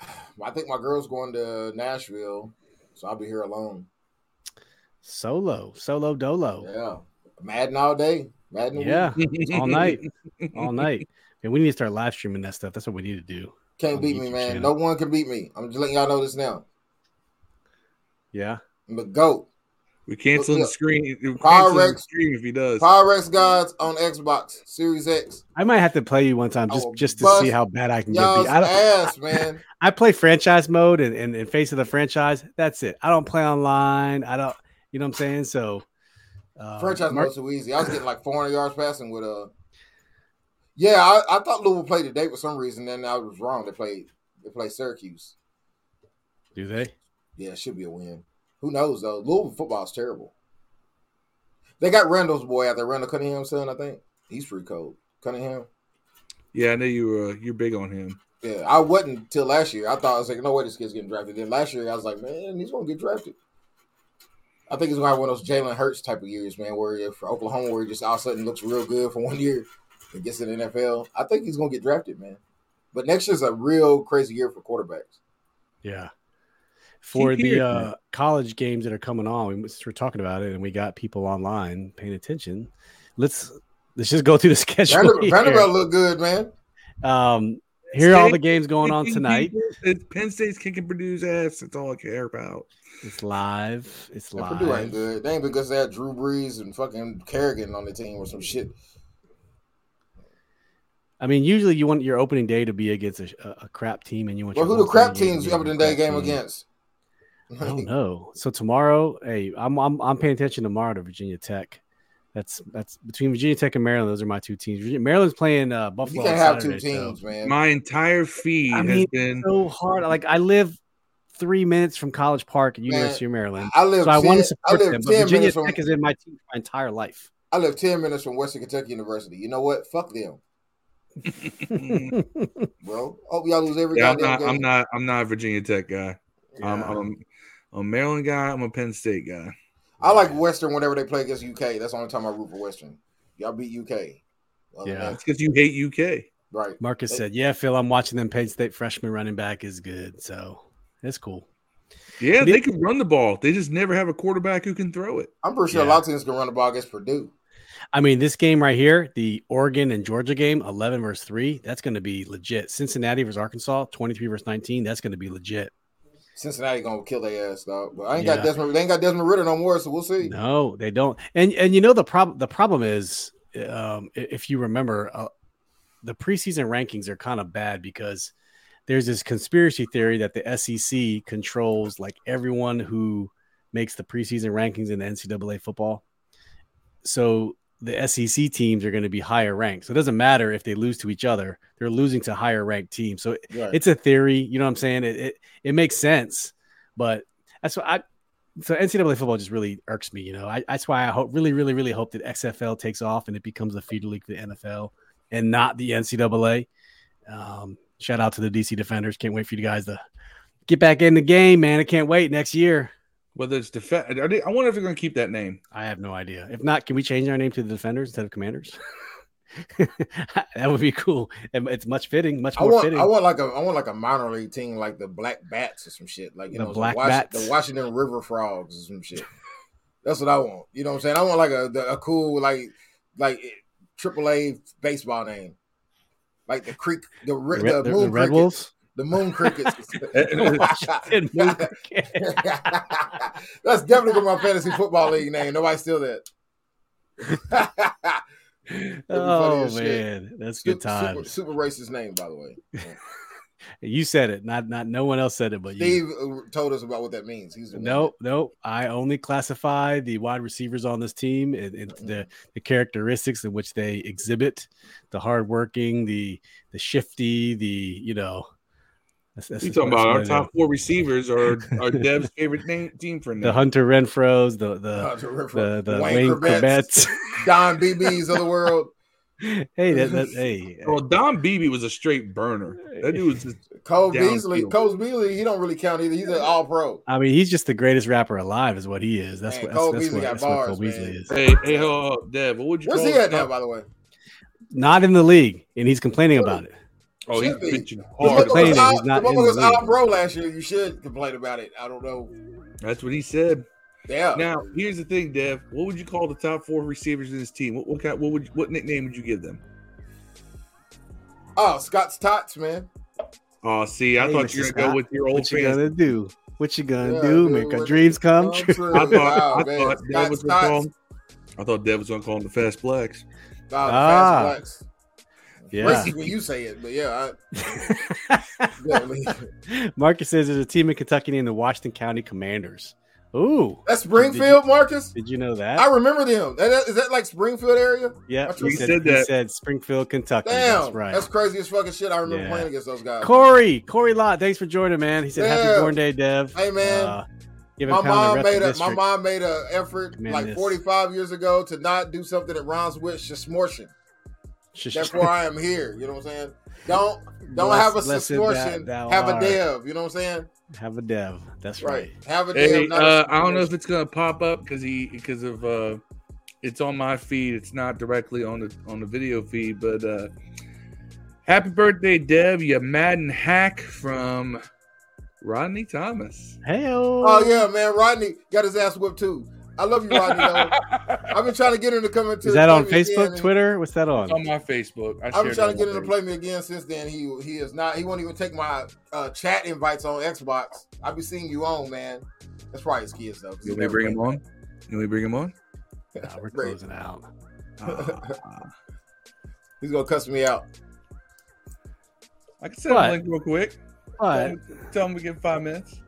Speaker 3: I think my girl's going to Nashville, so I'll be here alone.
Speaker 1: Solo, solo, dolo.
Speaker 3: Yeah. Madden all day. Madden. all
Speaker 1: Yeah,
Speaker 3: week.
Speaker 1: all night, all night. And we need to start live streaming that stuff. That's what we need to do.
Speaker 3: Can't
Speaker 1: On
Speaker 3: beat
Speaker 1: the
Speaker 3: me,
Speaker 1: YouTube
Speaker 3: man.
Speaker 1: channel.
Speaker 3: No one can beat me. I'm just letting y'all know this now.
Speaker 1: Yeah.
Speaker 3: I'm the GOAT.
Speaker 4: We're canceling
Speaker 3: Look,
Speaker 4: the screen. We're
Speaker 3: Power
Speaker 4: canceling the
Speaker 3: Rex-
Speaker 4: stream if he does.
Speaker 3: Pyrex Gods on Xbox Series X.
Speaker 1: I might have to play you one time
Speaker 3: I
Speaker 1: just,
Speaker 3: will
Speaker 1: just to
Speaker 3: bust
Speaker 1: see how bad I can get
Speaker 3: Y'all's
Speaker 1: beat. I, don't,
Speaker 3: ass, man.
Speaker 1: I play franchise mode and, and, and face of the franchise. That's it. I don't play online. I don't, you know what I'm saying? So, uh,
Speaker 3: Franchise
Speaker 1: Mar-
Speaker 3: mode too easy. I was getting like 400 yards passing with uh Yeah, I, I thought Louisville played today for some reason, and I was wrong. They played they played Syracuse.
Speaker 1: do they?
Speaker 3: Yeah, it should be a win. Who knows though? Louisville football is terrible. They got Randall's boy out there, Randall Cunningham's son, I think. He's pretty cold. Cunningham.
Speaker 4: Yeah, I know you were. You're big on him.
Speaker 3: Yeah, I wasn't till last year. I thought I was like, no way, this kid's getting drafted. Then last year, I was like, man, he's gonna get drafted. I think he's gonna have one of those Jalen Hurts type of years, man, where if Oklahoma, where he just all of a sudden looks real good for one year and gets in the NFL, I think he's gonna get drafted, man. But next year's a real crazy year for quarterbacks.
Speaker 1: Yeah. For
Speaker 4: Keep hearing
Speaker 1: the uh, college games that are coming on, we, since we're talking about it, and we got people online paying attention. Let's let's just go through the schedule.
Speaker 3: Vander-
Speaker 1: here.
Speaker 3: Vanderbilt look good, man.
Speaker 1: Um, here are all
Speaker 4: State
Speaker 1: the games going on
Speaker 4: Kicking
Speaker 1: tonight.
Speaker 4: people- it's Penn State's kicking Purdue's ass. That's all I care about.
Speaker 1: It's live. It's
Speaker 3: And Purdue ain't
Speaker 1: live.
Speaker 3: good. They ain't because they had Drew Brees and fucking Kerrigan on the team or some shit.
Speaker 1: I mean, usually you want your opening day to be against a, a- a crap team, and you want.
Speaker 3: Well,
Speaker 1: your
Speaker 3: who the
Speaker 1: homecoming
Speaker 3: crap
Speaker 1: game to be
Speaker 3: teams you have
Speaker 1: a
Speaker 3: in that
Speaker 1: crap
Speaker 3: game
Speaker 1: team.
Speaker 3: against?
Speaker 1: I don't know. Oh, So tomorrow, hey, I'm I'm I'm paying attention tomorrow to Virginia Tech. That's that's between Virginia Tech and Maryland. Those are my two teams. Virginia, Maryland's playing uh,
Speaker 3: You
Speaker 1: Buffalo. on
Speaker 3: can't have two
Speaker 1: Saturday, so-
Speaker 3: teams, man.
Speaker 4: My entire feed
Speaker 1: I
Speaker 4: has
Speaker 1: mean,
Speaker 4: been
Speaker 1: so hard. Like I live three minutes from College Park at
Speaker 3: Man,
Speaker 1: University of Maryland,
Speaker 3: I live.
Speaker 1: so I
Speaker 3: 10,
Speaker 1: want to
Speaker 3: I
Speaker 1: support
Speaker 3: live
Speaker 1: them. But
Speaker 3: ten
Speaker 1: Virginia
Speaker 3: minutes from
Speaker 1: Tech is in my team for my entire life.
Speaker 3: I live ten minutes from Western Kentucky University. You know what? Fuck them, bro. Hope y'all lose every
Speaker 4: Yeah, I'm
Speaker 3: goddamn
Speaker 4: not.
Speaker 3: game.
Speaker 4: I'm not. I'm not a Virginia Tech guy. I'm, I'm a Maryland guy. I'm a Penn State guy.
Speaker 3: I like Western whenever they play against UK. That's the only time I root for Western. Y'all beat UK. Other
Speaker 1: Yeah.
Speaker 3: than that,
Speaker 4: That's because you hate UK.
Speaker 3: right.
Speaker 1: Marcus said, "Yeah, Phil, I'm watching them. Penn State freshman running back is good, so it's cool."
Speaker 4: Yeah, they can run the ball. They just never have a quarterback who can throw it.
Speaker 3: I'm pretty sure a
Speaker 1: Yeah.
Speaker 3: lot of teams can run the ball against Purdue.
Speaker 1: I mean, this game right here, the Oregon and Georgia game, 11 versus 3, that's going to be legit. Cincinnati versus Arkansas, 23 versus 19, that's going to be legit.
Speaker 3: Cincinnati gonna kill their ass, dog. But I ain't got
Speaker 1: Yeah.
Speaker 3: Desmond. They ain't got Desmond Ritter no more, so we'll see.
Speaker 1: No, they don't. And and you know the problem the problem is um i- if you remember uh, the preseason rankings are kind of bad because there's this conspiracy theory that the SEC controls like everyone who makes the preseason rankings in the NCAA football. So the SEC teams are going to be higher ranked. So it doesn't matter if they lose to each other, they're losing to higher ranked teams. So
Speaker 3: Right.
Speaker 1: it's a theory. You know what I'm saying? It it, it makes sense, but that's why I. So NCAA football just really irks me. You know, I, that's why I hope really, really, really hope that XFL takes off and it becomes a feeder league to the NFL and not the NCAA. Um, shout out to the DC Defenders. Can't wait for you guys to get back in the game, man. I can't wait next year.
Speaker 4: Whether it's defense, are they, I wonder if they're going to keep that name.
Speaker 1: I have no idea. If not, can we change our name to the Defenders instead of Commanders? that would be cool. And It's much fitting, much
Speaker 3: I
Speaker 1: more
Speaker 3: want,
Speaker 1: fitting.
Speaker 3: I want like a, I want like a minor league team like the Black Bats or some shit, like you
Speaker 1: The
Speaker 3: know,
Speaker 1: Black
Speaker 3: the, Wash-
Speaker 1: Bats.
Speaker 3: the Washington River Frogs or some shit. That's what I want. You know what I'm saying? I want like a, the- a cool like like AAA baseball name, like the Creek,
Speaker 1: the,
Speaker 3: the ri-
Speaker 1: Red- the-
Speaker 3: the,
Speaker 1: the
Speaker 3: Moon
Speaker 1: Red
Speaker 3: Crickets,
Speaker 1: Wolves.
Speaker 3: the Moon Crickets.
Speaker 1: Washington Moon Crickets.
Speaker 3: That's definitely gonna be my fantasy football league name. Nobody steal that. funny
Speaker 1: oh
Speaker 3: as shit.
Speaker 1: man, that's good
Speaker 3: super,
Speaker 1: times.
Speaker 3: super racist name, by the way.
Speaker 1: You said it, not not no one else said it, but you.
Speaker 3: Steve uh, told us about what that means. He's the one.
Speaker 1: No, no, I only classify the wide receivers on this team and, and the
Speaker 3: Mm-hmm.
Speaker 1: the characteristics in which they exhibit, the hardworking, the the shifty, the you know. That's, that's
Speaker 4: You
Speaker 1: that's
Speaker 4: talking about
Speaker 1: what
Speaker 4: our
Speaker 1: I do.
Speaker 4: top four receivers are our Dev's favorite name, team for
Speaker 1: the
Speaker 4: now.
Speaker 1: Hunter Renfro's, the the
Speaker 3: Uh, to refer-
Speaker 1: the, the
Speaker 3: Wayne
Speaker 1: Wayne
Speaker 3: Corbett's,
Speaker 1: Corbett's.
Speaker 3: Don BB's of the world,
Speaker 1: hey, that, that hey,
Speaker 4: Well, Don Beebe was a straight burner. That dude was just
Speaker 3: Cole
Speaker 4: Downfield.
Speaker 3: Beasley. Cole Beasley, he don't really count either. He's an all pro.
Speaker 1: I mean, he's just the greatest rapper alive, is what he is. That's
Speaker 3: Man,
Speaker 1: what
Speaker 3: Cole
Speaker 1: that's, that's,
Speaker 3: Beasley
Speaker 1: what,
Speaker 3: got
Speaker 1: that's what Cole
Speaker 3: bars,
Speaker 1: Beasley
Speaker 3: man.
Speaker 1: is.
Speaker 4: hey, hey, ho, ho, Dev. What would you?
Speaker 3: Where's
Speaker 4: call
Speaker 3: he at now,
Speaker 4: Don-
Speaker 3: by the way?
Speaker 1: Not in the league, and he's complaining about it.
Speaker 4: Oh, he's
Speaker 3: Should be.
Speaker 4: bitching
Speaker 3: The
Speaker 1: He's
Speaker 4: hard.
Speaker 3: motherfucker
Speaker 1: complaining,
Speaker 3: was all-
Speaker 1: he's not
Speaker 3: the
Speaker 1: in the
Speaker 3: motherfucker was
Speaker 1: league.
Speaker 3: all pro last year. You should complain about it. I don't know.
Speaker 4: That's what he said.
Speaker 3: Yeah.
Speaker 4: Now, here's the thing, Dev. What would you call the top four receivers in this team? What what, kind, what would what nickname would you give them?
Speaker 3: Oh, Scott's Tots, man.
Speaker 4: Oh, see, I
Speaker 1: Hey,
Speaker 4: thought you were
Speaker 1: Mr.
Speaker 4: gonna go
Speaker 1: Scott,
Speaker 4: with your old
Speaker 1: What you
Speaker 4: fans.
Speaker 1: gonna do? What you gonna
Speaker 3: Yeah,
Speaker 1: do?
Speaker 3: dude,
Speaker 1: Make our
Speaker 3: what-
Speaker 1: dreams come
Speaker 3: Come
Speaker 1: true.
Speaker 3: true.
Speaker 4: I thought,
Speaker 3: Wow,
Speaker 4: I
Speaker 3: man.
Speaker 4: thought Dev was
Speaker 3: Scott's
Speaker 4: gonna call
Speaker 3: Tots.
Speaker 4: him. I thought Dev was gonna call him the Fast Blacks.
Speaker 3: Wow, the
Speaker 1: Ah.
Speaker 3: fast blacks.
Speaker 1: Yeah.
Speaker 3: Racist when you say it, but yeah, I, yeah, I mean,
Speaker 1: Marcus says there's a team in Kentucky named the Washington County Commanders. Ooh,
Speaker 3: that's Springfield, Marcus.
Speaker 1: did you know
Speaker 3: I
Speaker 1: that?
Speaker 3: remember them. That- that- Is that like Springfield area?
Speaker 1: Yeah,
Speaker 3: I
Speaker 1: he
Speaker 3: just
Speaker 1: said,
Speaker 4: said
Speaker 1: he
Speaker 4: that.
Speaker 1: said Springfield, Kentucky.
Speaker 3: Damn,
Speaker 1: that's right.
Speaker 3: crazy as fucking shit. I remember
Speaker 1: Yeah.
Speaker 3: playing against those guys.
Speaker 1: Corey, Corey Lott, thanks for joining, man. He said,
Speaker 3: Yeah.
Speaker 1: "Happy Born Day, Dev." Uh,
Speaker 3: Hey, man.
Speaker 1: giving
Speaker 3: my
Speaker 1: Pound the
Speaker 3: mom
Speaker 1: rep the
Speaker 3: made a my
Speaker 1: district.
Speaker 3: mom made an effort
Speaker 1: Man,
Speaker 3: like
Speaker 1: this-
Speaker 3: 45 years ago to not do something that rhymes with shmortion. That's why I'm here. You know what I'm saying? Don't don't
Speaker 1: Bless-
Speaker 3: have a
Speaker 1: blessed
Speaker 3: subscription.
Speaker 1: thou- thou
Speaker 3: Have a
Speaker 1: art.
Speaker 3: dev. You know what I'm saying?
Speaker 1: Have a dev. That's
Speaker 3: Right.
Speaker 1: right.
Speaker 3: Have a dev.
Speaker 4: Hey,
Speaker 3: not a
Speaker 4: uh, I don't know if
Speaker 3: subscription.
Speaker 4: it's gonna pop up because he because of uh, it's on my feed. It's not directly on the on the video feed, but uh, happy birthday, Deb, you Madden hack from Rodney Thomas.
Speaker 1: Hey,
Speaker 3: Oh yeah, man. Rodney got his ass whipped too. I love you, Rodney. though. I've been trying to get him to come into.
Speaker 1: Is that on
Speaker 3: Play Me Again,
Speaker 1: Facebook,
Speaker 3: E and
Speaker 1: Twitter? What's that
Speaker 4: It's on
Speaker 1: on?
Speaker 4: my Facebook. I
Speaker 3: I've been
Speaker 4: shared
Speaker 3: trying
Speaker 4: it
Speaker 3: to get him
Speaker 4: on
Speaker 3: to play me again since then. He he is not. He won't even take my uh, chat invites on Xbox. I'll be seeing you on, man. That's probably his kids though.
Speaker 4: You want me to bring him on? You want me to bring him on?
Speaker 1: Nah, we're
Speaker 3: Right.
Speaker 1: closing out.
Speaker 4: Ah.
Speaker 3: He's gonna cuss me out.
Speaker 4: I can send him
Speaker 1: What?
Speaker 4: a link real quick. Tell
Speaker 1: But
Speaker 4: him, tell him we get five minutes.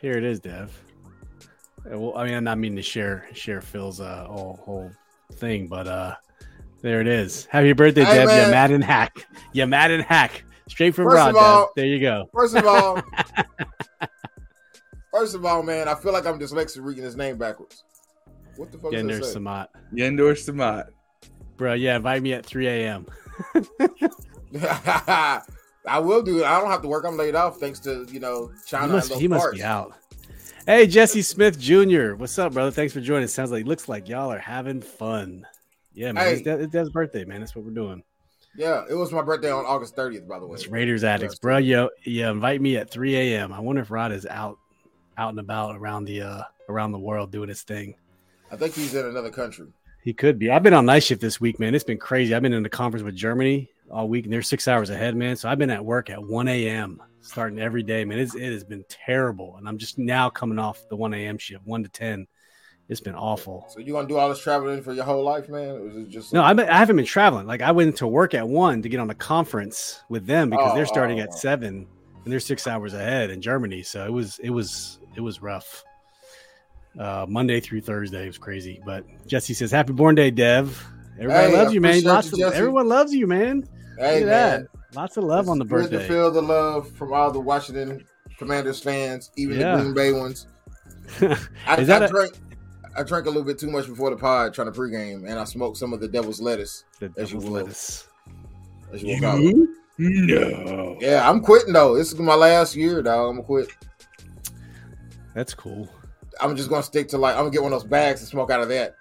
Speaker 1: here it is, Dev. Uh, Well, I mean, I'm not meaning to share share Phil's uh, whole whole thing, but uh, there it is. Happy birthday,
Speaker 3: Hey,
Speaker 1: Deb.
Speaker 3: man.
Speaker 1: You Madden hack. You Madden hack. Straight from
Speaker 3: First
Speaker 1: Rod,
Speaker 3: of all-
Speaker 1: Dev. There you go.
Speaker 3: First of all, first of all, man, I feel like I'm dyslexic reading his name backwards. What the fuck is
Speaker 1: Yender
Speaker 3: this?
Speaker 1: Samat.
Speaker 4: Yendor Samat.
Speaker 1: Bro, yeah, invite me at 3 a.m.
Speaker 3: I will do it. I don't have to work. I'm laid off thanks to you know China.
Speaker 1: He
Speaker 3: and
Speaker 1: must,
Speaker 3: those
Speaker 1: he must
Speaker 3: parts.
Speaker 1: be out. Hey, Jesse Smith Jr. What's up, brother? Thanks for joining. Sounds like looks like y'all are having fun. Yeah, man. It's,
Speaker 3: Hey.
Speaker 1: Dev- it's Dev's birthday, man. That's what we're doing.
Speaker 3: Yeah, it was my birthday on August 30th, by the way.
Speaker 1: It's Raiders addicts, bro. Yo, yeah, invite me at 3 a.m. I wonder if Rod is out, out and about around the uh around the world doing his thing.
Speaker 3: I think he's in another country.
Speaker 1: He could be. I've been on night shift this week, man. It's been crazy. I've been in a conference with Germany all week, and they're six hours ahead, man. So I've been at work at 1 a.m. starting every day, man. It's, it has been terrible, and I'm just now coming off the 1 a.m. shift, one to 10. It's been awful.
Speaker 3: So you gonna do all this traveling for your whole life, man? Or is it just
Speaker 1: No, I, I haven't been traveling. Like I went to work at one to get on a conference with them because
Speaker 3: Oh,
Speaker 1: they're starting
Speaker 3: oh.
Speaker 1: at seven and they're six hours ahead in Germany. So it was it was it was rough. Uh, Monday through Thursday was crazy. But Jesse says, "Happy Born Day, Dev." Everybody
Speaker 3: Hey, I
Speaker 1: loves you, man.
Speaker 3: appreciate
Speaker 1: Lots
Speaker 3: you,
Speaker 1: of,
Speaker 3: Jesse.
Speaker 1: everyone loves you, man.
Speaker 3: hey
Speaker 1: Look at
Speaker 3: man,
Speaker 1: that. Lots of love
Speaker 3: it's
Speaker 1: on the
Speaker 3: good
Speaker 1: birthday.
Speaker 3: to feel the love from all the Washington Commanders fans, even
Speaker 1: Yeah.
Speaker 3: the Green Bay ones. I,
Speaker 1: Is that
Speaker 3: I
Speaker 1: a-
Speaker 3: drank I drank a little bit too much before the pod trying to pregame, and I smoked some of the devil's lettuce
Speaker 1: the
Speaker 3: as you
Speaker 1: devil's
Speaker 3: will.
Speaker 1: lettuce.
Speaker 3: as you walk out.
Speaker 4: You? No.
Speaker 3: Yeah, I'm quitting though. This is my last year, dog. I'm gonna quit.
Speaker 1: That's cool.
Speaker 3: I'm just gonna stick to like I'm gonna get one of those bags and smoke out of that.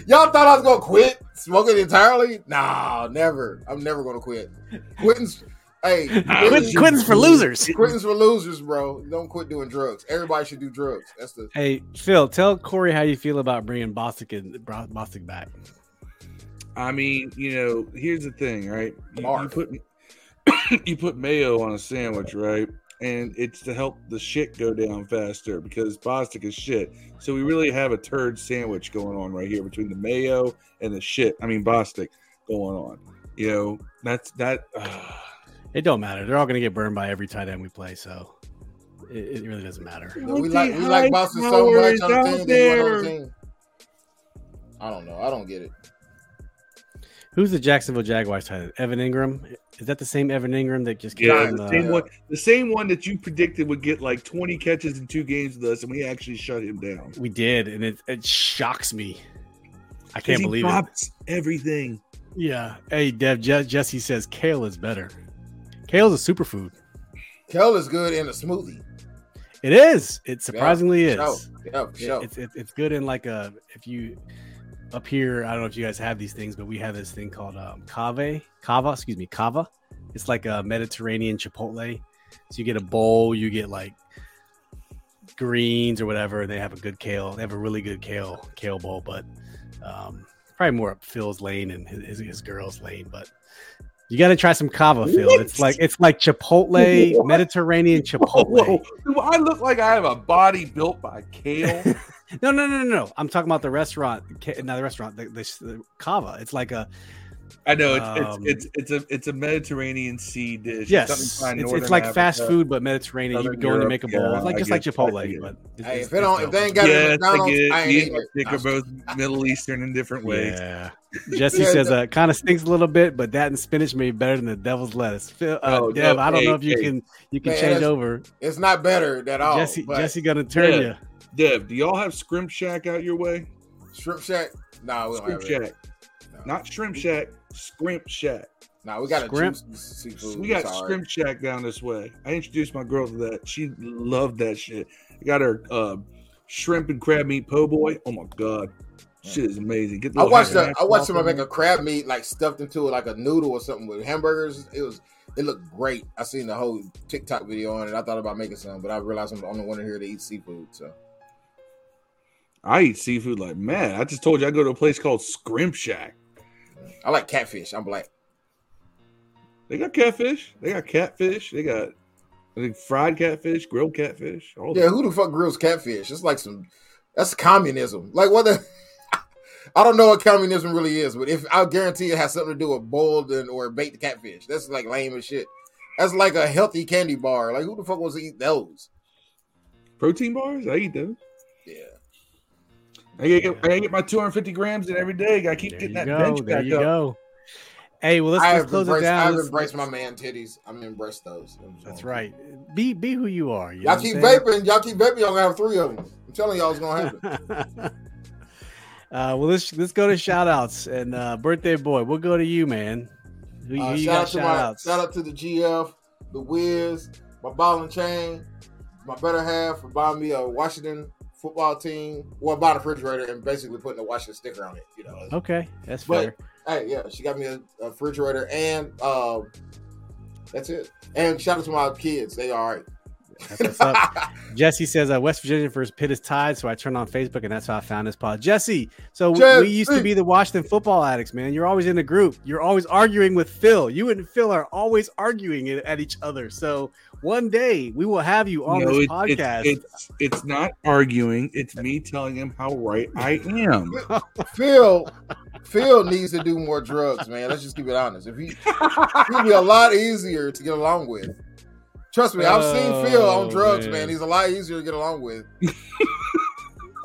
Speaker 3: Y'all thought I was gonna quit smoking entirely? Nah, never. I'm never gonna quit. Quitting's hey,
Speaker 1: Quitting-
Speaker 3: quitting's,
Speaker 1: Quitting's for losers.
Speaker 3: quitting's for losers, bro. Don't quit doing drugs. Everybody should do drugs. That's the
Speaker 1: Hey, Phil, tell Corey how you feel about bringing Bostic and Bro- Bostic back.
Speaker 4: I mean, you know, here's the thing, right? You, you
Speaker 3: Barf.
Speaker 4: put you put mayo on a sandwich, right? And it's to help the shit go down faster because Bostic is shit. So we really have a turd sandwich going on right here between the mayo and the shit. I mean, Bostic going on. You know, that's that.
Speaker 1: It don't matter. They're all going to get burned by every tight end we play, so it, it really doesn't matter.
Speaker 3: No, we like we like Boston so much on the team. They want on the team. I don't know. I don't get it.
Speaker 1: Who's the Jacksonville Jaguars tight end? Evan Ingram. Is that the same Evan Ingram that just
Speaker 4: Yeah,
Speaker 1: got
Speaker 4: the
Speaker 1: uh,
Speaker 4: same one. The same one that you predicted would get like 20 catches in two games with us, and we actually shut him down.
Speaker 1: we did, and it, it shocks me. I can't
Speaker 4: he
Speaker 1: believe it.
Speaker 4: drops everything.
Speaker 1: Yeah. Hey, Dev Je- Jesse says kale is better. Kale's a superfood.
Speaker 3: Kel is good in a smoothie.
Speaker 1: It is. It surprisingly is.
Speaker 3: Show. Yeah, for
Speaker 1: It-
Speaker 3: sure.
Speaker 1: It's, it's it's good in like a if you up here. I don't know if you guys have these things, but we have this thing called um, cave, cava. Excuse me, cava. It's like a Mediterranean Chipotle. So you get a bowl, you get like greens or whatever. And they have a good kale. They have a really good kale kale bowl, but um, probably more up Phil's lane and his, his, his girl's lane, but. You got to try some cava, Phil. It's like it's like Chipotle,
Speaker 4: What?
Speaker 1: Mediterranean
Speaker 4: Whoa,
Speaker 3: Oh,
Speaker 1: Chipotle.
Speaker 4: whoa. Do I look like I have a body built by kale?
Speaker 1: No, no, no, no, no. I'm talking about the restaurant. ca- Not the restaurant. The, the, the kava. It's like a
Speaker 4: I know it's
Speaker 1: Um,
Speaker 4: it's, it's it's a it's a Mediterranean sea dish. It's
Speaker 1: yes.
Speaker 4: something
Speaker 1: It's,
Speaker 4: by
Speaker 1: it's,
Speaker 4: Northern
Speaker 1: like fast
Speaker 4: Africa.
Speaker 1: food but Mediterranean. You
Speaker 4: Southern
Speaker 1: would go in and
Speaker 4: Europe,
Speaker 1: make a bowl.
Speaker 4: yeah,
Speaker 1: It's like
Speaker 4: I
Speaker 1: just like
Speaker 4: get- I
Speaker 1: Chipotle,
Speaker 4: get it.
Speaker 1: but it's,
Speaker 3: Hey,
Speaker 1: it's-
Speaker 3: if it don't,
Speaker 1: it's
Speaker 3: if
Speaker 1: dope.
Speaker 3: they ain't got it
Speaker 4: Yes,
Speaker 3: in
Speaker 4: I
Speaker 3: McDonald's,
Speaker 4: get
Speaker 3: I
Speaker 4: it.
Speaker 3: ain't
Speaker 4: Me and
Speaker 3: eating
Speaker 4: my
Speaker 3: it.
Speaker 4: dick are both Middle Eastern in different ways.
Speaker 1: yeah. Jesse
Speaker 3: Yeah,
Speaker 1: says
Speaker 3: that-
Speaker 1: uh, kind of stings a little bit, but that and spinach may be better than the devil's lettuce. Phil, uh,
Speaker 4: Oh,
Speaker 1: Dev,
Speaker 4: no,
Speaker 1: I don't
Speaker 4: hey,
Speaker 1: know if you
Speaker 4: hey.
Speaker 1: can you can
Speaker 3: Man,
Speaker 1: change
Speaker 3: that's-
Speaker 1: over.
Speaker 3: It's not better at all.
Speaker 1: Jesse
Speaker 3: but
Speaker 1: Jesse gonna turn
Speaker 4: Dev.
Speaker 1: you.
Speaker 4: Dev, do y'all have Scrimp Shack out your way?
Speaker 3: Shrimp Shack. Nah, we don't
Speaker 4: Scrimp
Speaker 3: have it.
Speaker 4: Shack. Not Shrimp Shack, Scrimp Shack.
Speaker 3: Nah, we got a
Speaker 1: Scrimp.
Speaker 3: juice seafood.
Speaker 4: We got
Speaker 3: It's all right.
Speaker 4: Scrimp Shack down this way. I introduced my girl to that. She loved that shit. I got her uh, shrimp and crab meat po' boy. Oh my god, shit is amazing. Get the
Speaker 3: I
Speaker 4: little
Speaker 3: watched a,
Speaker 4: hash
Speaker 3: I watched
Speaker 4: broth in
Speaker 3: someone make
Speaker 4: there.
Speaker 3: a crab meat like stuffed into it like a noodle or something with hamburgers. It was it looked great. I seen the whole TikTok video on it. I thought about making some, but I realized I'm the only one here to eat seafood. So
Speaker 4: I eat seafood like man. I just told you I go to a place called Scrimp Shack.
Speaker 3: I like catfish. I'm black.
Speaker 4: They got catfish. They got catfish. They got I think fried catfish, grilled catfish.
Speaker 1: Oh.
Speaker 4: All
Speaker 3: Yeah,
Speaker 4: that.
Speaker 3: who the fuck grills catfish? It's like some that's communism. Like what the I don't know what communism really is, but if I guarantee it has something to do with boiled and or baked catfish. That's like lame as shit. That's like a healthy candy bar. Like who the fuck wants to eat those?
Speaker 4: protein bars. I eat them.
Speaker 3: Yeah.
Speaker 4: I gotta get, I gotta get my 250 grams in every day. I keep
Speaker 1: There
Speaker 4: getting
Speaker 1: you
Speaker 4: that
Speaker 1: go.
Speaker 4: bench
Speaker 1: There
Speaker 4: back
Speaker 1: you
Speaker 4: up.
Speaker 1: go. Hey, well, let's,
Speaker 3: I
Speaker 1: let's
Speaker 3: have
Speaker 1: close
Speaker 3: embraced,
Speaker 1: it down.
Speaker 3: I've
Speaker 1: Let's-
Speaker 3: embraced my man titties. I'm embraced those. I'm just
Speaker 1: That's
Speaker 3: gonna-
Speaker 1: right. Be be who you are. You know
Speaker 3: Y'all
Speaker 1: what
Speaker 3: keep
Speaker 1: I'm saying?
Speaker 3: vaping. Y'all keep vaping. Y'all gonna have three of them. I'm telling y'all, it's gonna happen.
Speaker 1: uh, well, let's let's go to shout outs and uh, birthday boy. We'll go to you, man. Who, who
Speaker 3: Uh,
Speaker 1: you
Speaker 3: shout out
Speaker 1: got
Speaker 3: to
Speaker 1: shout
Speaker 3: my
Speaker 1: outs?
Speaker 3: shout out to the GF, the Wiz, my ball and chain, my better half for buying me a Washington football team, well, buying a refrigerator and basically putting a Washington sticker on it. You know,
Speaker 1: Okay, that's
Speaker 3: But-
Speaker 1: fair.
Speaker 3: hey, yeah, she got me a, a refrigerator and um, that's it. And shout out to my kids. They all right.
Speaker 1: That's what's up. Jesse says uh, West Virginia versus Pitt is tied, so I turned on Facebook and that's how I found this pod. Jesse, so we- we used to
Speaker 3: Jesse.
Speaker 1: be the Washington football addicts, man. You're always in the group. You're always arguing with Phil. You and Phil are always arguing at- at each other. So one day we will have you on
Speaker 4: No,
Speaker 1: this
Speaker 4: it- it's-
Speaker 1: podcast.
Speaker 4: it's it's not arguing. It's me telling him how right I am.
Speaker 3: Phil, Phil needs to do more drugs, man. Let's just keep it honest. If he, he'd be a lot easier to get along with. Trust me, I've
Speaker 1: Oh,
Speaker 3: seen Phil on drugs,
Speaker 1: man.
Speaker 3: man. He's a lot easier to get along with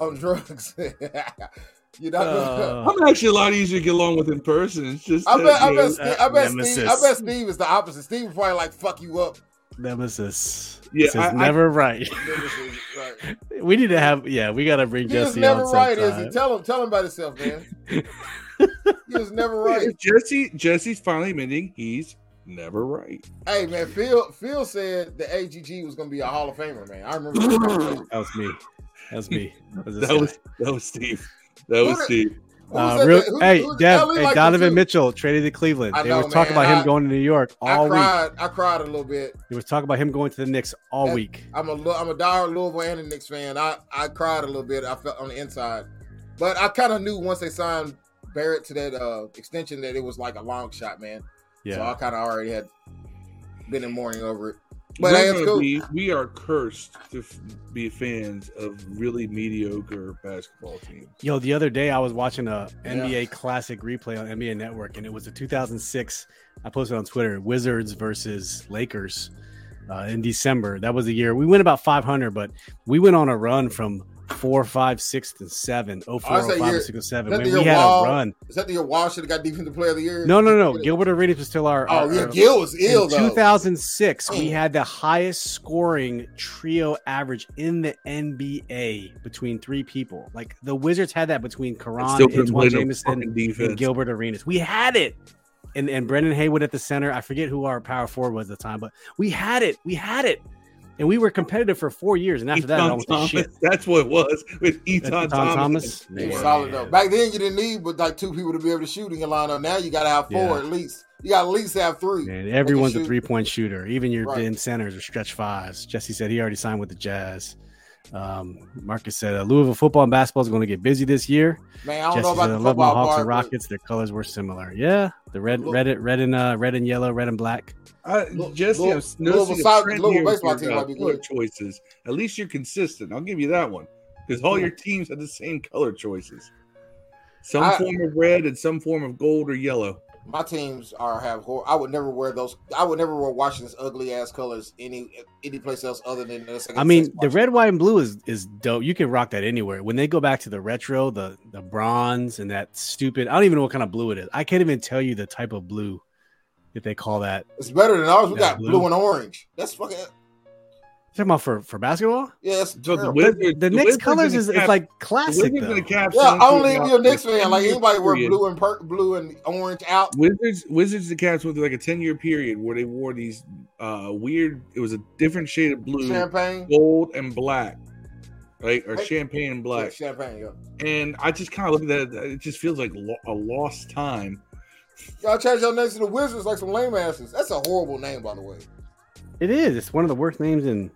Speaker 3: on drugs. you know,
Speaker 1: Uh,
Speaker 4: I'm actually a lot easier to get along with in person. It's just
Speaker 3: I bet,
Speaker 4: that,
Speaker 3: I
Speaker 4: you
Speaker 3: bet,
Speaker 4: know,
Speaker 3: Steve, I bet,
Speaker 1: Oh, uh, nemesis.
Speaker 3: Steve, I bet Steve is the opposite. Steve would probably like fuck you up.
Speaker 1: nemesis.
Speaker 4: Yeah,
Speaker 1: this is
Speaker 4: I- I-
Speaker 1: never right.
Speaker 3: Right.
Speaker 1: We need to have, yeah, we got to bring
Speaker 3: He was
Speaker 1: Jesse
Speaker 3: never
Speaker 1: on
Speaker 3: right, is
Speaker 1: sometime.
Speaker 3: he? Tell him, tell him about himself, man. he was never right.
Speaker 4: Jesse Jesse's finally admitting he's never right.
Speaker 3: Hey man, Phil Phil said the AGG was gonna be a Hall of Famer, man. I remember.
Speaker 1: That was me. That was me. That was, this
Speaker 4: That
Speaker 1: guy.
Speaker 4: was that was Steve. That was
Speaker 3: Who
Speaker 4: Steve.
Speaker 3: Who
Speaker 1: Uh,
Speaker 3: said
Speaker 1: real,
Speaker 3: that? Who-
Speaker 1: hey,
Speaker 3: who-
Speaker 1: Dev,
Speaker 3: Ellie
Speaker 1: hey,
Speaker 3: liked it
Speaker 1: Donovan
Speaker 3: too.
Speaker 1: Mitchell traded to Cleveland.
Speaker 3: I
Speaker 1: they
Speaker 3: know,
Speaker 1: were talking
Speaker 3: man.
Speaker 1: about him
Speaker 3: I-
Speaker 1: going to New York all
Speaker 3: I
Speaker 1: week.
Speaker 3: cried. I cried a little bit.
Speaker 1: They was talking about him going to the Knicks all
Speaker 3: That-
Speaker 1: week.
Speaker 3: I'm a Lou- I'm a dire Louisville and a Knicks fan. I I cried a little bit. I felt on the inside, but I kind of knew once they signed Barrett to that uh, extension that it was like a long shot, man. So I
Speaker 1: Yeah.
Speaker 3: kind of already had been in mourning over it. But
Speaker 4: We're
Speaker 3: hey, it's
Speaker 4: gonna
Speaker 3: cool.
Speaker 4: be- we are cursed to f- be fans of really mediocre basketball teams.
Speaker 1: Yo, the other day I was watching a
Speaker 3: Yeah.
Speaker 1: NBA Classic replay on NBA Network, and it was the 2006. I posted on Twitter: Wizards versus Lakers uh, in December. That was the year we went about 500, but we went on a run from four, five, six, and seven. Oh, four,
Speaker 3: I
Speaker 1: oh,
Speaker 3: say
Speaker 1: five,
Speaker 3: you're-
Speaker 1: six, and seven.
Speaker 3: that
Speaker 1: Man,
Speaker 3: the
Speaker 1: we
Speaker 3: year
Speaker 1: had a
Speaker 3: Wall-
Speaker 1: run.
Speaker 3: Is that the year Wall should have got Defensive Player of the Year?
Speaker 1: No, no, no. Gilbert Arenas was still our.
Speaker 3: Oh
Speaker 1: our-
Speaker 3: yeah,
Speaker 1: our-
Speaker 3: Gil was ill
Speaker 1: in
Speaker 3: though.
Speaker 1: 2006, we
Speaker 3: Mm.
Speaker 1: had the highest scoring trio average in the NBA between three people. Like the Wizards had that between Karan,
Speaker 4: Still couldn't play
Speaker 1: Antoine
Speaker 4: no
Speaker 1: Jameson,
Speaker 4: fucking defense.
Speaker 1: and Gilbert Arenas. We had it. And and Brendan Haywood at the center. I forget who our power forward was at the time, but we had it. We had it. And we were competitive for four years. And after that, it
Speaker 4: Eton
Speaker 1: almost
Speaker 4: Thomas.
Speaker 1: went to shit.
Speaker 4: That's what it was with Eton
Speaker 1: Tom
Speaker 4: Thomas.
Speaker 1: Thomas.
Speaker 3: He was
Speaker 1: Man.
Speaker 3: solid though. Back then, you didn't need but like two people to be able to shoot in your lineup. Now you got to have four
Speaker 1: Yeah.
Speaker 3: at least. You got to at least have three.
Speaker 1: Man, everyone's a
Speaker 3: shoot.
Speaker 1: three point shooter. Even your
Speaker 3: Right.
Speaker 1: dim centers are stretch fives. Jesse said he already signed with the Jazz. Um, Marcus said uh, Louisville football and basketball is going to get busy this year.
Speaker 3: Man, I don't
Speaker 1: Jesse
Speaker 3: know about
Speaker 1: said I
Speaker 3: the
Speaker 1: love my
Speaker 3: football
Speaker 1: Hawks
Speaker 3: part.
Speaker 1: and
Speaker 3: but
Speaker 1: Rockets. Their colors were similar. Yeah, the red,
Speaker 3: Lou-
Speaker 1: red, red and uh, red and yellow, red and black.
Speaker 4: I,
Speaker 3: Lil-
Speaker 4: Jesse,
Speaker 3: Lil-
Speaker 4: I'm noticing
Speaker 3: Lil-
Speaker 4: a
Speaker 3: Sol-
Speaker 4: trend
Speaker 3: Lil
Speaker 4: here with
Speaker 3: baseball
Speaker 4: your,
Speaker 3: team
Speaker 4: uh,
Speaker 3: might be
Speaker 4: color
Speaker 3: good.
Speaker 4: choices. At least you're consistent. I'll give you that one because all your teams have the same color choices. Some
Speaker 3: I-
Speaker 4: form of red and some form of gold or yellow.
Speaker 3: my teams are have. Hor- I would never wear those. I would never wear Washington's ugly ass colors any any place else other than. the second-
Speaker 1: I mean,
Speaker 3: second
Speaker 1: the
Speaker 3: Washington.
Speaker 1: red, white, and blue is is dope. You can rock that anywhere. When they go back to the retro, the the bronze and that stupid. I don't even know what kind of blue it is. I can't even tell you the type of blue that they call that.
Speaker 3: It's better than ours. We
Speaker 1: Yeah,
Speaker 3: got
Speaker 1: blue.
Speaker 3: blue. and orange. That's fucking.
Speaker 1: talking about for, for basketball?
Speaker 3: Yeah, that's
Speaker 4: So the
Speaker 3: terrible.
Speaker 1: The,
Speaker 4: Wizards, the
Speaker 1: Knicks
Speaker 4: Wizards
Speaker 1: colors
Speaker 4: and the
Speaker 1: is
Speaker 4: Caps-
Speaker 1: it's like
Speaker 4: the
Speaker 1: classic
Speaker 4: Wizards
Speaker 1: though.
Speaker 4: and the Caps.
Speaker 3: yeah,
Speaker 4: don't
Speaker 3: only
Speaker 4: do
Speaker 3: if
Speaker 4: it
Speaker 3: you're a
Speaker 4: after
Speaker 3: Knicks fan. Like
Speaker 4: 10-year
Speaker 3: anybody wear
Speaker 4: period.
Speaker 3: blue and per- blue and orange out.
Speaker 4: Wizards, Wizards, and Caps went through like a ten-year period where they wore these uh weird. It was a different shade of blue,
Speaker 3: Champagne.
Speaker 4: gold, and black, right? Or
Speaker 3: Right.
Speaker 4: champagne and
Speaker 3: Yeah,
Speaker 4: black.
Speaker 3: Champagne. Yeah.
Speaker 4: And I just kind of look at that. It just feels like lo- a lost time.
Speaker 3: Y'all change your names to the Wizards like some lame asses. That's a horrible name, by the way.
Speaker 1: It is. It's one of the worst names in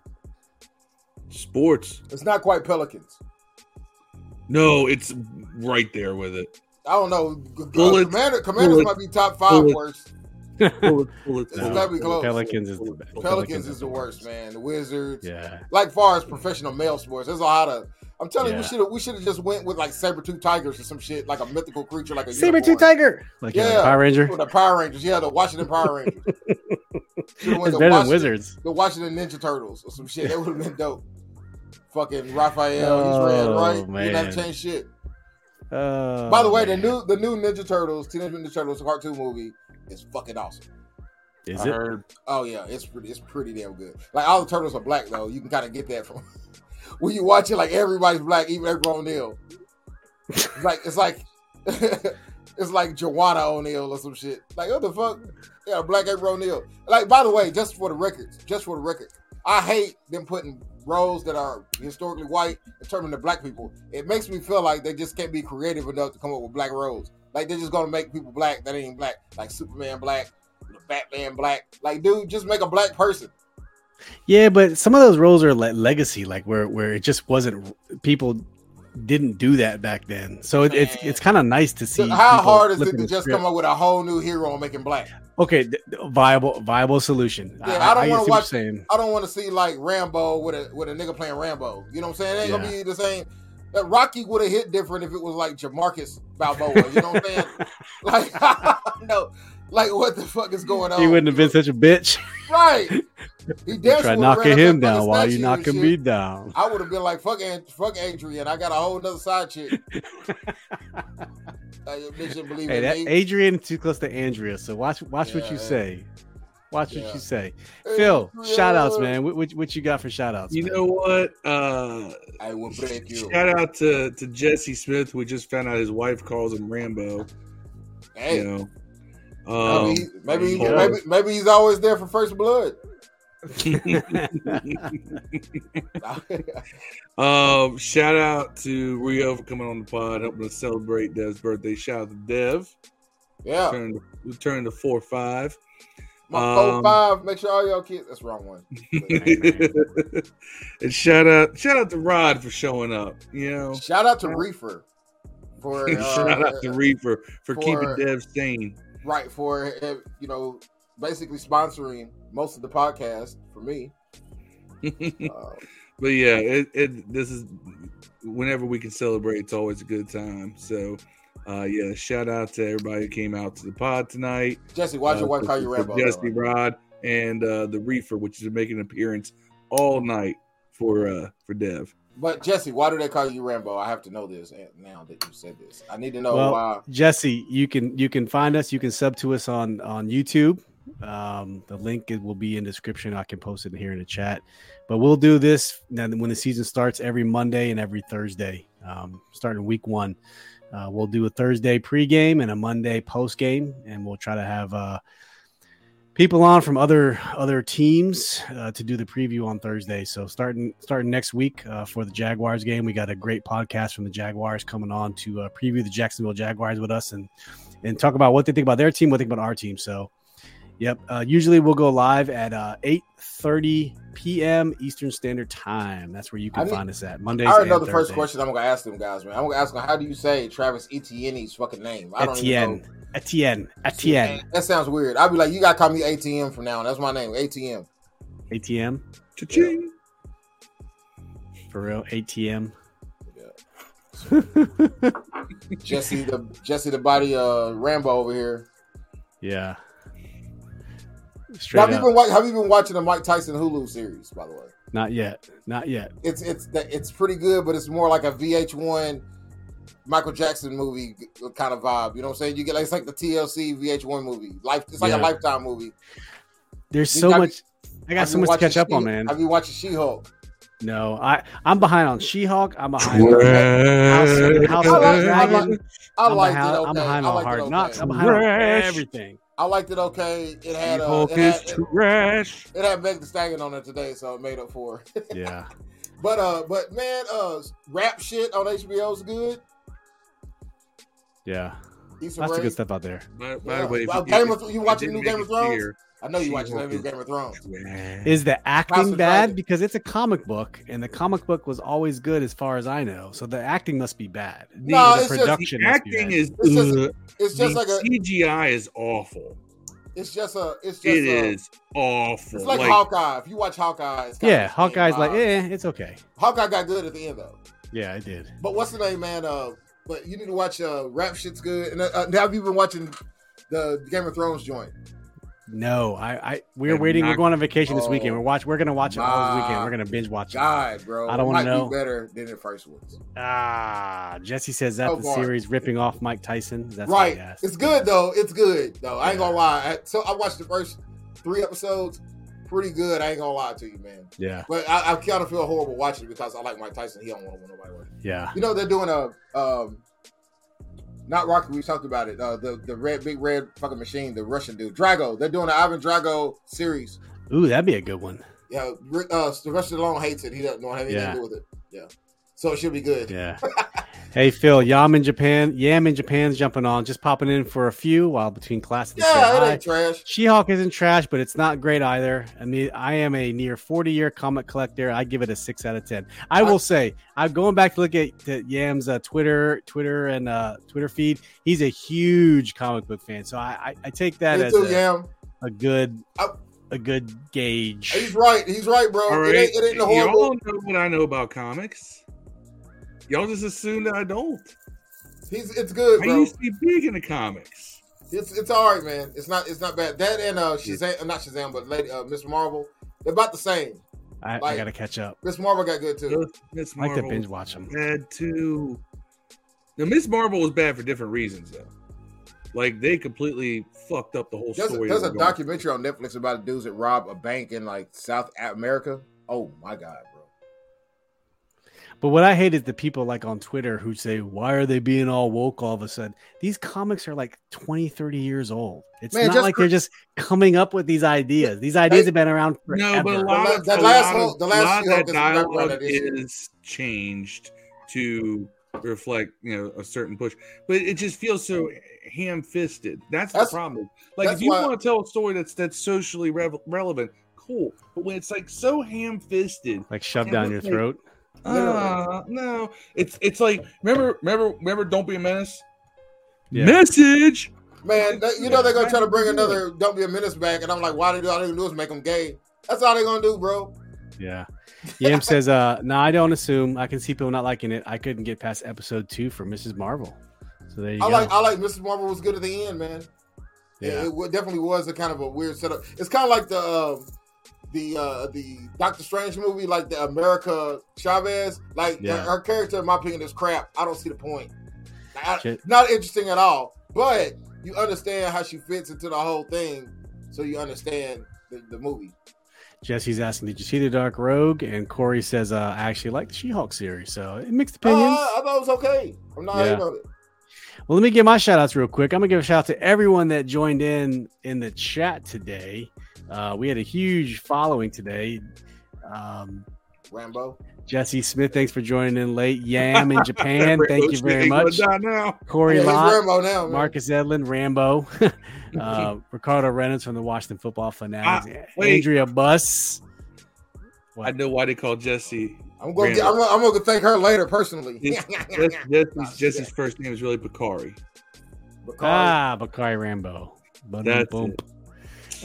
Speaker 4: Sports.
Speaker 3: It's not quite Pelicans.
Speaker 4: No, it's right there with it.
Speaker 3: I don't know. G- g-
Speaker 4: Bullets.
Speaker 3: Commander, Commanders
Speaker 4: Bullets.
Speaker 3: might be top five
Speaker 4: Bullets.
Speaker 3: worst.
Speaker 4: Bullets, bullets,
Speaker 3: It's
Speaker 1: No.
Speaker 3: gotta be close.
Speaker 1: Pelicans is the best.
Speaker 3: Pelicans, is the worst, man. The Wizards,
Speaker 1: Yeah.
Speaker 3: like far as professional male sports, there's a lot of. I'm telling you,
Speaker 1: Yeah.
Speaker 3: we should have we should have just went with like saber tooth tigers or some shit, like a mythical creature, like a
Speaker 1: Saber tooth
Speaker 3: unicorn.
Speaker 1: tiger. Like yeah,
Speaker 3: Yeah.
Speaker 1: like Power Ranger.
Speaker 3: Or the Power Rangers, yeah, the Washington Power Rangers,
Speaker 1: It's
Speaker 3: Should've went
Speaker 1: better
Speaker 3: to
Speaker 1: than
Speaker 3: Washington.
Speaker 1: Wizards.
Speaker 3: the Washington Ninja Turtles, or some shit. That would have been dope. Fucking Raphael, he's red,
Speaker 1: Oh,
Speaker 3: right? You
Speaker 1: man.
Speaker 3: not change shit.
Speaker 1: Uh,
Speaker 3: By the way,
Speaker 1: man.
Speaker 3: the new the new Ninja Turtles, Teenage Mutant Ninja Turtles cartoon movie is fucking awesome.
Speaker 1: is
Speaker 4: I
Speaker 1: it?
Speaker 4: heard
Speaker 3: Oh yeah, it's pretty it's pretty damn good. Like all the turtles are black though. You can kind of get that from when you watch it. Like everybody's black, even April O'Neil. It's like it's like it's like Joanna O'Neil or some shit. Like what the fuck? Yeah, black April O'Neil. Like by the way, just for the records, just for the record, I hate them putting roles that are historically white and turning to black people. It makes me feel like they just can't be creative enough to come up with black roles. Like they're just gonna make people black that ain't black, like Superman black the Batman black. Like, dude, just make a black person.
Speaker 1: Yeah, but some of those roles are like legacy, like where where it just wasn't people didn't do that back then. So it, it's
Speaker 3: Man.
Speaker 1: it's kind of nice to see.
Speaker 3: How
Speaker 1: people
Speaker 3: hard is it
Speaker 1: flipping
Speaker 3: to
Speaker 1: the
Speaker 3: just
Speaker 1: script.
Speaker 3: come up with a whole new hero and make him black?
Speaker 1: Okay, th- th- viable viable solution.
Speaker 3: Yeah, I don't
Speaker 1: get
Speaker 3: wanna
Speaker 1: what you're
Speaker 3: watch-
Speaker 1: Saying.
Speaker 3: I don't want to see like Rambo with a with a nigga playing Rambo. You know what I'm saying? It ain't gonna
Speaker 1: Yeah.
Speaker 3: be the same. That Rocky would have hit different if it was like Jamarcus Balboa. You know what I'm saying? like, no, like what the fuck is going on?
Speaker 1: He wouldn't have been such a bitch.
Speaker 3: right. He
Speaker 1: Try
Speaker 3: definitely
Speaker 1: Try
Speaker 3: would've
Speaker 1: knocking
Speaker 3: ran up
Speaker 1: him
Speaker 3: that fucking
Speaker 1: down while you
Speaker 3: statue and
Speaker 1: knocking
Speaker 3: shit.
Speaker 1: me down.
Speaker 3: I would have been like, fuck, Ad- fuck Adrian. I got a whole nother side chick. like, your bitch didn't believe
Speaker 1: Hey,
Speaker 3: in
Speaker 1: that
Speaker 3: me.
Speaker 1: Adrian too close to Andrea. So watch watch what
Speaker 3: Yeah.
Speaker 1: you say. Watch what
Speaker 3: Yeah.
Speaker 1: you say. Phil,
Speaker 3: Adrian.
Speaker 1: shout outs, man. What, what, what you got for shout outs?
Speaker 4: you know what? Uh,
Speaker 3: I will break you.
Speaker 4: shout out to to Jesse Smith. We just found out his wife calls him Rambo.
Speaker 3: Hey,
Speaker 4: You know.
Speaker 3: maybe,
Speaker 4: Um,
Speaker 3: he- maybe, he-
Speaker 4: yeah.
Speaker 3: maybe, maybe he's always there for first blood.
Speaker 4: um, shout out to Rio for coming on the pod, helping us celebrate Dev's birthday. Shout out to Dev,
Speaker 3: yeah,
Speaker 4: turned turned to four five.
Speaker 3: my
Speaker 4: Um,
Speaker 3: four five. Make sure all y'all kids. That's the wrong one.
Speaker 4: and shout out, shout out to Rod for showing up. You know,
Speaker 3: Shout out to Reefer for uh,
Speaker 4: shout out to Reaper for,
Speaker 3: for-
Speaker 4: keeping Dev sane.
Speaker 3: right for uh, you know basically sponsoring most of the podcast for me. Uh,
Speaker 4: But yeah, it, it this is whenever we can celebrate, it's always a good time. So, uh, yeah, shout out to everybody who came out to the pod tonight.
Speaker 3: Jesse, why'd your
Speaker 4: Uh,
Speaker 3: wife call you
Speaker 4: for- for
Speaker 3: Rambo?
Speaker 4: Jesse Rod and uh, the Reefer, which is making an appearance all night for uh, for Dev.
Speaker 3: But Jesse, why do they call you Rambo? I have to know this uh, now that you said this. I need to know
Speaker 1: Well,
Speaker 3: why.
Speaker 1: Jesse, you can you can find us. You can sub to us on on YouTube. Um, the link it will be in description. I can post it here in the chat. But we'll do this now that when the season starts every Monday and every Thursday, um, starting week one. Uh, we'll do a Thursday pregame and a Monday postgame, and we'll try to have uh, people on from other other teams uh, to do the preview on Thursday. So starting starting next week uh, for the Jaguars game, we got a great podcast from the Jaguars coming on to uh, preview the Jacksonville Jaguars with us and and talk about what they think about their team, what they think about our team. So, yep. Uh, usually we'll go live at uh, eight thirty p.m. Eastern Standard Time. That's where you can
Speaker 3: I need-
Speaker 1: find us at Mondays.
Speaker 3: I
Speaker 1: and
Speaker 3: already know the first
Speaker 1: Thursdays.
Speaker 3: question I'm gonna ask them guys, man. I'm gonna ask them how do you say Travis Etienne's fucking name? I don't even
Speaker 1: Etienne,
Speaker 3: know.
Speaker 1: Etienne, Etienne,
Speaker 3: That sounds weird. I'd be like, you gotta call me ATM from now on. That's my name, ATM.
Speaker 1: ATM
Speaker 4: Cha-ching.
Speaker 1: for real, ATM.
Speaker 3: Jesse the Jesse the body uh Rambo over here.
Speaker 1: Yeah. Straight
Speaker 3: Have you
Speaker 1: up.
Speaker 3: been wa- have you been watching the Mike Tyson Hulu series? By the way,
Speaker 1: Not yet. Not yet.
Speaker 3: it's it's the- it's pretty good, but it's more like a VH1 Michael Jackson movie g- kind of vibe. You know what I'm saying? You get like it's like the TLC VH1 movie. Life it's like
Speaker 1: Yeah.
Speaker 3: a Lifetime movie.
Speaker 1: There's
Speaker 3: You
Speaker 1: so
Speaker 3: got-
Speaker 1: much. I got so much to catch up on, man.
Speaker 3: Have you watching She-Hulk?
Speaker 1: No, I I'm behind on She-Hulk. I'm behind. on House, House of the
Speaker 3: I like- I
Speaker 1: Dragon.
Speaker 3: like- I
Speaker 1: I'm
Speaker 3: liked it.
Speaker 1: behind, I'm
Speaker 3: Okay. I
Speaker 1: behind on
Speaker 3: liked it.
Speaker 1: Hard
Speaker 3: okay.
Speaker 1: Knocks. I'm behind on everything.
Speaker 3: I liked it. Okay, it had uh,
Speaker 4: Hulk
Speaker 3: it
Speaker 4: is
Speaker 3: had, it,
Speaker 4: trash.
Speaker 3: it had Meg Thee Stallion on it today, so it made up for. it.
Speaker 1: Yeah.
Speaker 3: but uh, but man, uh, rap shit on HBO is good.
Speaker 1: Yeah.
Speaker 3: Issa
Speaker 1: Lots of
Speaker 3: Rae.
Speaker 1: good stuff out there.
Speaker 4: By, by
Speaker 3: Yeah.
Speaker 4: the way, if
Speaker 3: Well,
Speaker 4: if-
Speaker 3: Game of-
Speaker 4: if
Speaker 3: you
Speaker 4: I
Speaker 3: watching
Speaker 4: didn't
Speaker 3: new Game
Speaker 4: make
Speaker 3: of
Speaker 4: it
Speaker 3: Thrones?
Speaker 4: clear,
Speaker 3: I know you watching that
Speaker 4: She-Hulk
Speaker 3: new
Speaker 4: is-
Speaker 3: Game of Thrones.
Speaker 1: Is the acting bad?
Speaker 3: of Dragon.
Speaker 1: Because it's a comic book, and the comic book was always good as far as I know. So the acting must be bad.
Speaker 3: No,
Speaker 1: the
Speaker 3: it's just-
Speaker 1: production
Speaker 4: the
Speaker 1: must be
Speaker 4: acting
Speaker 1: bad.
Speaker 4: is
Speaker 3: It's just-
Speaker 4: ugh.
Speaker 3: It's just
Speaker 4: the
Speaker 3: like a.
Speaker 4: CGI is awful.
Speaker 3: It's just a. It's just
Speaker 4: It
Speaker 3: a,
Speaker 4: is awful.
Speaker 3: It's like,
Speaker 4: Like,
Speaker 3: Hawkeye. If you watch Hawkeye, it's kinda
Speaker 1: yeah,
Speaker 3: the same
Speaker 1: Hawkeye's like,
Speaker 3: vibe.
Speaker 1: eh, it's okay.
Speaker 3: Hawkeye got good at the end though.
Speaker 1: Yeah, I did.
Speaker 3: But what's the name, man? Uh, but you need to watch uh, Rap Shit's good. And uh, uh, have you been watching the Game of Thrones joint?
Speaker 1: No, I, I we're
Speaker 4: I'm
Speaker 1: waiting.
Speaker 4: not-
Speaker 1: We're going on vacation this
Speaker 3: Oh,
Speaker 1: weekend. We're watch. We're gonna watch it all this weekend.
Speaker 3: my
Speaker 1: We're gonna binge watch it.
Speaker 3: God, bro,
Speaker 1: I don't
Speaker 3: it
Speaker 1: wanna
Speaker 3: might
Speaker 1: know.
Speaker 3: Be better than the first ones,
Speaker 1: Ah, Jesse says that
Speaker 3: So
Speaker 1: the
Speaker 3: far.
Speaker 1: series ripping off Mike Tyson. That's what he
Speaker 3: Oh, right?
Speaker 1: asked.
Speaker 3: It's good though. It's good though. I ain't
Speaker 1: Yeah.
Speaker 3: gonna lie. I, so I watched the first three episodes. Pretty good. I ain't gonna lie to you, man.
Speaker 1: Yeah,
Speaker 3: But I, I kind of feel horrible watching it because I like Mike Tyson. He don't want to win nobody. Work.
Speaker 1: yeah.
Speaker 3: You know they're doing a um, not Rocky. We talked about it. Uh, the the red big red fucking machine. The Russian dude Drago. They're doing an Ivan Drago series.
Speaker 1: Ooh, that'd be a good one.
Speaker 3: Yeah, Rick, uh, Sylvester Stallone hates it. He doesn't want to have anything
Speaker 1: Yeah.
Speaker 3: to do with it. Yeah, so it should be good.
Speaker 1: Yeah. hey Phil, Yam in Japan. Yam in Japan's jumping on, just popping in for a few while between classes. to say
Speaker 3: Yeah, it
Speaker 1: hi.
Speaker 3: ain't trash.
Speaker 1: She-Hulk isn't trash, but it's not great either. I mean, I am a near 40-year comic collector. I give it a six out of ten. I will say, I'm going back to look at to Yam's uh, Twitter, Twitter and uh, Twitter feed. He's a huge comic book fan, so I, I, I take that
Speaker 3: Me
Speaker 1: as
Speaker 3: too,
Speaker 1: a,
Speaker 3: Yam.
Speaker 1: a good
Speaker 3: I-
Speaker 1: a good gauge.
Speaker 3: He's right. He's right, bro.
Speaker 4: all
Speaker 3: It
Speaker 4: right,
Speaker 3: ain't, it ain't the
Speaker 4: y'all
Speaker 3: horrible.
Speaker 4: know what I know about comics. Y'all just assume that I don't.
Speaker 3: He's it's good,
Speaker 4: I
Speaker 3: bro.
Speaker 4: used to be big into comics.
Speaker 3: It's it's all right, man. It's not it's not bad. That and uh Shazam, uh, not Shazam, but Lady uh, Miss Marvel. They're about the same.
Speaker 1: I, I
Speaker 3: like-
Speaker 1: gotta catch up.
Speaker 3: Miss Marvel got good too.
Speaker 4: Miss
Speaker 1: I like to
Speaker 4: Marvel
Speaker 1: binge watch them.
Speaker 4: bad too. Now Miss Marvel was bad for different reasons though. Like they completely fucked up the whole
Speaker 3: There's,
Speaker 4: story.
Speaker 3: there's
Speaker 4: that
Speaker 3: a
Speaker 4: was going-
Speaker 3: documentary on Netflix about dudes that rob a bank in like South America. Oh my god, bro.
Speaker 1: But what I hate is the people like on Twitter who say, "Why are they being all woke all of a sudden?" These comics are like 20, 30 years old. It's
Speaker 3: Man,
Speaker 1: not
Speaker 3: just
Speaker 1: like
Speaker 3: cr-
Speaker 1: they're just coming up with these ideas. These ideas have been around forever.
Speaker 4: No, but a
Speaker 3: The la-
Speaker 4: lot of
Speaker 3: the
Speaker 4: a
Speaker 3: last
Speaker 4: lot
Speaker 3: whole-
Speaker 4: of-
Speaker 3: the
Speaker 4: a
Speaker 3: last
Speaker 4: lot of
Speaker 3: She-Hulk
Speaker 4: that
Speaker 3: is not around
Speaker 4: dialogue
Speaker 3: that issue.
Speaker 4: is changed to reflect, you know, a certain push. But it just feels so ham-fisted. That's,
Speaker 3: That's-
Speaker 4: the problem. Like
Speaker 3: that's
Speaker 4: if you
Speaker 3: why-
Speaker 4: want to tell a story that's that's socially rev- relevant, cool. But when it's like so ham-fisted,
Speaker 1: like shoved down your throat.
Speaker 4: uh, no, it's it's like remember remember remember. Don't be a menace.
Speaker 1: Yeah.
Speaker 4: Message.
Speaker 3: Man, that, you know they're gonna try to bring another "Don't Be a Menace" back, and I'm like, why they do all they gonna do is make them gay? That's all they're gonna do, bro.
Speaker 1: Yeah. Yam says, uh, no, I don't assume. I can see people not liking it. I couldn't get past episode two for Mrs. Marvel. So there you
Speaker 3: I
Speaker 1: go.
Speaker 3: like I like Mrs. Marvel was good at the end, man. Yeah,
Speaker 1: yeah.
Speaker 3: it, wa- definitely was a kind of a weird setup. It's kind of like the um, the uh, the Doctor Strange movie, like the America Chavez. Like
Speaker 1: Yeah.
Speaker 3: her, her character, in my opinion, is crap. I don't see the point. Like, I-
Speaker 1: Shit.
Speaker 3: not interesting at all. But you understand how she fits into the whole thing, so you understand the, the movie.
Speaker 1: Jesse's asking, did you see the Dark Rogue? And Corey says, uh, I actually like the She-Hulk series. So it mixed opinions.
Speaker 3: Uh, I thought it was okay. I'm not
Speaker 1: Yeah.
Speaker 3: hating on it.
Speaker 1: Well, let me give my shout outs real quick. I'm gonna give a shout out to everyone that joined in in the chat today. Uh, we had a huge following today. Um,
Speaker 3: Rambo.
Speaker 1: Jesse Smith, thanks for joining in late. Yam in Japan, thank you very much.
Speaker 4: now.
Speaker 1: Corey
Speaker 3: Yeah, he's
Speaker 1: Lott,
Speaker 3: Rambo now, man.
Speaker 1: Marcus Edlin, Rambo, uh, Ricardo Reynolds from the Washington Football Fanatics,
Speaker 4: Ah, wait.
Speaker 1: Andrea Buss.
Speaker 4: I know why they call Jesse.
Speaker 3: I'm gonna, get, I'm,
Speaker 4: Rambo.
Speaker 3: gonna, I'm gonna thank her later personally.
Speaker 4: Yes, Jesse, Jesse's, Jesse's first name is really Bakari.
Speaker 3: Because-
Speaker 1: Ah, Bakari Rambo. Boom,
Speaker 4: That's
Speaker 1: boom.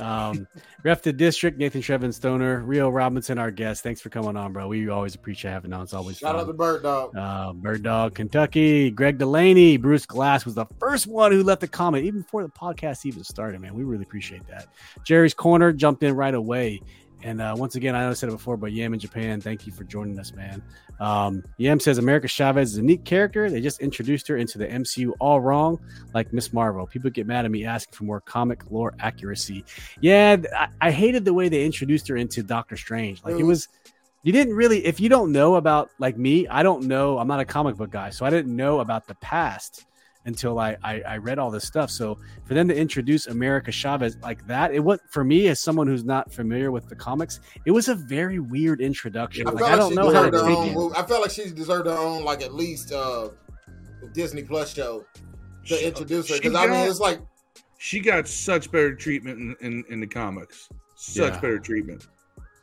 Speaker 1: Um, ref the district, Nathan Trevin Stoner, Rio Robinson, our guest. Thanks for coming on, bro. We always appreciate having on. It's always
Speaker 3: Shout out to
Speaker 1: fun.
Speaker 3: Bird Dog.
Speaker 1: Uh, Bird Dog, Kentucky, Greg Delaney, Bruce Glass was the first one who left a comment even before the podcast even started. Man, we really appreciate that. Jerry's Corner jumped in right away. And uh, once again, I know I said it before, but Yam in Japan, thank you for joining us, man. Um, Yam says America Chavez is a neat character. They just introduced her into the MCU all wrong, like Miss Marvel. People get mad at me asking for more comic lore accuracy. Yeah, th- I, I hated the way they introduced her into Doctor Strange. Like it was, you didn't really. If you don't know about like me, I don't know. I'm not a comic book guy, so I didn't know about the past until I I, I read all this stuff. So for them to introduce America Chavez like that, it was for me as someone who's not familiar with the comics, it was a very weird introduction.
Speaker 3: I
Speaker 1: Like
Speaker 3: felt
Speaker 1: Uh, I
Speaker 3: like
Speaker 1: don't know
Speaker 3: she
Speaker 1: how to
Speaker 3: deserved her
Speaker 1: take
Speaker 3: own.
Speaker 1: it.
Speaker 3: movie. I felt like she deserved her own, like at least uh, Disney Plus show to introduce her.
Speaker 4: she
Speaker 3: Because I mean,
Speaker 4: got-
Speaker 3: it's like
Speaker 4: she got such better treatment in, in, in the comics. Such
Speaker 1: Yeah.
Speaker 4: better treatment.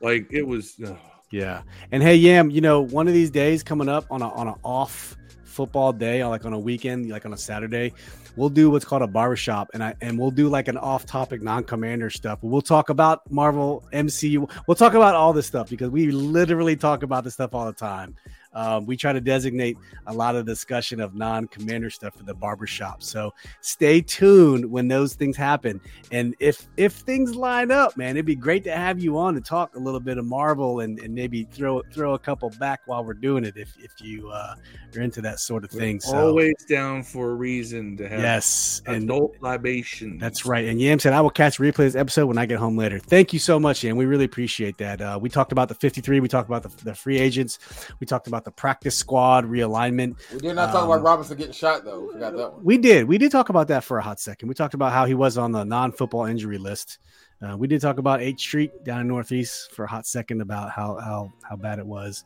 Speaker 4: Like it was ugh.
Speaker 1: Yeah. And hey, Yam, you know, one of these days coming up on a on an off football day, or like on a weekend, like on a Saturday, we'll do what's called a barbershop, and I and we'll do like an off-topic non-commander stuff. We'll talk about Marvel MCU. We'll talk about all this stuff because we literally talk about this stuff all the time. Um, we try to designate a lot of discussion of non-commander stuff for the barbershop. So stay tuned when those things happen. And if if things line up, man, it'd be great to have you on to talk a little bit of Marvel and, and maybe throw throw a couple back while we're doing it if if you uh, are into that sort of thing. So
Speaker 4: always down for a reason to have
Speaker 1: yes, and
Speaker 4: adult libation.
Speaker 1: that's right. And Yam said I will catch a replay of this episode when I get home later. Thank you so much, Yam. We really appreciate that. Uh, we talked about the fifty three. We talked about the, the free agents. We talked about the practice squad realignment.
Speaker 3: we did not talk about
Speaker 1: Um,
Speaker 3: Robinson getting shot though. Oh, We forgot that one.
Speaker 1: We did. We did talk about that for a hot second. We talked about how he was on the non-football injury list. Uh, we did talk about H Street down in Northeast for a hot second about how how how bad it was,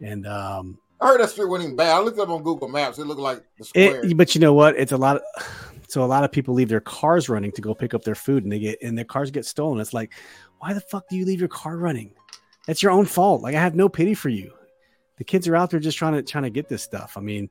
Speaker 1: and um,
Speaker 3: I heard that street wasn't even bad. I looked up on Google Maps. It looked like the square.
Speaker 1: it, but you know what? It's a lot. Of, so a lot of people leave their cars running to go pick up their food, and they get and their cars get stolen. It's like, why the fuck do you leave your car running? That's your own fault. Like I have no pity for you. The kids are out there just trying to trying to get this stuff. I mean,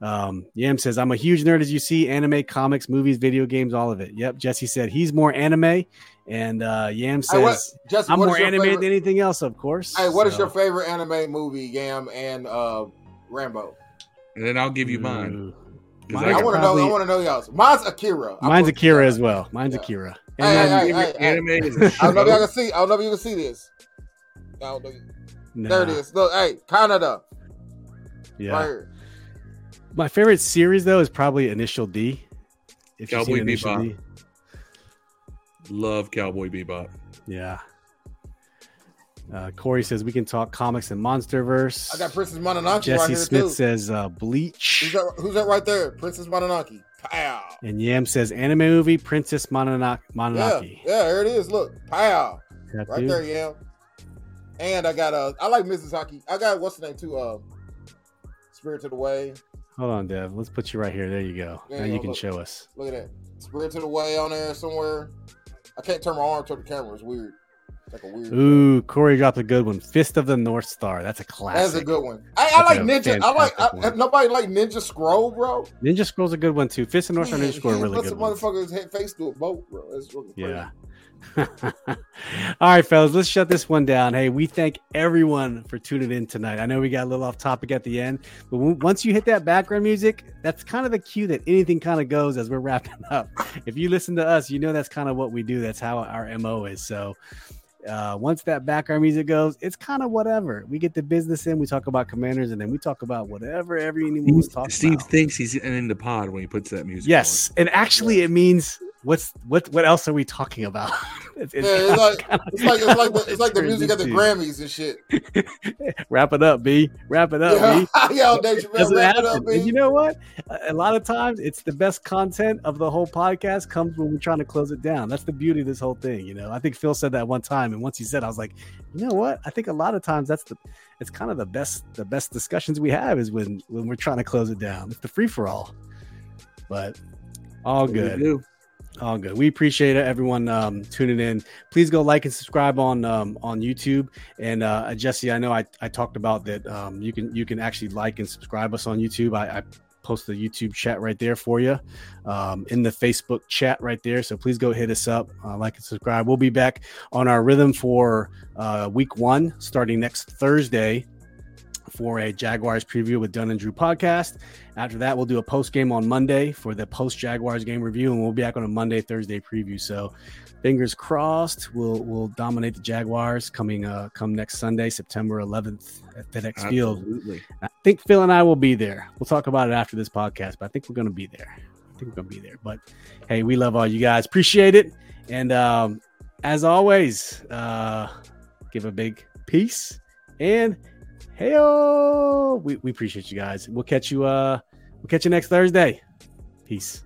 Speaker 1: um, Yam says I'm a huge nerd as you see anime, comics, movies, video games, all of it. Yep. Jesse said he's more anime, and uh, Yam
Speaker 3: Hey, what-
Speaker 1: says
Speaker 3: Jesse,
Speaker 1: I'm
Speaker 3: what is
Speaker 1: more
Speaker 3: your
Speaker 1: anime
Speaker 3: favorite-
Speaker 1: than anything else, of course.
Speaker 3: Hey, what is
Speaker 1: So-
Speaker 3: your favorite anime movie, Yam and uh, Rambo?
Speaker 4: And then I'll give you mine.
Speaker 1: Ooh.
Speaker 4: 'cause
Speaker 1: Mine-
Speaker 4: I
Speaker 3: I
Speaker 4: got
Speaker 3: want to know.
Speaker 1: probably-
Speaker 3: I want to know y'all's. Mine's Akira. I
Speaker 1: Mine's
Speaker 3: put-
Speaker 1: Akira as well. Mine's
Speaker 3: Yeah.
Speaker 1: Akira.
Speaker 3: Hey, hey, hey,
Speaker 4: Favorite
Speaker 3: hey, hey.
Speaker 4: anime is a
Speaker 3: I don't know if y'all
Speaker 4: show.
Speaker 3: can see. I don't know if you can see this. I don't know.
Speaker 1: Nah.
Speaker 3: There it is. Look, hey, Canada.
Speaker 1: Yeah.
Speaker 3: Right here.
Speaker 1: My favorite series though is probably Initial D. If you've
Speaker 4: Cowboy
Speaker 1: seen Initial
Speaker 4: Bebop. Love Cowboy Bebop.
Speaker 1: D. yeah. Uh, Corey says we can talk comics and MonsterVerse.
Speaker 3: I got Princess Mononoke
Speaker 1: Jesse
Speaker 3: right here
Speaker 1: Smith
Speaker 3: too.
Speaker 1: says uh,
Speaker 3: Who's
Speaker 1: Bleach,
Speaker 3: that, who's that right there? Princess Mononoke. Pow.
Speaker 1: and Yam says anime movie Princess Mononoke.
Speaker 3: Yeah,
Speaker 1: Mononoke.
Speaker 3: yeah, there it is. Look, pow,
Speaker 1: That
Speaker 3: right
Speaker 1: dude?
Speaker 3: there, yeah. And I got uh, I like Mrs. Hockey. I got what's the name too? Uh, Spirit to the Way.
Speaker 1: Hold on, Dev. Let's put you right here. There you go.
Speaker 3: Yeah,
Speaker 1: now
Speaker 3: yeah,
Speaker 1: you can
Speaker 3: look.
Speaker 1: show us.
Speaker 3: Look at that. Spirit to the Way on there somewhere. I can't turn my arm toward the camera. It's weird. It's like a weird.
Speaker 1: Ooh, Corey dropped a good one. Fist of the North Star. That's a classic.
Speaker 3: That's a good one. I, I
Speaker 1: That's
Speaker 3: like
Speaker 1: a
Speaker 3: Ninja. I like.
Speaker 1: fantastic
Speaker 3: I,
Speaker 1: one.
Speaker 3: Nobody like Ninja Scroll, bro.
Speaker 1: Ninja Scroll's a good one too. Fist of the North Star
Speaker 3: Man,
Speaker 1: Ninja Scroll are
Speaker 3: he
Speaker 1: really
Speaker 3: puts
Speaker 1: good.
Speaker 3: a
Speaker 1: ones.
Speaker 3: motherfucker's head face through a boat, bro. That's fucking crazy.
Speaker 1: Yeah. All right, fellas, let's shut this one down. Hey, we thank everyone for tuning in tonight. I know we got a little off topic at the end, but w- once you hit that background music, that's kind of the cue that anything kind of goes as we're wrapping up. If you listen to us, you know that's kind of what we do. That's how our MO is. So, uh, once that background music goes, it's kind of whatever. We get the business in, we talk about commanders, and then we talk about whatever everyone was talking
Speaker 4: Steve
Speaker 1: about.
Speaker 4: thinks he's in the pod when he puts that music.
Speaker 1: Yes, and actually, it means what's what? What else are we talking about? It's- it's
Speaker 3: Yeah, it's
Speaker 1: kinda-
Speaker 3: like it's like it's like the, it's like the
Speaker 1: Turns
Speaker 3: music at the
Speaker 1: into-
Speaker 3: Grammys and shit.
Speaker 1: Wrap it up, B. Wrap it up, B.
Speaker 3: Yeah, yo, Dave Chappelle,
Speaker 1: Doesn't
Speaker 3: wrap it
Speaker 1: happen.
Speaker 3: up,
Speaker 1: and
Speaker 3: B.
Speaker 1: you know what? A- A lot of times, it's the best content of the whole podcast comes when we're trying to close it down. That's the beauty of this whole thing. You know, I think Phil said that one time, and once he said, I was like, you know what? I think a lot of times that's the, it's kind of the best, the best discussions we have is when when we're trying to close it down. It's the free for all, but all
Speaker 4: going.
Speaker 1: good.
Speaker 4: We do.
Speaker 1: All good. We appreciate everyone um, tuning in. Please go like and subscribe on um, on YouTube. And uh, Jesse, I know I, I talked about that. Um, you can you can actually like and subscribe us on YouTube. I, I post the YouTube chat right there for you, um, in the Facebook chat right there. So please go hit us up, uh, like and subscribe. We'll be back on our rhythm for uh, week one starting next Thursday. for a Jaguars preview with Dunn and Drew podcast. After that, we'll do a post game on Monday for the post Jaguars game review, and we'll be back on a Monday Thursday preview. So, fingers crossed, we'll we'll dominate the Jaguars coming uh come next Sunday, September 11th at FedEx Field.
Speaker 4: Absolutely.
Speaker 1: I think Phil and I will be there. We'll talk about it after this podcast, but I think we're going to be there. I think we're going to be there. But hey, we love all you guys. Appreciate it. And um, as always, uh, give a big peace and hey, we, we appreciate you guys. We'll catch you. Uh, we'll catch you next Thursday. Peace.